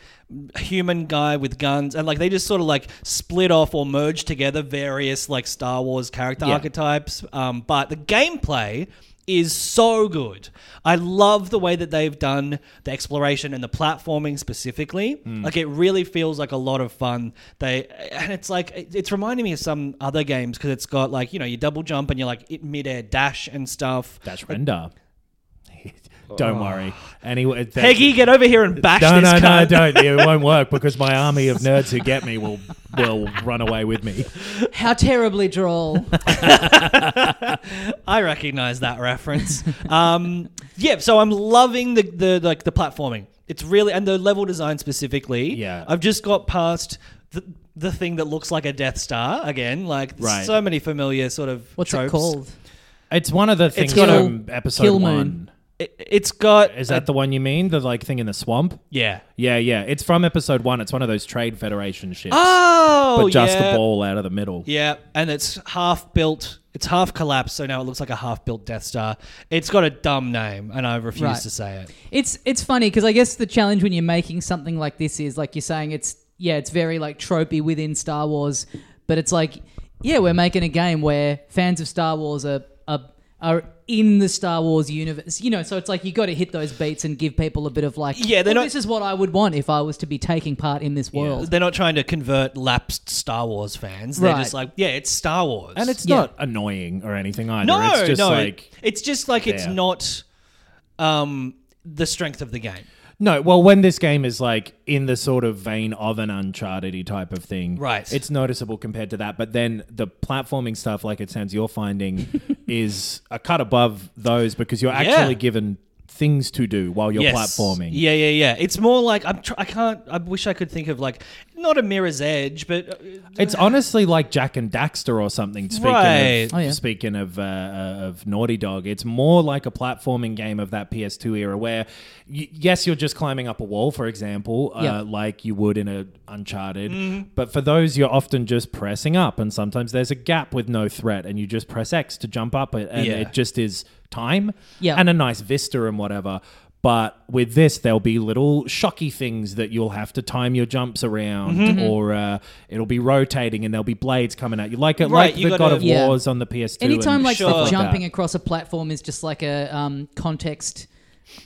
[SPEAKER 3] human guy with guns and like they just sort of like split off or merge together various like Star Wars character archetypes um, but the gameplay is so good. I love the way that they've done the exploration and the platforming specifically.
[SPEAKER 4] Hmm.
[SPEAKER 3] Like it really feels like a lot of fun. They and it's like it- it's reminding me of some other games because it's got like you know you double jump and you're like it midair dash and stuff.
[SPEAKER 4] That's Rendar. [laughs] Don't worry. Anyway, that-
[SPEAKER 3] Peggy, get over here and bash
[SPEAKER 4] No,
[SPEAKER 3] this
[SPEAKER 4] no, no,
[SPEAKER 3] cunt.
[SPEAKER 4] don't. It won't work because my army of nerds who get me will will run away with me.
[SPEAKER 2] How terribly droll.
[SPEAKER 3] I recognize that
[SPEAKER 4] [laughs]
[SPEAKER 3] reference. um, yeah, so I'm loving the, the like the platforming. It's really and the level design specifically.
[SPEAKER 4] Yeah.
[SPEAKER 3] I've just got past the the thing that looks like a Death Star again. Like
[SPEAKER 4] Right.
[SPEAKER 3] so many familiar sort of
[SPEAKER 2] [laughs] What's
[SPEAKER 3] tropes.
[SPEAKER 2] it called?
[SPEAKER 4] It's one of the things
[SPEAKER 3] got a-
[SPEAKER 4] from episode
[SPEAKER 2] Kill Moon.
[SPEAKER 4] one.
[SPEAKER 3] It, it's got
[SPEAKER 4] Is that the one you mean? The like thing in the swamp?
[SPEAKER 3] yeah.
[SPEAKER 4] Yeah, yeah. It's from episode one. It's one of those Trade Federation ships.
[SPEAKER 3] Oh,
[SPEAKER 4] but just
[SPEAKER 3] yeah.
[SPEAKER 4] the ball out of the middle.
[SPEAKER 3] Yeah, and it's half built. It's half collapsed, so now it looks like a half built Death Star. It's got a dumb name, and I refuse
[SPEAKER 2] Right.
[SPEAKER 3] to say it.
[SPEAKER 2] It's it's funny because I guess the challenge when you're making something like this is like you're saying it's yeah it's very like tropey within Star Wars, but it's like yeah we're making a game where fans of Star Wars are are, are in the Star Wars universe, you know. So it's like you got to hit those beats and give people a bit of like
[SPEAKER 3] Yeah, they're
[SPEAKER 2] "Well,
[SPEAKER 3] not-
[SPEAKER 2] This is what I would want if I was to be taking part in this world.
[SPEAKER 3] They're not trying to convert lapsed Star Wars fans. They're
[SPEAKER 2] Right.
[SPEAKER 3] just like, yeah, it's Star Wars.
[SPEAKER 4] And it's
[SPEAKER 2] Yeah.
[SPEAKER 4] not annoying or anything either.
[SPEAKER 3] no,
[SPEAKER 4] it's just
[SPEAKER 3] no,
[SPEAKER 4] like
[SPEAKER 3] it's just like it's
[SPEAKER 4] Yeah.
[SPEAKER 3] not um, the strength of the game.
[SPEAKER 4] No, well, when this game is like in the sort of vein of an Uncharted type of thing,
[SPEAKER 3] Right.
[SPEAKER 4] It's noticeable compared to that. But then the platforming
[SPEAKER 3] [laughs]
[SPEAKER 4] stuff, like it sounds you're finding, is a cut above those because you're actually given things to do while you're
[SPEAKER 3] Yes.
[SPEAKER 4] platforming.
[SPEAKER 3] Yeah, yeah, yeah. It's more like I'm. Tr- I can't. I wish I could think of like not a mirror's edge, but uh,
[SPEAKER 4] It's honestly like Jack and Daxter or something. Speaking
[SPEAKER 3] Right.
[SPEAKER 4] of,
[SPEAKER 2] Oh, yeah.
[SPEAKER 4] speaking of uh, uh, of Naughty Dog, it's more like a platforming game of that PS2 era, where y- yes, you're just climbing up a wall, for example, uh,
[SPEAKER 2] Yeah.
[SPEAKER 4] like you would in a Uncharted.
[SPEAKER 3] Mm-hmm.
[SPEAKER 4] But for those, you're often just pressing up, and sometimes there's a gap with no threat, and you just press X to jump up, and and
[SPEAKER 3] Yeah.
[SPEAKER 4] it just is time
[SPEAKER 2] Yeah.
[SPEAKER 4] and a nice vista and whatever. But with this, there'll be little shocky things that you'll have to time your jumps around, or uh, it'll be rotating and there'll be blades coming at you, like it,
[SPEAKER 3] Right,
[SPEAKER 4] like
[SPEAKER 3] you
[SPEAKER 4] the God
[SPEAKER 3] gotta-
[SPEAKER 4] of
[SPEAKER 2] Yeah.
[SPEAKER 4] Wars on the PS2. and
[SPEAKER 2] Anytime like
[SPEAKER 4] stuff
[SPEAKER 2] the
[SPEAKER 3] Sure.
[SPEAKER 4] that.
[SPEAKER 2] jumping across a platform is just like a um, context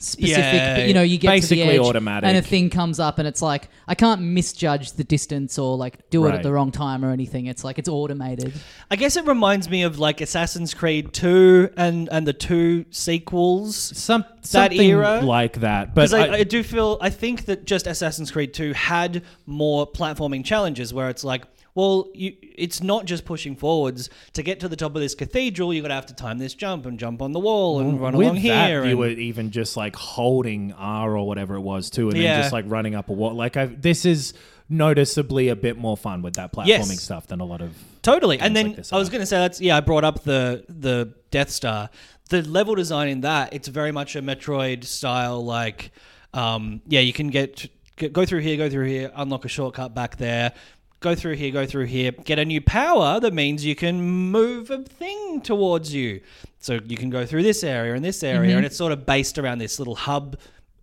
[SPEAKER 2] specific,
[SPEAKER 3] Yeah,
[SPEAKER 2] but, you know, you get to the
[SPEAKER 4] basically
[SPEAKER 2] edge
[SPEAKER 4] automatic.
[SPEAKER 2] and a thing comes up and it's like I can't misjudge the distance or like do it at
[SPEAKER 4] Right.
[SPEAKER 2] the wrong time or anything. It's like it's automated.
[SPEAKER 3] I guess it reminds me of like Assassin's Creed Two and and the two sequels.
[SPEAKER 4] some something
[SPEAKER 3] era?
[SPEAKER 4] like that. But
[SPEAKER 3] Because I,
[SPEAKER 4] I-
[SPEAKER 3] I do feel I think that just Assassin's Creed Two had more platforming challenges where it's like. Well, you, it's not just pushing forwards. To get to the top of this cathedral, you're gonna have to time this jump and jump on the wall and run
[SPEAKER 4] with
[SPEAKER 3] along here.
[SPEAKER 4] that, you
[SPEAKER 3] and-
[SPEAKER 4] were even just like holding R or whatever it was too, and
[SPEAKER 3] Yeah.
[SPEAKER 4] then just like running up a wall. Like I, this is noticeably a bit more fun with that platforming
[SPEAKER 3] Yes.
[SPEAKER 4] stuff than a lot of.
[SPEAKER 3] Totally. And then
[SPEAKER 4] like this
[SPEAKER 3] I was
[SPEAKER 4] are.
[SPEAKER 3] going to say that's yeah, I brought up the the Death Star. The level design in that, it's very much a Metroid style like um yeah, you can get, get go through here, go through here, unlock a shortcut back there. Go through here, go through here. Get a new power that means you can move a thing towards you. So you can go through this area and this area, and it's sort of based around this little hub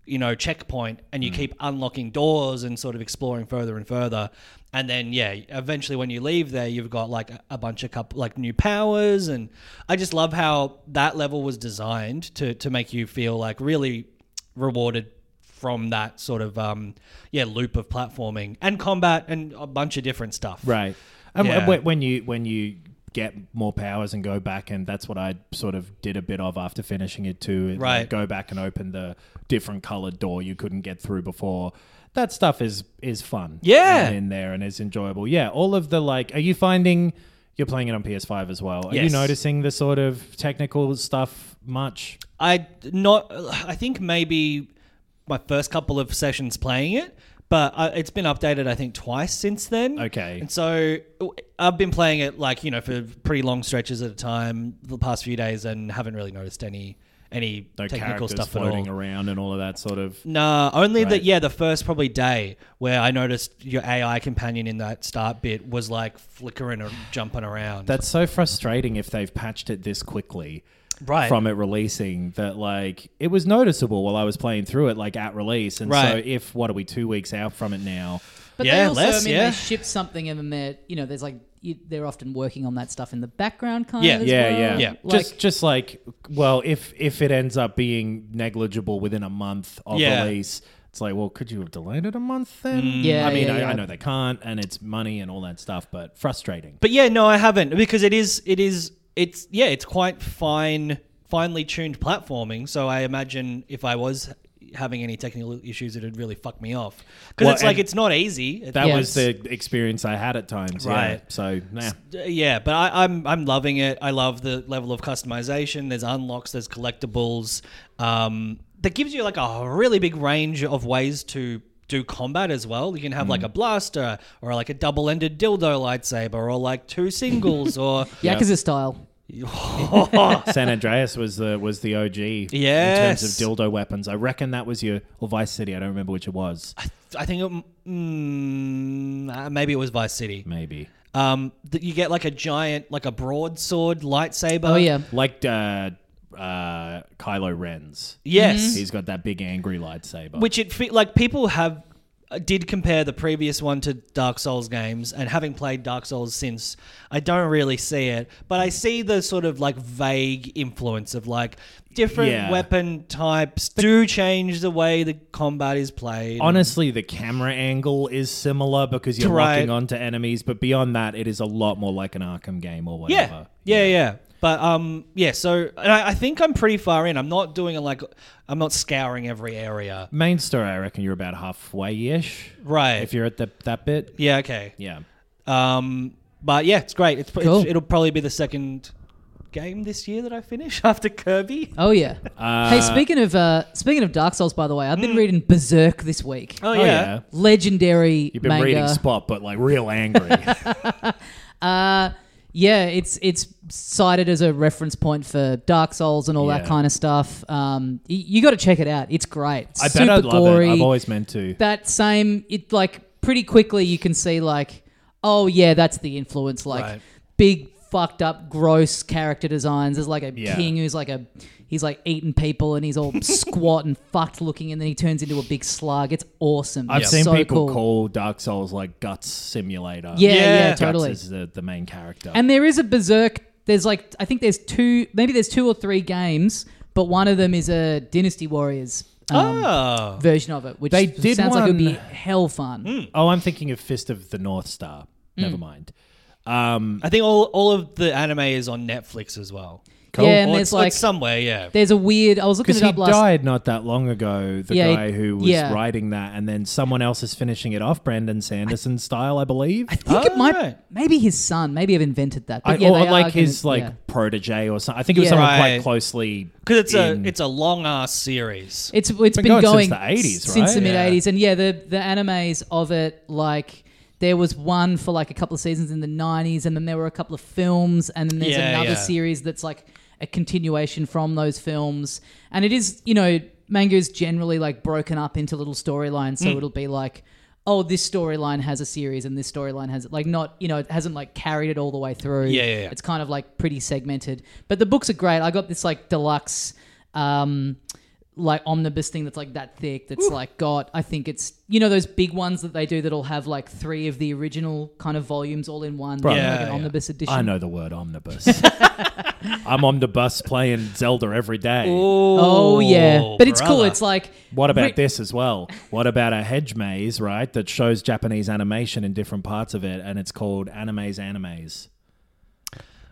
[SPEAKER 3] you know checkpoint and you keep unlocking doors and sort of exploring further and further and then yeah eventually when you leave there you've got like a- a bunch of cup like new powers and i just love how that level was designed to to make you feel like really rewarded from that sort of um yeah loop of platforming and combat and a bunch of different stuff
[SPEAKER 4] Right. And
[SPEAKER 3] Yeah.
[SPEAKER 4] wh- wh- when you when you get more powers and go back and that's what I sort of did a bit of after finishing it too. It, like,
[SPEAKER 3] Right.
[SPEAKER 4] go back and open the different colored door you couldn't get through before. That stuff is is fun.
[SPEAKER 3] Yeah.
[SPEAKER 4] And in there and is enjoyable. Yeah. All of the like are you finding you're playing it on PS5 as well. Are you
[SPEAKER 3] Yes.
[SPEAKER 4] noticing the sort of technical stuff much?
[SPEAKER 3] I not. I think maybe my first couple of sessions playing it, but I, it's been updated. I think twice since then.
[SPEAKER 4] Okay.
[SPEAKER 3] And so I've been playing it like you know for pretty long stretches at a time the past few days, and haven't really noticed any any
[SPEAKER 4] No
[SPEAKER 3] technical
[SPEAKER 4] characters
[SPEAKER 3] stuff
[SPEAKER 4] floating
[SPEAKER 3] at all.
[SPEAKER 4] around and all of that sort of
[SPEAKER 3] Nah, only that.
[SPEAKER 4] Right.
[SPEAKER 3] Yeah, the first probably day where I noticed your AI companion in that start bit was like flickering and jumping around.
[SPEAKER 4] That's so frustrating if they've patched it this quickly.
[SPEAKER 3] Right.
[SPEAKER 4] From it releasing that like it was noticeable while I was playing through it like at release. And so
[SPEAKER 3] Right.
[SPEAKER 4] if what are we 2 weeks out from it now?
[SPEAKER 2] But they
[SPEAKER 3] Yeah,
[SPEAKER 2] also, I
[SPEAKER 3] less,
[SPEAKER 2] mean,
[SPEAKER 3] yeah.
[SPEAKER 2] they ship something and then they're, you know, there's like, you, they're often working on that stuff in the background kind
[SPEAKER 3] Yeah.
[SPEAKER 2] of as
[SPEAKER 4] Yeah,
[SPEAKER 2] well.
[SPEAKER 4] yeah.
[SPEAKER 3] Yeah.
[SPEAKER 2] Like,
[SPEAKER 4] just just like well if if it ends up being negligible within a month of
[SPEAKER 3] Yeah. Mm.
[SPEAKER 4] release it's like, well, could you have delayed it a month then?
[SPEAKER 2] Yeah,
[SPEAKER 4] I mean,
[SPEAKER 2] yeah,
[SPEAKER 4] I,
[SPEAKER 2] yeah.
[SPEAKER 4] I know they can't, and it's money and all that stuff, but frustrating.
[SPEAKER 3] But yeah, no, I haven't because it is it is it's yeah, it's quite fine, finely tuned platforming. So I imagine if I was having any technical issues, it'd really fuck me off because
[SPEAKER 4] Well,
[SPEAKER 3] it's like
[SPEAKER 4] and
[SPEAKER 3] it's not easy. It-
[SPEAKER 4] That
[SPEAKER 2] Yeah.
[SPEAKER 4] was the experience I had at times. Yeah.
[SPEAKER 3] Right.
[SPEAKER 4] So, nah.
[SPEAKER 3] yeah, but I, I'm I'm loving it. I love the level of customization. There's unlocks, there's collectibles. Um, that gives you like a really big range of ways to do combat as well. You can have like
[SPEAKER 4] Mm.
[SPEAKER 3] a blaster or like a double-ended dildo lightsaber or like two
[SPEAKER 4] [laughs]
[SPEAKER 3] singles or
[SPEAKER 2] Yakuza style.
[SPEAKER 4] Oh, San Andreas was the was the OG. In
[SPEAKER 3] Yes.
[SPEAKER 4] terms of dildo weapons, I reckon that was your or Vice City. I don't remember which it was.
[SPEAKER 3] I think it, mm, uh, maybe it was Vice City.
[SPEAKER 4] Maybe
[SPEAKER 3] Um, that you get like a giant, like a broadsword lightsaber.
[SPEAKER 2] Oh, yeah.
[SPEAKER 4] like uh, uh, Kylo Ren's.
[SPEAKER 2] Mm-hmm.
[SPEAKER 3] yes.
[SPEAKER 4] He's got that big angry lightsaber.
[SPEAKER 3] Which it fe- like people have uh, did compare the previous one to Dark Souls games, and having played Dark Souls since, I don't really see it, but I see the sort of like vague influence of like different
[SPEAKER 4] Yeah.
[SPEAKER 3] weapon types do change the way the combat is played.
[SPEAKER 4] honestly, the camera angle is similar because you're
[SPEAKER 3] Right.
[SPEAKER 4] locking onto enemies, but beyond that, it is a lot more like an Arkham game or
[SPEAKER 3] Yeah,
[SPEAKER 4] whatever.
[SPEAKER 3] yeah, yeah. But um, yeah. So and I, I think I'm pretty far in. I'm not doing a, like I'm not scouring every area.
[SPEAKER 4] Main story, I reckon you're about halfway ish.
[SPEAKER 3] Right.
[SPEAKER 4] If you're at the, that bit.
[SPEAKER 3] Yeah. Okay.
[SPEAKER 4] Yeah.
[SPEAKER 3] Um. But yeah, it's great. It's, pr
[SPEAKER 2] Cool.
[SPEAKER 3] it's it'll probably be the second game this year that I finished [laughs] after Kirby.
[SPEAKER 2] Oh yeah. hey, speaking of uh, speaking of Dark Souls, by the way, I've
[SPEAKER 4] mm.
[SPEAKER 2] been reading Berserk this week.
[SPEAKER 3] Oh,
[SPEAKER 4] yeah.
[SPEAKER 3] yeah.
[SPEAKER 2] Legendary
[SPEAKER 4] You've been
[SPEAKER 2] manga.
[SPEAKER 4] reading Spot, but like real angry.
[SPEAKER 3] [laughs]
[SPEAKER 2] Yeah, it's it's cited as a reference point for Dark Souls and all that
[SPEAKER 4] Yeah.
[SPEAKER 2] kind of stuff. Um, y- you got to check it out. It's great.
[SPEAKER 4] I
[SPEAKER 2] Super
[SPEAKER 4] bet I'd love
[SPEAKER 2] gory.
[SPEAKER 4] it. I've always meant to.
[SPEAKER 2] that same it like pretty quickly you can see like oh yeah that's the influence like
[SPEAKER 3] Right.
[SPEAKER 2] big fucked up gross character designs there's like a
[SPEAKER 4] Yeah.
[SPEAKER 2] king who's like a he's like eating people and he's
[SPEAKER 4] [laughs]
[SPEAKER 2] all squat and fucked looking and then he turns into a big slug it's awesome
[SPEAKER 4] I've
[SPEAKER 2] It's
[SPEAKER 4] seen
[SPEAKER 2] so
[SPEAKER 4] people
[SPEAKER 2] cool.
[SPEAKER 4] call Dark Souls like Guts Simulator.
[SPEAKER 2] yeah yeah,
[SPEAKER 3] Yeah.
[SPEAKER 4] Guts
[SPEAKER 2] totally
[SPEAKER 4] is the, the main character.
[SPEAKER 2] and there is a berserk there's like i think there's two maybe there's two or three games but one of them is a dynasty warriors um,
[SPEAKER 3] Oh.
[SPEAKER 2] version of it which
[SPEAKER 4] They did
[SPEAKER 2] sounds like it would be
[SPEAKER 4] one-
[SPEAKER 2] hell fun
[SPEAKER 3] Hmm,
[SPEAKER 4] oh, I'm thinking of Fist of the North Star.
[SPEAKER 2] Mm.
[SPEAKER 4] Never mind. Um,
[SPEAKER 3] I think all, all of the anime is on Netflix as well.
[SPEAKER 2] Cool. Yeah, and
[SPEAKER 3] Or
[SPEAKER 2] there's
[SPEAKER 3] it's,
[SPEAKER 2] like-
[SPEAKER 3] it's somewhere, yeah.
[SPEAKER 2] there's a weird i was looking
[SPEAKER 4] because
[SPEAKER 2] it
[SPEAKER 4] he
[SPEAKER 2] up last
[SPEAKER 4] died not that long ago, the
[SPEAKER 2] Yeah, he-
[SPEAKER 4] guy who was
[SPEAKER 2] yeah.
[SPEAKER 4] writing that, and then someone else is finishing it off, Brandon Sanderson style, I believe.
[SPEAKER 2] I think it might
[SPEAKER 3] Alright.
[SPEAKER 2] maybe his son maybe have invented that.
[SPEAKER 4] I,
[SPEAKER 2] But yeah,
[SPEAKER 4] or
[SPEAKER 2] they
[SPEAKER 4] like
[SPEAKER 2] are
[SPEAKER 4] his
[SPEAKER 2] gonna-
[SPEAKER 4] like
[SPEAKER 2] yeah.
[SPEAKER 4] protege or something. I think it was
[SPEAKER 2] Yeah.
[SPEAKER 4] someone quite
[SPEAKER 3] Right.
[SPEAKER 4] closely
[SPEAKER 3] Because it's
[SPEAKER 4] in-
[SPEAKER 3] a it's a long ass series.
[SPEAKER 2] it's it's been,
[SPEAKER 4] been
[SPEAKER 2] going,
[SPEAKER 4] going since the 80s,
[SPEAKER 2] since
[SPEAKER 4] right?
[SPEAKER 2] the mid
[SPEAKER 3] Yeah.
[SPEAKER 2] eighties, and yeah, the the animes of it like. There was one for like a couple of seasons in the 90s, and then there were a couple of films, and then there's
[SPEAKER 3] Yeah,
[SPEAKER 2] another
[SPEAKER 3] yeah.
[SPEAKER 2] series that's like a continuation from those films. And it is, you know, manga's generally like broken up into little storylines.
[SPEAKER 3] Mm.
[SPEAKER 2] So it'll be like, oh, this storyline has a series, and this storyline has, like, not, you know, it hasn't like carried it all the way through.
[SPEAKER 3] Yeah, yeah, yeah.
[SPEAKER 2] It's kind of like pretty segmented. But the books are great. I got this like deluxe um like omnibus thing that's like that thick that's like got I think it's you know those big ones that they do that'll have like three of the original kind of volumes all in one like
[SPEAKER 3] Yeah,
[SPEAKER 2] an
[SPEAKER 3] yeah.
[SPEAKER 2] omnibus edition.
[SPEAKER 4] I know the word omnibus.
[SPEAKER 2] [laughs]
[SPEAKER 4] I'm omnibus playing Zelda every day.
[SPEAKER 2] Oh yeah. But it's cool.
[SPEAKER 3] brother.
[SPEAKER 2] It's like
[SPEAKER 4] What about
[SPEAKER 2] Re-
[SPEAKER 4] this as well? What about a hedge maze, right? That shows Japanese animation in different parts of it, and it's called Animes Animes.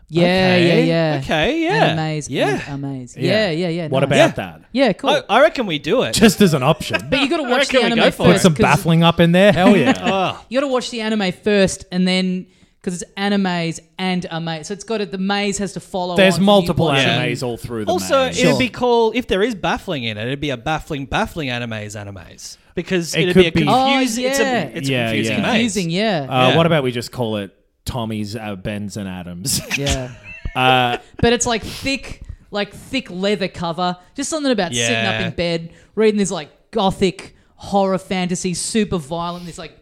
[SPEAKER 2] yeah,
[SPEAKER 3] Okay,
[SPEAKER 2] yeah, yeah.
[SPEAKER 3] okay, yeah.
[SPEAKER 2] Amaze.
[SPEAKER 3] Yeah.
[SPEAKER 2] Amaze. Yeah, yeah, yeah.
[SPEAKER 4] What
[SPEAKER 2] nice.
[SPEAKER 4] about
[SPEAKER 3] Yeah.
[SPEAKER 4] that?
[SPEAKER 2] Yeah, Um, cool.
[SPEAKER 3] I, I reckon we do it.
[SPEAKER 4] Just as an
[SPEAKER 2] [laughs]
[SPEAKER 4] option.
[SPEAKER 2] but you got to watch
[SPEAKER 3] reckon
[SPEAKER 2] the
[SPEAKER 3] we
[SPEAKER 2] anime
[SPEAKER 3] go
[SPEAKER 2] first.
[SPEAKER 3] for it.
[SPEAKER 4] Put some
[SPEAKER 2] 'cause- Oh,
[SPEAKER 4] baffling up in there. Hell
[SPEAKER 2] [laughs]
[SPEAKER 4] yeah.
[SPEAKER 2] You got to watch the anime first, and then because it's animes and a maze, so it's got to, the maze has to follow. on
[SPEAKER 4] [laughs] There's
[SPEAKER 2] from you
[SPEAKER 4] multiple
[SPEAKER 2] watching.
[SPEAKER 4] animes all through the
[SPEAKER 3] also,
[SPEAKER 4] maze.
[SPEAKER 3] it'd be called if there is baffling in it. It'd be a baffling, baffling animes, animes because
[SPEAKER 4] It
[SPEAKER 3] it would
[SPEAKER 4] could
[SPEAKER 3] be a
[SPEAKER 4] be-
[SPEAKER 3] confusing.
[SPEAKER 2] Oh,
[SPEAKER 3] It's
[SPEAKER 2] yeah.
[SPEAKER 3] a it's
[SPEAKER 4] Yeah,
[SPEAKER 3] a confusing.
[SPEAKER 4] yeah.
[SPEAKER 3] maze.
[SPEAKER 2] Confusing,
[SPEAKER 3] [laughs]
[SPEAKER 2] yeah,
[SPEAKER 4] Uh,
[SPEAKER 3] Yeah.
[SPEAKER 4] What about we just call it Tommy's, uh, Ben's,
[SPEAKER 2] [laughs]
[SPEAKER 4] and Adams?
[SPEAKER 3] [laughs]
[SPEAKER 2] yeah.
[SPEAKER 3] Uh,
[SPEAKER 2] but it's like thick, like thick leather cover. Just something about sitting up
[SPEAKER 3] Yeah.
[SPEAKER 2] in bed reading this like gothic horror fantasy, super violent. This like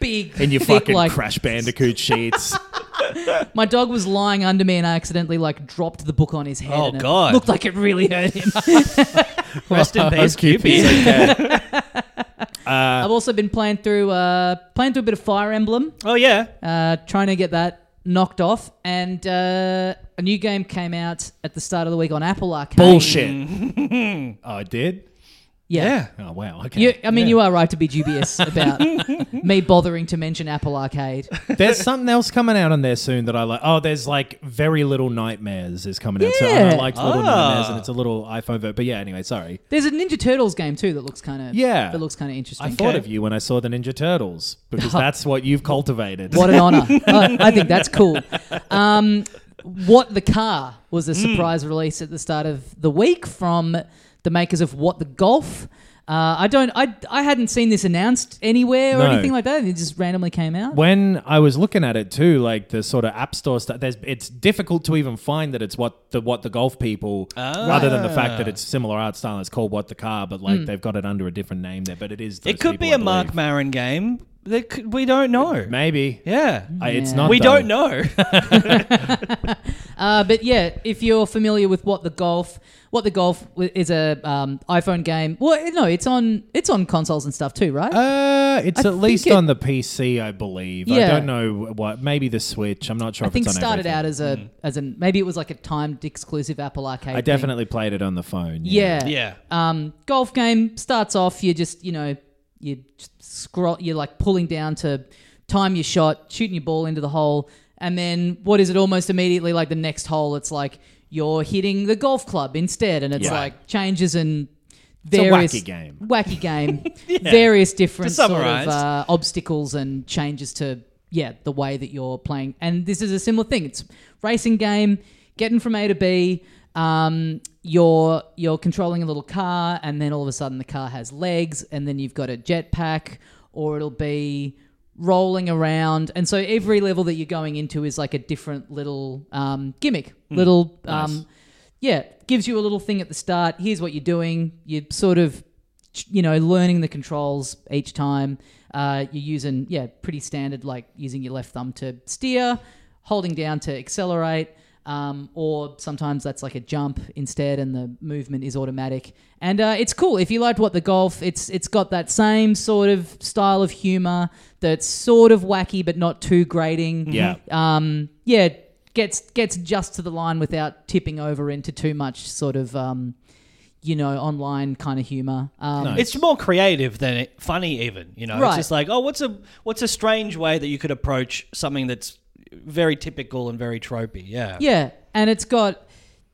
[SPEAKER 2] big
[SPEAKER 4] In your
[SPEAKER 2] thick,
[SPEAKER 4] fucking
[SPEAKER 2] like [laughs]
[SPEAKER 4] Crash Bandicoot sheets.
[SPEAKER 2] my dog was lying under me and I accidentally like dropped the book on his head.
[SPEAKER 3] Oh,
[SPEAKER 2] and it
[SPEAKER 3] God. Uh,
[SPEAKER 2] looked like it
[SPEAKER 3] [laughs]
[SPEAKER 2] really hurt him.
[SPEAKER 4] [laughs]
[SPEAKER 3] Rest in peace,
[SPEAKER 4] Cupid's uh,
[SPEAKER 3] Cupid.
[SPEAKER 2] [laughs] I've also been playing through uh, playing through a bit of Fire Emblem.
[SPEAKER 3] Oh yeah,
[SPEAKER 2] uh, trying to get that knocked off. And uh, a new game came out at the start of the week on Apple Arcade.
[SPEAKER 4] Bullshit.
[SPEAKER 3] [laughs]
[SPEAKER 4] oh, it did?
[SPEAKER 2] Yeah.
[SPEAKER 3] yeah.
[SPEAKER 4] Oh, wow. Okay.
[SPEAKER 2] You, I mean, you are right to be
[SPEAKER 4] [laughs]
[SPEAKER 2] dubious about me bothering to mention Apple Arcade.
[SPEAKER 4] There's something else coming out on there soon that I like. Oh, there's like very little nightmares is coming out. So and I
[SPEAKER 2] Yeah.
[SPEAKER 4] liked
[SPEAKER 3] Ah.
[SPEAKER 4] little nightmares, and it's a little iPhone vote. But yeah, anyway, sorry.
[SPEAKER 2] There's a Ninja Turtles game too that looks kind of
[SPEAKER 4] Yeah.
[SPEAKER 2] that looks kind of interesting.
[SPEAKER 4] I thought of you when I saw the Ninja Turtles
[SPEAKER 3] [laughs]
[SPEAKER 4] because that's what you've cultivated.
[SPEAKER 2] What an
[SPEAKER 4] [laughs]
[SPEAKER 2] honor! Oh, I, I think that's cool. Um, what the car was
[SPEAKER 4] Hmm.
[SPEAKER 2] a surprise release at the start of the week from the makers of What the Golf. Uh, I don't. I, I hadn't seen this announced anywhere or
[SPEAKER 4] No.
[SPEAKER 2] anything like that. It just randomly came out.
[SPEAKER 4] When I was looking at it too, like the sort of app store stuff, there's it's difficult to even find that it's what the what the golf people,
[SPEAKER 3] Ah.
[SPEAKER 4] rather than the fact that it's similar art style. It's called what the car, but like they've got it under a different name there. But it is. Those
[SPEAKER 3] Hmm. It could
[SPEAKER 4] people,
[SPEAKER 3] be
[SPEAKER 4] I
[SPEAKER 3] a Mark
[SPEAKER 4] believe.
[SPEAKER 3] Maron game. That could, we don't know.
[SPEAKER 4] Maybe.
[SPEAKER 3] Yeah,
[SPEAKER 4] I- it's not.
[SPEAKER 3] we
[SPEAKER 4] though.
[SPEAKER 3] don't know.
[SPEAKER 2] Uh, but yeah, if you're familiar with what the golf, what the golf w- is a um, iPhone game. Well, no, it's on it's on consoles and stuff too, right?
[SPEAKER 4] Uh, it's
[SPEAKER 2] I
[SPEAKER 4] at least
[SPEAKER 2] think it-
[SPEAKER 4] on the PC, I believe. I
[SPEAKER 2] Yeah.
[SPEAKER 4] don't know what. Maybe the Switch. I'm not sure.
[SPEAKER 2] I
[SPEAKER 4] if
[SPEAKER 2] think
[SPEAKER 4] it's on
[SPEAKER 2] started
[SPEAKER 4] everything.
[SPEAKER 2] out as a as an maybe it was like a timed exclusive Apple Arcade.
[SPEAKER 4] I
[SPEAKER 2] thing.
[SPEAKER 4] definitely played it on the phone.
[SPEAKER 2] yeah
[SPEAKER 3] [laughs] yeah,
[SPEAKER 2] Um, golf game starts off. You just you know you just scroll. You're like pulling down to time your shot, shooting your ball into the hole, and then what is it? Almost immediately, like the next hole, it's like you're hitting the golf club instead, and it's
[SPEAKER 4] Yeah.
[SPEAKER 2] like changes and
[SPEAKER 4] a
[SPEAKER 2] various
[SPEAKER 4] wacky game.
[SPEAKER 2] wacky game,
[SPEAKER 4] [laughs]
[SPEAKER 2] various different
[SPEAKER 3] To
[SPEAKER 2] sort of
[SPEAKER 3] summarise.
[SPEAKER 2] uh, obstacles and changes to yeah the way that you're playing. And this is a similar thing. It's racing game. getting from A to B. Um, you're you're controlling a little car, and then all of a sudden the car has legs, and then you've got a jetpack, or it'll be rolling around. And so every level that you're going into is like a different little um, gimmick, little um, yeah, gives you a little thing at the start. Here's what you're doing. You're sort of you know, learning the controls each time. Uh, you're using, yeah, pretty standard, like using your left thumb to steer, holding down to accelerate, um, or sometimes that's like a jump instead, and the movement is automatic. And uh, it's cool if you liked what the golf. It's it's got that same sort of style of humor that's sort of wacky but not too grating.
[SPEAKER 4] Yeah.
[SPEAKER 2] Um, yeah, gets gets just to the line without tipping over into too much sort of. Um, you know, online kind of humor. Um,
[SPEAKER 3] It's more creative than it, funny, even. You know,
[SPEAKER 2] Right.
[SPEAKER 3] it's just like, oh, what's a what's a strange way that you could approach something that's very typical and very tropey? Yeah.
[SPEAKER 2] Yeah, and it's got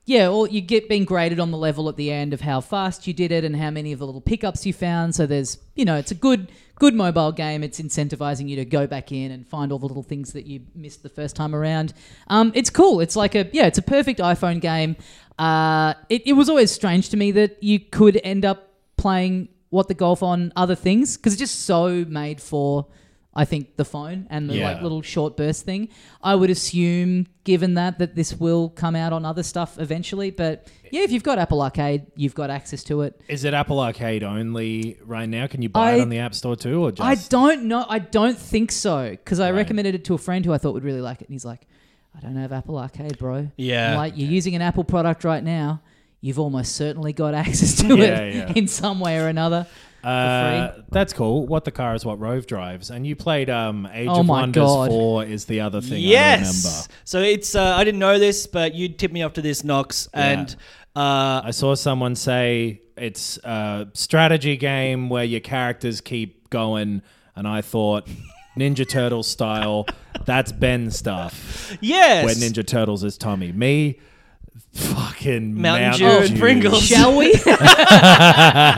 [SPEAKER 2] yeah, or you get being graded on the level at the end of how fast you did it and how many of the little pickups you found. So there's you know, it's a good good mobile game. It's incentivizing you to go back in and find all the little things that you missed the first time around. Um, it's cool. It's like a yeah, it's a perfect iPhone game. Uh, it, it was always strange to me that you could end up playing what the golf on other things because it's just so made for I think the phone and the like
[SPEAKER 4] Yeah.
[SPEAKER 2] little short burst thing. I would assume, given that, that this will come out on other stuff eventually. But yeah, if you've got Apple Arcade, you've got access to it.
[SPEAKER 4] Is it Apple Arcade only right now? Can you buy it
[SPEAKER 2] I-
[SPEAKER 4] on the App Store too, or just
[SPEAKER 2] I don't know. I don't think so because I recommended it to a friend who I thought would really like it, and he's like, "I don't have Apple Arcade, bro."
[SPEAKER 3] Yeah.
[SPEAKER 2] I'm like you're using an Apple product right now. You've almost certainly got [laughs] access to
[SPEAKER 4] Yeah,
[SPEAKER 2] it
[SPEAKER 4] yeah.
[SPEAKER 2] in some way or another.
[SPEAKER 4] Uh, that's cool. What the car is what Rove drives, and you played um, Age
[SPEAKER 2] Oh
[SPEAKER 4] of
[SPEAKER 2] my
[SPEAKER 4] Wonders
[SPEAKER 2] God.
[SPEAKER 4] Four is the other thing. I
[SPEAKER 3] Yes.
[SPEAKER 4] remember.
[SPEAKER 3] So it's uh, I didn't know this, but you tipped me off to this, Knox, and uh,
[SPEAKER 4] I saw someone say it's a strategy game where your characters keep going, and I thought Ninja Turtle style. That's Ben stuff.
[SPEAKER 3] yes,
[SPEAKER 4] Where Ninja Turtles is Tommy. Me,
[SPEAKER 3] Mountain
[SPEAKER 4] fucking Mountain,
[SPEAKER 3] Dew and Pringles.
[SPEAKER 2] Shall we? [laughs]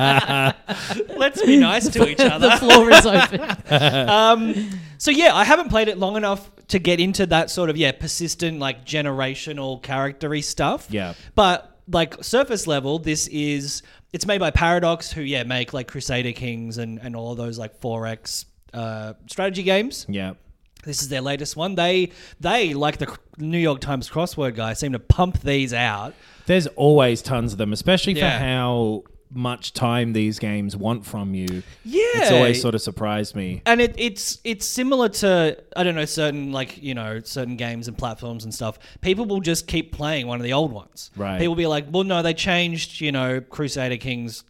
[SPEAKER 3] let's be nice to
[SPEAKER 4] [laughs]
[SPEAKER 3] each other.
[SPEAKER 2] the floor is open.
[SPEAKER 3] So yeah, I haven't played it long enough to get into that sort of yeah persistent like generational charactery stuff.
[SPEAKER 4] Yeah.
[SPEAKER 3] but like surface level, this is it's made by Paradox, who yeah make like Crusader Kings and and all of those like forex uh, strategy games.
[SPEAKER 4] Yeah.
[SPEAKER 3] This is their latest one. They they like the New York Times crossword guy seem to pump these out.
[SPEAKER 4] There's always tons of them, especially
[SPEAKER 3] Yeah.
[SPEAKER 4] for how much time these games want from you.
[SPEAKER 3] Yeah.
[SPEAKER 4] It's always sort of surprised me.
[SPEAKER 3] and it, it's it's similar to I don't know certain like you know certain games and platforms and stuff. People will just keep playing one of the old ones.
[SPEAKER 4] Right.
[SPEAKER 3] People will be like, well, no, they changed you know Crusader Kings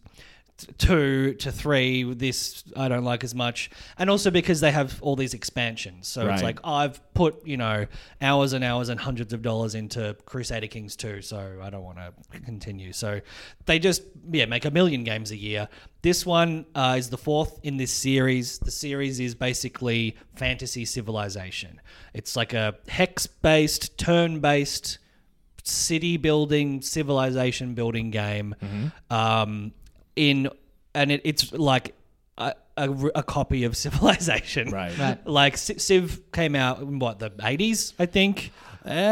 [SPEAKER 3] t- two to three. This I don't like as much, and also because they have all these expansions. So it's
[SPEAKER 4] Right.
[SPEAKER 3] like I've put you know hours and hours and hundreds of dollars into Crusader Kings two, so I don't want to continue. So they just yeah make a million games a year. This one uh, is the fourth in this series. The series is basically fantasy civilization. It's like a hex based, turn based city building, civilization building game.
[SPEAKER 4] Mm-hmm.
[SPEAKER 3] Um, in and it, it's like a, a, r- a copy of [laughs] Civilization,
[SPEAKER 4] Right.
[SPEAKER 2] Right.
[SPEAKER 3] Like Ci- Civ came out in what the eighties, I think.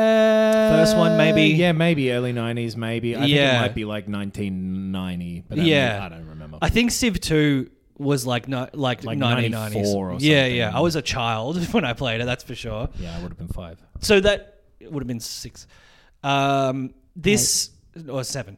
[SPEAKER 4] First
[SPEAKER 3] one, maybe.
[SPEAKER 4] Uh, Yeah, maybe early 90s, maybe. I
[SPEAKER 3] Yeah.
[SPEAKER 4] think it might be like 1990. But I
[SPEAKER 3] Yeah.
[SPEAKER 4] mean, I don't remember.
[SPEAKER 3] I think Civ two was like no, like
[SPEAKER 4] Like
[SPEAKER 3] nineteen nineties.
[SPEAKER 4] 94 or
[SPEAKER 3] Yeah,
[SPEAKER 4] something.
[SPEAKER 3] yeah. I was a child [laughs] when I played it. That's for sure.
[SPEAKER 4] yeah, I would have been five.
[SPEAKER 3] So that it would have been six. Um, this or seven.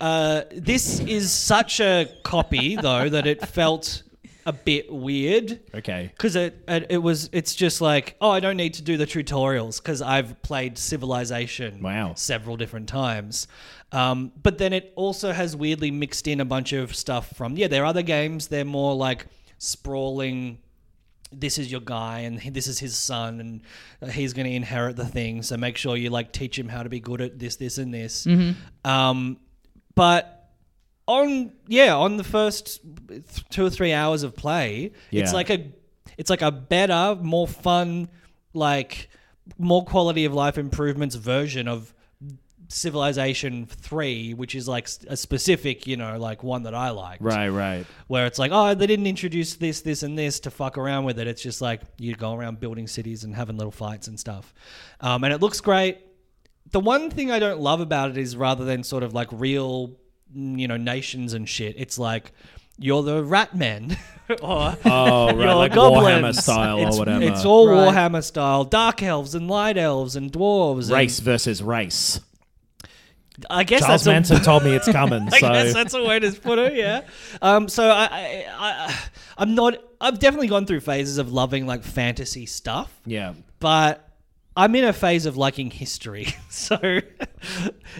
[SPEAKER 3] Uh, this is such a copy though that it felt a bit weird.
[SPEAKER 4] Okay.
[SPEAKER 3] Because it, it it was it's just like oh I don't need to do the tutorials because I've played Civilization
[SPEAKER 4] Wow.
[SPEAKER 3] several different times, um, but then it also has weirdly mixed in a bunch of stuff from yeah there are other games they're more like sprawling this is your guy and he- this is his son and uh, he's going to inherit the thing so make sure you like teach him how to be good at this this and this
[SPEAKER 4] Mm-hmm.
[SPEAKER 3] um, but on yeah on the first th- two or three hours of play it's
[SPEAKER 4] Yeah.
[SPEAKER 3] like a it's like a better more fun like more quality of life improvements version of civilization 3 which is like s- a specific you know like one that i like
[SPEAKER 4] Right, right.
[SPEAKER 3] where it's like, oh, they didn't introduce this, this, and this to fuck around with it. It's just like you go around building cities and having little fights and stuff. Um, and it looks great. the one thing I don't love about it is rather than sort of like real, mm, you know, nations and shit, it's like you're the rat men [laughs] or
[SPEAKER 4] [laughs] Oh,
[SPEAKER 3] [laughs]
[SPEAKER 4] right,
[SPEAKER 3] you're
[SPEAKER 4] like
[SPEAKER 3] goblins.
[SPEAKER 4] Warhammer style or
[SPEAKER 3] it's,
[SPEAKER 4] whatever.
[SPEAKER 3] It's all
[SPEAKER 2] Right.
[SPEAKER 3] Warhammer style, dark elves and light elves and dwarves. and-
[SPEAKER 4] race versus race.
[SPEAKER 3] I guess
[SPEAKER 4] Charles
[SPEAKER 3] that's a-
[SPEAKER 4] Manson told
[SPEAKER 3] [laughs]
[SPEAKER 4] me it's coming,
[SPEAKER 3] I
[SPEAKER 4] so
[SPEAKER 3] guess that's a way to put it. Yeah. Um, so I, I, I, I'm not. I've definitely gone through phases of loving like fantasy stuff,
[SPEAKER 4] yeah.
[SPEAKER 3] but I'm in a phase of liking history. [laughs] So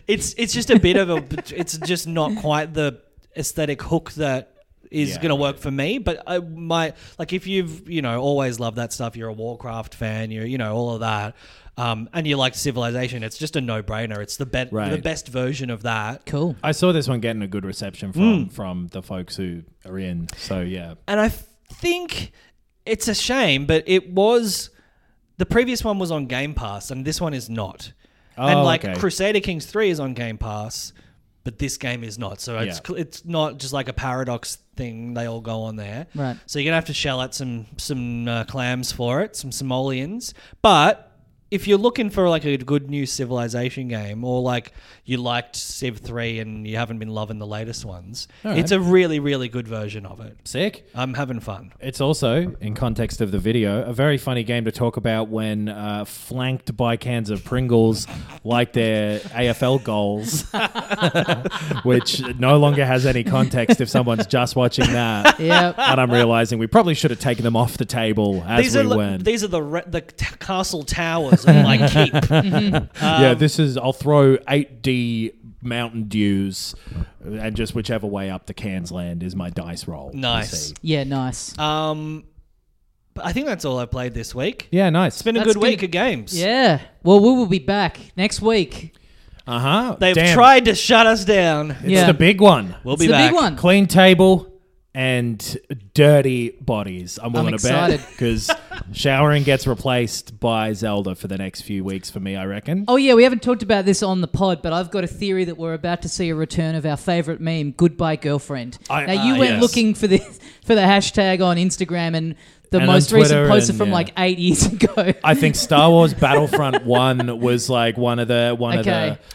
[SPEAKER 3] it's it's just a bit of a. It's just not quite the aesthetic hook that is
[SPEAKER 4] Yeah.
[SPEAKER 3] going to work for me. But I might like if you've you know always loved that stuff. You're a Warcraft fan. You're you know all of that. Um, and you like Civilization, it's just a no-brainer. It's the bet the
[SPEAKER 4] Right.
[SPEAKER 3] best version of that.
[SPEAKER 2] Cool.
[SPEAKER 4] I saw this one getting a good reception from
[SPEAKER 3] Mm.
[SPEAKER 4] from the folks who are in. So yeah,
[SPEAKER 3] and I f- think it's a shame, but it was the previous one was on Game Pass, and this one is not. and
[SPEAKER 4] Oh,
[SPEAKER 3] like
[SPEAKER 4] okay.
[SPEAKER 3] Crusader Kings Three is on Game Pass, but this game is not. So it's
[SPEAKER 4] Yeah.
[SPEAKER 3] cl- it's not just like a paradox thing. They all go on there,
[SPEAKER 2] Right.
[SPEAKER 3] So you're gonna have to shell out some some uh, clams for it, some simoleons, but. If you're looking for like a good new civilization game, or like you liked Civ three and you haven't been loving the latest ones, it's a really, really good version of it.
[SPEAKER 4] sick.
[SPEAKER 3] I'm having fun.
[SPEAKER 4] It's also, in context of the video, a very funny game to talk about when uh, flanked by cans of Pringles, like their AFL goals, [laughs] which no longer has any context if someone's just watching that.
[SPEAKER 2] Yeah.
[SPEAKER 4] And I'm realizing we probably should have taken them off the table as
[SPEAKER 3] These
[SPEAKER 4] we
[SPEAKER 3] are, li-
[SPEAKER 4] went.
[SPEAKER 3] these are the re- the t- castle towers of [laughs] my keep. um,
[SPEAKER 4] yeah, this is. I'll throw 8D Mountain Dews, and just whichever way up the cans land is my dice roll. you
[SPEAKER 3] Nice.
[SPEAKER 4] see.
[SPEAKER 2] Yeah. Nice.
[SPEAKER 3] Um, but I think that's all I played this week.
[SPEAKER 4] Yeah, nice.
[SPEAKER 3] It's been a
[SPEAKER 2] That's
[SPEAKER 3] good
[SPEAKER 2] gonna-
[SPEAKER 3] week of games.
[SPEAKER 2] yeah. Well, we will be back next week.
[SPEAKER 4] Uh huh.
[SPEAKER 3] They've tried to shut us down.
[SPEAKER 4] It's
[SPEAKER 2] Yeah.
[SPEAKER 4] the big one.
[SPEAKER 3] We'll
[SPEAKER 2] It's
[SPEAKER 3] be
[SPEAKER 2] the
[SPEAKER 3] back.
[SPEAKER 2] big one.
[SPEAKER 4] clean table and dirty bodies. I'm willing to
[SPEAKER 2] excited.
[SPEAKER 4] [laughs] bet because showering gets replaced by Zelda for the next few weeks for me. I reckon.
[SPEAKER 2] Oh yeah, we haven't talked about this on the pod, but I've got a theory that we're about to see a return of our favorite meme, "Goodbye Girlfriend."
[SPEAKER 4] I-
[SPEAKER 2] now you
[SPEAKER 4] ah,
[SPEAKER 2] went
[SPEAKER 4] yes.
[SPEAKER 2] looking for this for the hashtag on Instagram and the
[SPEAKER 4] And on
[SPEAKER 2] most recent
[SPEAKER 4] Twitter
[SPEAKER 2] poster
[SPEAKER 4] and-
[SPEAKER 2] from
[SPEAKER 4] yeah.
[SPEAKER 2] like eight years ago.
[SPEAKER 4] I think Star
[SPEAKER 2] [laughs]
[SPEAKER 4] Wars Battlefront One was like one of the
[SPEAKER 2] Okay.
[SPEAKER 4] one of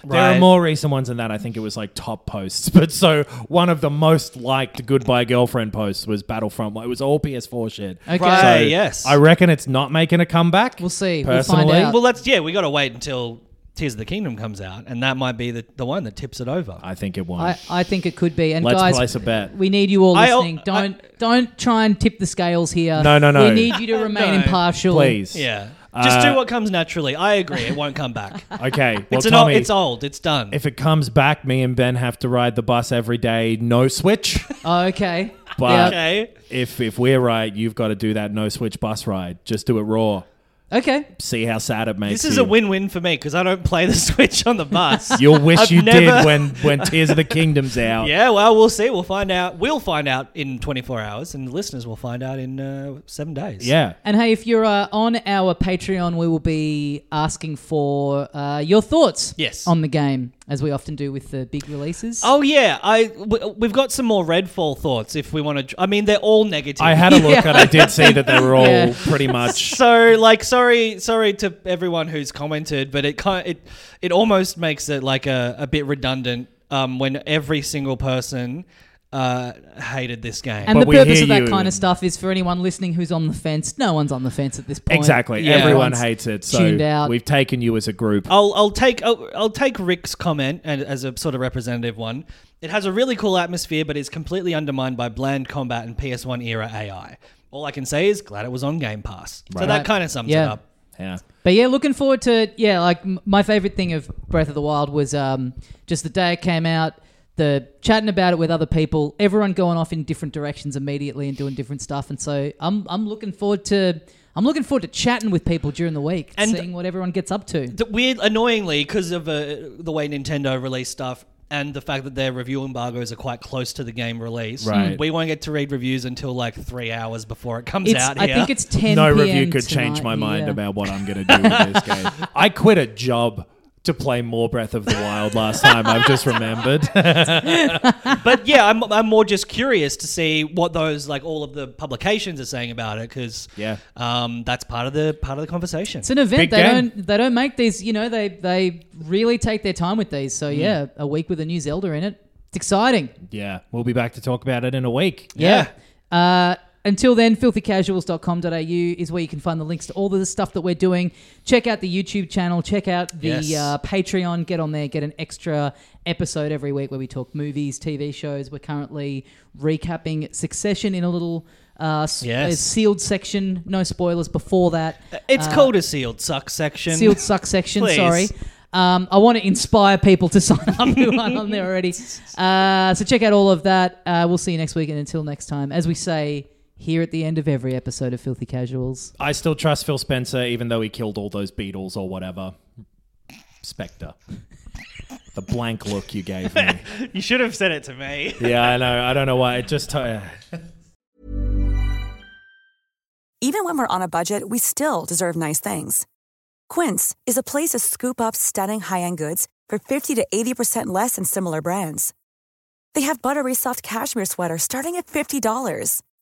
[SPEAKER 4] the. There
[SPEAKER 3] Right.
[SPEAKER 4] are more recent ones than that. I think it was like top posts, [laughs] but so one of the most liked Goodbye Girlfriend posts was Battlefront. One. It was all PS4 shit.
[SPEAKER 2] Okay.
[SPEAKER 3] Right.
[SPEAKER 4] So
[SPEAKER 3] yes.
[SPEAKER 4] I reckon it's not making a comeback.
[SPEAKER 2] We'll see. We'll
[SPEAKER 4] Personally,
[SPEAKER 2] find out.
[SPEAKER 3] Well, let's yeah, we got to wait until Tears of the Kingdom comes out, and that might be the, the one that tips it over.
[SPEAKER 4] I think it won't.
[SPEAKER 2] [laughs] I, I think it could be. And
[SPEAKER 4] Let's
[SPEAKER 2] guys,
[SPEAKER 4] place a bet.
[SPEAKER 2] we need you all
[SPEAKER 3] I-
[SPEAKER 2] listening.
[SPEAKER 3] I-
[SPEAKER 2] don't don't try and tip the scales here.
[SPEAKER 4] No, [laughs] no, no.
[SPEAKER 2] We need you to remain
[SPEAKER 3] No.
[SPEAKER 2] impartial.
[SPEAKER 4] Please.
[SPEAKER 3] yeah, just do
[SPEAKER 4] Uh,
[SPEAKER 3] what comes naturally. I agree. It won't come back. [laughs]
[SPEAKER 4] Okay. [laughs] Well,
[SPEAKER 3] it's an
[SPEAKER 4] Tommy,
[SPEAKER 3] old, it's old. It's done.
[SPEAKER 4] if it comes back, me and Ben have to ride the bus every day.
[SPEAKER 3] [laughs]
[SPEAKER 4] No switch.
[SPEAKER 2] Oh, okay.
[SPEAKER 4] But
[SPEAKER 2] Yeah.
[SPEAKER 3] okay.
[SPEAKER 4] if if we're right, you've got to do that no switch bus ride. Just do it raw.
[SPEAKER 2] Okay.
[SPEAKER 4] See how sad it makes.
[SPEAKER 3] This is
[SPEAKER 4] you.
[SPEAKER 3] a win-win for me because I don't play the [laughs] Switch on the
[SPEAKER 4] [laughs]
[SPEAKER 3] bus.
[SPEAKER 2] [laughs]
[SPEAKER 4] You'll wish
[SPEAKER 3] I've
[SPEAKER 4] you
[SPEAKER 3] never-
[SPEAKER 4] did when when Tears of the Kingdom's out.
[SPEAKER 3] Yeah, well, we'll see. We'll find out. We'll find out in 24 hours, and the listeners will find out in uh, seven days.
[SPEAKER 4] Yeah.
[SPEAKER 2] And hey, if you're uh, on our Patreon, we will be asking for uh, your thoughts
[SPEAKER 3] Yes.
[SPEAKER 2] on the game, as we often do with the big releases.
[SPEAKER 3] Oh yeah, I w- we've got some more Redfall thoughts if we want to. I mean, they're all negative.
[SPEAKER 4] I had a look and I did see that they were all
[SPEAKER 2] Yeah. [laughs]
[SPEAKER 4] pretty much.
[SPEAKER 3] so like sorry sorry to everyone who's commented, but it kind it it almost makes it like a, a bit redundant um, when every single person uh, hated this game.
[SPEAKER 2] And
[SPEAKER 4] But
[SPEAKER 2] the
[SPEAKER 4] we
[SPEAKER 2] purpose
[SPEAKER 4] hear
[SPEAKER 2] of that
[SPEAKER 4] you.
[SPEAKER 2] kind of stuff is for anyone listening who's on the fence. No one's on the fence at this point.
[SPEAKER 4] Exactly.
[SPEAKER 3] Yeah.
[SPEAKER 4] Everyone
[SPEAKER 2] Everyone's
[SPEAKER 4] hates it. So
[SPEAKER 2] tuned out. Oh.
[SPEAKER 4] we've taken you as a group.
[SPEAKER 3] I'll I'll take I'll, I'll take Rick's comment and as a sort of representative one. It has a really cool atmosphere, but is completely undermined by bland combat and PS1 era AI. All I can say is glad it was on Game Pass. So that
[SPEAKER 2] Right.
[SPEAKER 3] kind of sums it
[SPEAKER 2] Yeah.
[SPEAKER 3] up.
[SPEAKER 4] Yeah.
[SPEAKER 2] But yeah, looking forward to yeah. Like m- my favorite thing of Breath of the Wild was um, just the day it came out, the chatting about it with other people, everyone going off in different directions immediately and doing different stuff. And so I'm I'm looking forward to I'm looking forward to chatting with people during the week,
[SPEAKER 3] And-
[SPEAKER 2] and seeing what everyone gets up to.
[SPEAKER 3] The weird, annoyingly, because of uh, the way Nintendo released stuff and the fact that their review embargoes are quite close to the game release,
[SPEAKER 4] Right.
[SPEAKER 3] we won't get to read reviews until like three hours before it comes
[SPEAKER 2] It's,
[SPEAKER 3] out
[SPEAKER 2] I
[SPEAKER 3] here.
[SPEAKER 2] think it's 10.
[SPEAKER 4] no
[SPEAKER 2] PM
[SPEAKER 4] review could change
[SPEAKER 2] tonight,
[SPEAKER 4] my mind
[SPEAKER 2] yeah. [laughs]
[SPEAKER 4] about what I'm going to do with this game. I quit a job to play more Breath of the Wild last time. I've just remembered. [laughs]
[SPEAKER 3] but yeah, I'm, I'm more just curious to see what those like all of the publications are saying about it because
[SPEAKER 4] Yeah.
[SPEAKER 3] um, that's part of the part of the conversation.
[SPEAKER 2] It's an event.
[SPEAKER 4] Big
[SPEAKER 2] they
[SPEAKER 4] game.
[SPEAKER 2] don't they don't make these. You know, they they really take their time with these.
[SPEAKER 4] Hmm.
[SPEAKER 2] So yeah, a week with a new Zelda in it. It's exciting.
[SPEAKER 4] yeah, we'll be back to talk about it in a week.
[SPEAKER 3] Yeah.
[SPEAKER 2] Uh, until then, filthycasuals.com.au is where you can find the links to all of the stuff that we're doing. Check out the YouTube channel. Check out the
[SPEAKER 3] Yes.
[SPEAKER 2] uh, Patreon. Get on there. Get an extra episode every week where we talk movies, TV shows. We're currently recapping Succession in a little uh, s-
[SPEAKER 3] Yes.
[SPEAKER 2] uh, sealed section. No spoilers before that.
[SPEAKER 3] It's called a sealed suck section.
[SPEAKER 2] Uh, Sealed suck section.
[SPEAKER 3] Please.
[SPEAKER 2] Sorry. Um, I want to inspire people to [laughs] sign up who aren't on there already. Uh, so check out all of that. Uh, we'll see you next week, and until next time, as we say here at the end of every episode of Filthy Casuals,
[SPEAKER 4] I still trust Phil Spencer, even though he killed all those Beatles or whatever. Spectre. the blank look you gave me.
[SPEAKER 3] [laughs] you should have said it to me.
[SPEAKER 4] yeah, I know. I don't know why. It just. uh,
[SPEAKER 5] Even when we're on a budget, we still deserve nice things. Quince is a place to scoop up stunning high end goods for 50 to 80% less than similar brands. They have buttery soft cashmere sweaters starting at $50,